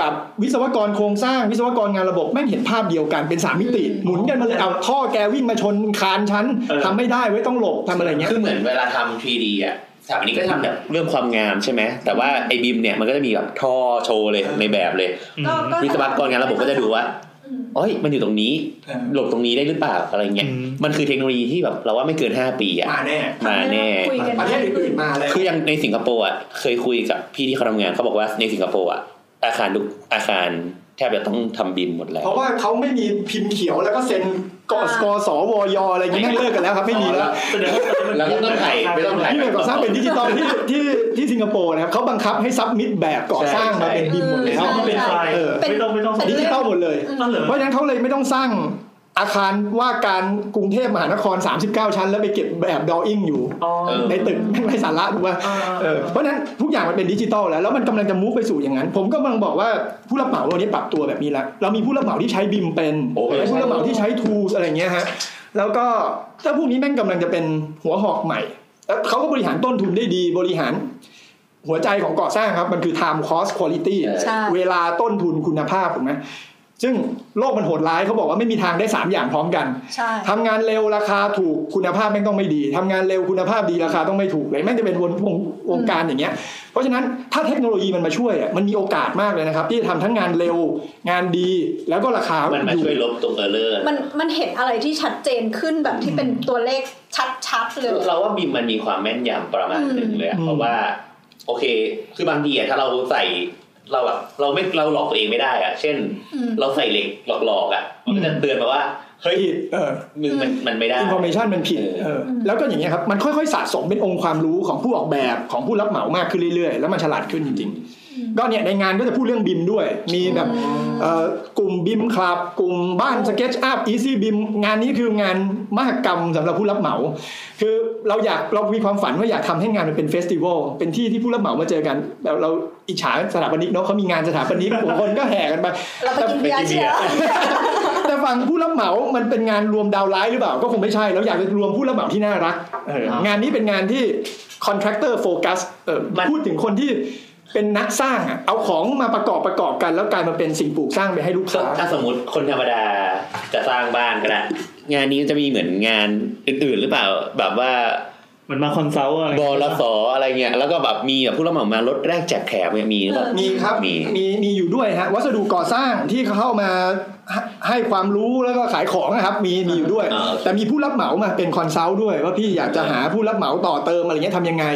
กับวิศวกรโครงสร้างวิศวกรงานระบบแม่งเห็นภาพเดียวกันเป็นสามมิติ หมุนกันมาเลยเอาท่อแกวิ่งมาชนคานชั้นทำไม่ได้ไว้ยต้องหลบทำอะไรเงี้ย
คือเหมือนเวลาทำ 3D อ่ะสถาปนิกก็ทำแบบเรื่องความงามใช่ไหมแต่ว่าไอ้บิมเนี่ยมันก็จะมีแบบท่อโชว์เลยในแบบเลย
อืม
วิศวกรงานระบบก็จะดูว่า
อืม
เอ้ย มันอยู่ตรงนี้
เออ
หลบตรงนี้ได้หรือเปล่าอะไรเงี้ย
อืม
มันคือเทคโนโลยีที่แบบเราว่าไม่เกิน 5 ปีอะ
มาแน่
มาแน่
คุยกัน
ประเทศอื่นๆมาแล้ว
คืออย่างในสิงคโปร์อะเคยคุยกับพี่ที่เขาทำงานเขาบอกว่าในสิงคโปร์อะอาคารทุกอาคารแทบจะต้องทำบิมหมดแล้
เพ
ว
ราะว่าเขาไม่มีพิมพ์เขียวแล้วก็เซ็นกสกสวยอะไรอย่างเงี้ยแม่งเลิกกันแล้วครับไม่มี แล้ว
แสดงว่าตอนนี้มัน
แล้วก็ต้องถ่ายไม่ต้องถ่าย
ที่เป็นก่อสร้างเป็นดิจิตอลที่ที่ที่สิงคโปร์นะครับเขาบังคับให้ซับมิดแบบก่อสร้างมาเป็นบิมหมดแล้ว
มันเป็นไฟล์
เออ
ไม่ต้องไม่ต้อง
ดิจิตอลหมดเลย
นั่นเหรอ
เพราะฉะนั้นเขาเลยไม่ต้องสร้างอาคารว่าการกรุงเทพมหานคร 39 ชั้น แล้วไปเก็บแบบดออิ่งอยู่
อ๋อ
เออ
ในตึกไม่งไร้สาระถูกป่ะ
เออ
เออเพราะฉะนั้นทุกอย่างมันเป็นดิจิตอลแล้ว แล้วมันกำลังจะมูฟไปสู่อย่างนั้น ผมก็กำลังบอกว่าผู้รับเหมาวันนี้ปรับตัวแบบนี้ละเรามีผู้รับเหมาที่ใช้บิมเป็น
โอ้โห
ผู้รับเหมาที่ใช้ทูสอะไรเงี้ยฮะแล้วก็ถ้าพวกนี้แม่งกำลังจะเป็นหัวหอกใหม่แล้วเขาก็บริหารต้นทุนได้ดีบริหาร หัวใจของก่อสร้างครับมันคือ time cost quality
ใช่
เวลาต้นทุนคุณภาพถูกไหมซึ่งโลกมันโหดร้ายเขาบอกว่าไม่มีทางได้สามอย่างพร้อมกัน
ใช่
ทำงานเร็วราคาถูกคุณภาพแม่งต้องไม่ดีทำงานเร็วคุณภาพดีราคาต้องไม่ถูกเลยแม่งจะเป็นวนวงวงการอย่างเงี้ย เพราะฉะนั้นถ้าเทคโนโลยีมันมาช่วยอะมันมีโอกาสมากเลยนะครับ ที่จะทำทั้งงานเร็วงานดีแล้วก็ราคา
มันมา
อยู่
ช่วยลบตรงเออร์เลอร์
มันมันเห็นอะไรที่ชัดเจนขึ้นแบบที่เป็นตัวเลขชัดๆเลย
เราว่าบิมมันมีความแม่นยำประมาณหนึ่งเลยอะเพราะว่า โอเค คือบางทีอะถ้าเราใส่เราแบบเราไม่เราหลอกตัวเองไม่ได้อะเช่น
อืม
เราใส่เหล็กหลอกๆอะมันก็จะเตือนมาว่าเฮ้ย
ผิดเออ
มึงมันมันไม่ได้
อินโฟเมชันมันผิดเออแล้วก็อย่างเงี้ยครับมันค่อยๆสะสมเป็นองค์ความรู้ของผู้ออกแบบของผู้รับเหมามากขึ้นเรื่อยๆ แล้วมันฉลาดขึ้นจริงๆ ก็เนี่ยในงานก็จะพูดเรื่องบิมด้วย มีแบบเอ่อกลุ่มบิมคลับกลุ่มบ้านสเก็ตอัพอีซี่บิมงานนี้คืองานมหกรรมสำหรับผู้รับเหมา คือเราอยากเรามีความฝันว่าอยากทำให้งานมันเป็นเฟสติวัลเป็นที่ที่ผู้รับเหมามาเจอกันแบบเราอิจฉาสถาปนิกเนาะเขามีงานสถาปนิก คนก็แห่กันไป
เราไปกินเบียร์เชียว
แต่ฝั่งผู้รับเหมา มันเป็นงานรวมดาวไลท์หรือเปล่า ก็คงไม่ใช่ แล้วอยากจะรวมผู้รับเหมาที่น่ารักเออ
ครับ
งานนี้เป็นงานที่ contractor focus เออ
มัน
พูดถึงคนที่เป็นนักสร้างอะเอาของมาประกอบประกอบกัน แล้วกลายมาเป็นสิ่งปลูกสร้างไปให้ลูกค้า
ถ้าสมมติคนธรรมดาจะสร้างบ้านก็ได้งานนี้จะมีเหมือนงานอื่น ๆ หรือเปล่า แบบว่า
มันมาคอนซัลท์อะไร
บลสอะไรเงี้ยแล้วก็แบบมีแบบผู้รับเหมามารถแรกแจกแถมเนี่ยมีหรือเปล่า
เออ
มีครับ
มี
มีมีอยู่ด้วยฮะวัสดุก่อสร้างที่เข้ามาให้ให้ความรู้แล้วก็ขายของนะครับ มีมีอยู่ด้วย
อ่า
แต่มีผู้รับเหมามาเป็นคอนซัลท์ด้วย ว่าพี่อยากจะหาผู้รับเหมาต่อเติมอะไรเงี้ยทำยังไง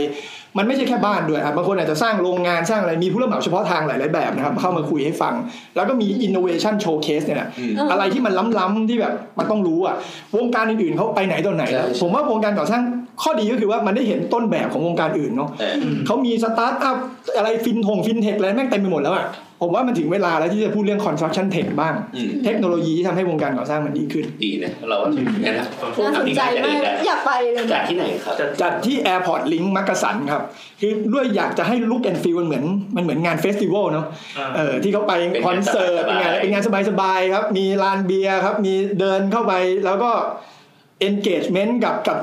มันไม่ใช่แค่บ้านด้วยครับบางคนอาจจะสร้างโรงงานสร้างอะไรมีผู้รับเหมาเฉพาะทางหลายๆแบบนะครับ เข้ามาคุยให้ฟัง แล้วก็มี innovation showcase เนี่ยนะอะไรที่มันล้ำๆที่แบบมันต้องรู้อ่ะวงการอื่นๆเขาไปไหนตอนไหนแล้ว
ใช่
ผมว่าวงการก่อสร้างข้อดีก็คือว่ามันได้เห็นต้นแบบของวงการอื่นเนาะ
เออ
เขามีสตาร์ทอัพอะไรฟินทงฟินเทคอะไรแม่งเต็มไปหมดแล้วอ่ะ ผมว่ามันถึงเวลาแล้วที่จะพูดเรื่อง construction tech บ้าง
อืม
เทคโนโลยีที่ทำให้วงการก่อสร้างมันดีขึ้น
ดีนะเราว่าเนี่ยนะ
น่าสนใจม ากอยากไปเลย
จาก
นะ
ที่ไหนครับ
จัดที่ Airport Link มักกะสันครับ คือด้วยอยากจะให้ look and feel มันเหมือนมันเหมือนงานเฟสติวัลเนาะ
อ่า
เออที่เขาไปคอนเสิร์ตเป็นงานเป็นงานสบายๆครับ มีลานเบียร์ครับ มีเดินเข้าไปแล้วก็ engagement กับกับ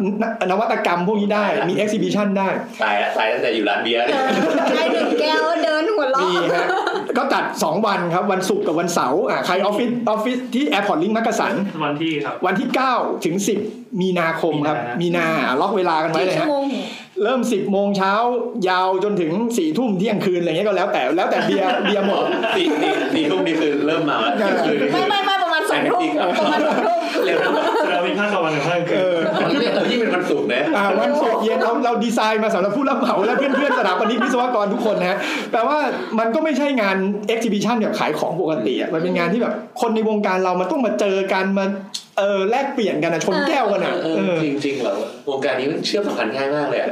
นวัตกรรมพวกนี้ได้มี exhibition ได้
ตายละตายตั้งแต่อยู่ร้านเบียร์
เอ
เนี่ย
อได้หนึ่งแก้วเดินหัวล้อ
มีฮะ ก็จัด 2 วันครับ วันศุกร์กับวันเสาร์อ่ะใครออฟฟิศออฟฟิศที่แอร์พอร์ตลิงก์มักกะสัน
วันที่ครับ
วันที่ 9 ถึง 10 มีนาคมครับ มีนาอ่ะล็อกเวลากันไว้เลย
ชั่
ฮะ
วโมง
เริ่ม 10 โมงเช้ายาวจนถึง4ี่ทุ่มเที่ยงคืน อะไรเงี้ยก็แล้วแต่แล้วแต่เบียร์เบียร์หมด
สี่สี่สี่ทุ่มนี่คือเริ่มเมาแล้ว
เออ
คือ
ไม่ไม่ไม่ประมาณสองทุ่มประมาณสองทุ่ม
เร็ว
แสดงว่ามีภาคกลางวันกับภาคกลางคื
เอน อ
มันเรียกเออนี่เป็นวันศุกร์นะ
อ่ะวันศุกร์เย็นเราเราดีไซน์มาสำหรับผู้รับเหมาและเพื่อนๆสถาปนิกวิศวกรทุกคนนะฮะแปลว่ามันก็ไม่ใช่งานเอ็กซิบิชันแบบขายของปกติอ่ะมันเป็นงานที่แบบคนในวงการเรามันต้องมาเจอกันมาเออแลกเปลี่ยนกันนะชนแก้วกันอ่ะ
เอ
เอ
อ
อ
จริงจริงๆเหรอวงการนี้มันเชื่อมสัมพันธ์ง่ายมากเลยอะ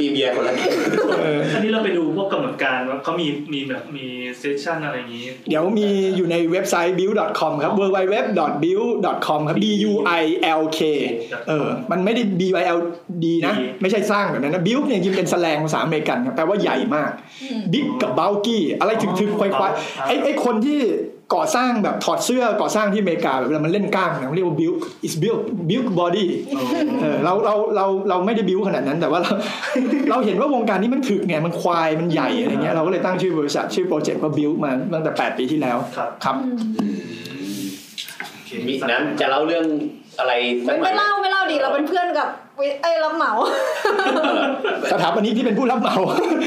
มีเบียร์คนละแก้ว
อันนี้เราไปดูพวกกำหนดการว่าเขามีมีแบบมีเซสชั่นอะไรอย่างนี้
เดี๋ยวมีอยู่ในเว็บไซต์ build.com ครับ www.build.com ครับ b u i l k เออ มันไม่ได้ b i l d นะ
ดี
ไม่ใช่สร้างแบบนั้นนะ build เนี่ยจริงๆเป็นแสแลงภาษาอเมริกันครับแปลว่าใหญ่มาก บิ๊กกับ b u l กี้อะไรถึงถึงควายๆไอ้ไอ้คนที่ ก่อสร้างแบบถอดเสื้อก่อสร้างที่อเมริกาแบบเวลามันเล่นกล้ามเนี่ยมันเรียกว่า build is build build body เออเราเราเราเราไม่ได้บิวขนาดนั้น แต่ว่าเรา เราเห็นว่าวงการนี้มันถึกไงมันควายมันใหญ่อะไรเงี้ยเราก็เลยตั้งชื่อบริษัทชื่อโปรเจกต์ว่าบิวมาตั้งแต่ 8 ปีที่แล้ว
ครับ
ครับ
มีน้ำจะเล่าเรื่องอะไรสักหน่อ
ไม่
ย
เล่าไม่เล่าดิเราเป็นเพื่อนกับวิไอ้รับเหมา
สถาปนิกที่เป็นผู้รับเหมา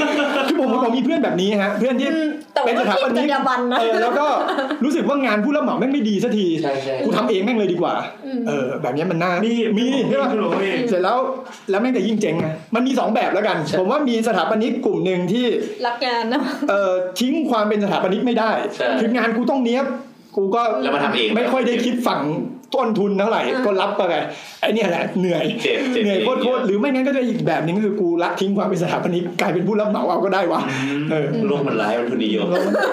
คือผมผมมีเพื่อนแบบนี้ฮะ เพื่อนที่
อืมแต่ว่า
เป็นสถาปนิ
พี่จรร
ก
ยาบรรณนะ
เออแล้วก็รู้สึกว่างานผู้รับเหมาแม่งไม่ดีสักที
ใช่ใช่
กูทำเองแม่งเลยดีกว่า
อืม
เออ แบบนี้มันน่ามี
มี
มีใช่ปะ
คุณหลวงพี่
เสร็จแล้วแล้วแม่งจะยิ่งเจ๊งนะมันมีสองแบบแล้วกัน ผมว่ามีสถาปนิกกลุ่มหนึ่งที่
รักงานนะ
เอ่อทิ้งความเป็นสถาปนิกไม่ได้
ใช่
คืองานกูต้องเนี้ยบกูก็
แล้วมาทำเอง
ไม่ค่อยได้คิดฝั่งต้นทุนเท่าไหร่
อืม
ก็รับไปไงไอเนี่ยแหละเหนื่อย
เจ็บเจ็บ
เหนื่อย
เจ็
โค
บ
ตรๆหรือไม่งั้นก็จะอีกแบบหนึงก็คือกูละทิ้งความเป็นสถาปนิกกลายเป็นผู้รับเหมาเอาก็ได้วะเออ
โลกมันร้ายมันทุนนิยม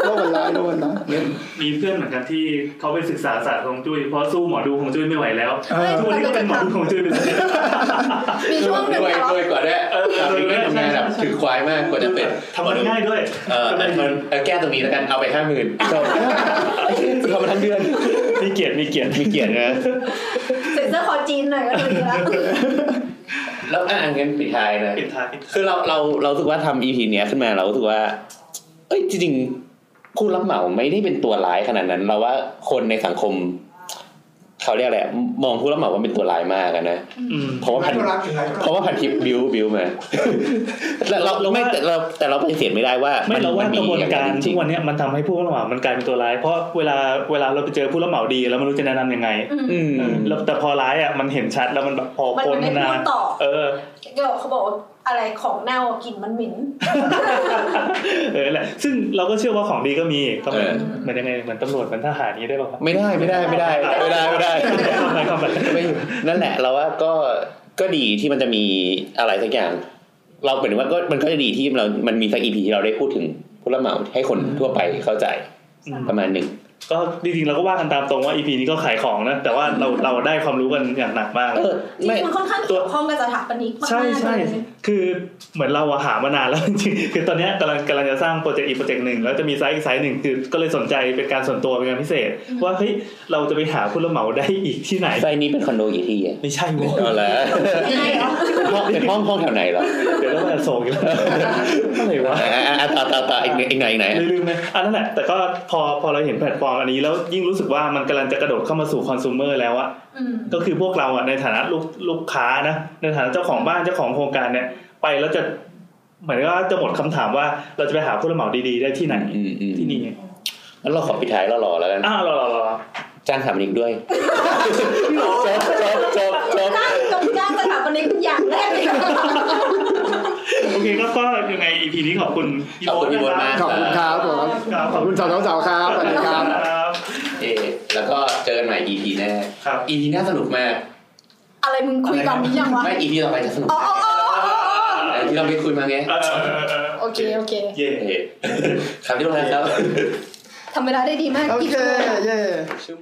โลกมันโลกมันร้ายโลกมันร้ายเนี่ย
มีเพื่อนเหมือนกันที่เขาไปศึกษาศาสตร์ของจุ้ยเพราะสู้หมอดูของจุ้ยไม่ไหวแล้ว
เออ
ทุกวันนี้ก็เป็นหมอดูของจุ้ยไปเลย
มีช่วงหนึ่ง
ด้วย
ทะเลาะ
ด้วยกว่าด้วยถึงเรื่องทำงานแบบถือควายมากกว่าจะเป็น
ทำงานง่ายด้วย
เออมันมันแก้ตรงนี้แล้วกันเอาไปห้าหมื่นจบทำมาทั้งเดือน
มีเกียรติมีเกียรติ
มีเกียรตินะ
เซ็นเซอร์คอจีนหน่อยก็ดีแล้ว
แล้วอ่ะงั้นปิดท้ายนะ
ปิดท้าย
คือเราเราเรารู้สึกว่าทำ EP เนี้ยขึ้นมาเรารู้สึกว่า เอ้ยจริงๆผู้รับเหมาไม่ได้เป็นตัวร้ายขนาดนั้น เราว่าคนในสังคม เขาเรียกอะไรอะมองผู้รับเหมาว่าเป็นตัวร้ายมากอะนะ
อืม
เพราะว่าพันเพราะว่าพันทิปบิวบิวมา แต่เราเราไม่แต่เราแต่เราปฏิเสธไม่ได้ว่า
ไม่
น
เราว่าน กระบวน
อย่ง
การ
จ
ทุ
ริ
ก
ง
วันเนี้ยมันทำให้ผู้รับเหมามันกลายเป็นตัวร้าย เพราะเวลาเวลาเราไปเจอผู้รับเหมาดีแล้วไม่รู้จะแนะนำยังไง
อืม
เออแล้วแต่พอร้ายอ่ะมันเห็นชัดแล้วมันแบบพอ
มัน
คน
ไม่
นา
พูดต่อ
เออ
เดี๋ยวเขาบอกว่าอะไรของเน่ากลิ่นมันเหม็ น
เออแหละ ซึ่งเราก็เชื่อว่าของดีก็มีก็เหมือน
เออ
เหมือนยังไงเหมือนตำรวจเหมือนทหารนี้ได้ป่ะครับ
ไม่ได้ไม่ได้ไม่ได้ไม่ได้ไม่ได้
ไม่เข้าไป
ไม่อยู่นั่นแหละเราว่าก็ก็ดีที่มันจะมีอะไรสักอย่าง เราเป็นว่าก็มันก็จะดีที่เรา มันมีสักอีพีที่เราได้พูดถึงผู้รับเหมาให้คนทั่วไปเข้าใจ
อืม
ประมาณหนึ่ง
ก็จริงๆเราก็ว่ากันตามตรงว่าอีพีนี้ก็ขายของนะ แต่ว่า เราเราได้ความรู้กันอย่างหนักมาก
เออ
จริง
ไม่
ๆมันค่อนข้างเกี่ยวข้องกับสถาปนิกมากๆ
ใช่ใช่
เลย
คือเหมือนเราอะหามานานแล้วจ ริงๆคือตอนเนี้ยกำลังกำลังจะสร้างโปรเจกต์อีกโปรเจกต์หนึ่งแล้วจะมีไซต์อีกไซต์หนึ่งคือก็เลยสนใจเป็นการส่วนตัวเป็นงานพิเศษ ว่าเฮ้ยเราจะไปหาผู้รับเหมาได้อีกที่ไหน
ไซนี้เป็นคอนโดกี่ที่อ่ะ
ไม่ใช่โว้ย
เอาละ
ยังไงเหรอ
ห้องเป็นห้องห้องแถวไหนเหรอ
เดี๋ยวเรามาโศกอีกแล้ว อะไรวะ
อ่ะอ่ะอ่ะต่อต่อต่ออีกอีกไหนอีกไหน
ลืมๆนะอันนั้นแหละแต่ก็พอพอเราเห็นแพลตฟอร์มอันนี้แล้วยิ่งรู้สึกว่ามันกำลังจะกระโดดเข้ามาสู่คอน sumer แล้วอะ
อืม
ก็คือพวกเราอะในฐานะลูกลูกค้านะในฐานะเจ้าของบ้านเจ้าของโครงการเนี่ย ไปแล้วจะเหมือนว่าจะหมดคำถามว่าเราจะไปหาผู้รับเหมาดีๆได้ที่ไหน
อืมอืม
ที่นี่ไง
งั้นเราขอปิดท้ายเรารอแล้วกัน
อ้าวรอรอรอ
จ้างสถามอีกด้วยจบจบจบจบ
จ้างจงจ้างสถาปนิกอย่างแรกเลย
โอเคก็ก็ยังไง EP นี้ขอบคุณพี่
ขอบ
โบ๊
คุ
ท
ณพี่โบ๊ท
นะ
มาก
ค
ข
รับ
อบคุณครับผม
ครับ
ขอบคุณสาวๆครับสวัสดีครับ
ครับ
เอะแล้วก็เจอกันใหม่ EP หน้า
ครับ
EP หน้าสนุกมาก
อะไรมึงคุยกันหรือยังวะ
ไม่ EP ต่อไปจะสนุก
อ๋ออ๋ออ๋ออ๋ออ๋อ
ไอ้ที่เราไปคุยมาไง
เออเออเออ
โอเคโอเค
เย่
เอ๊ะครับที่โรงแรมครับ
ทำเวลาได้ดีมาก
โอ
กี่
เค
ชั่วโมง
เย่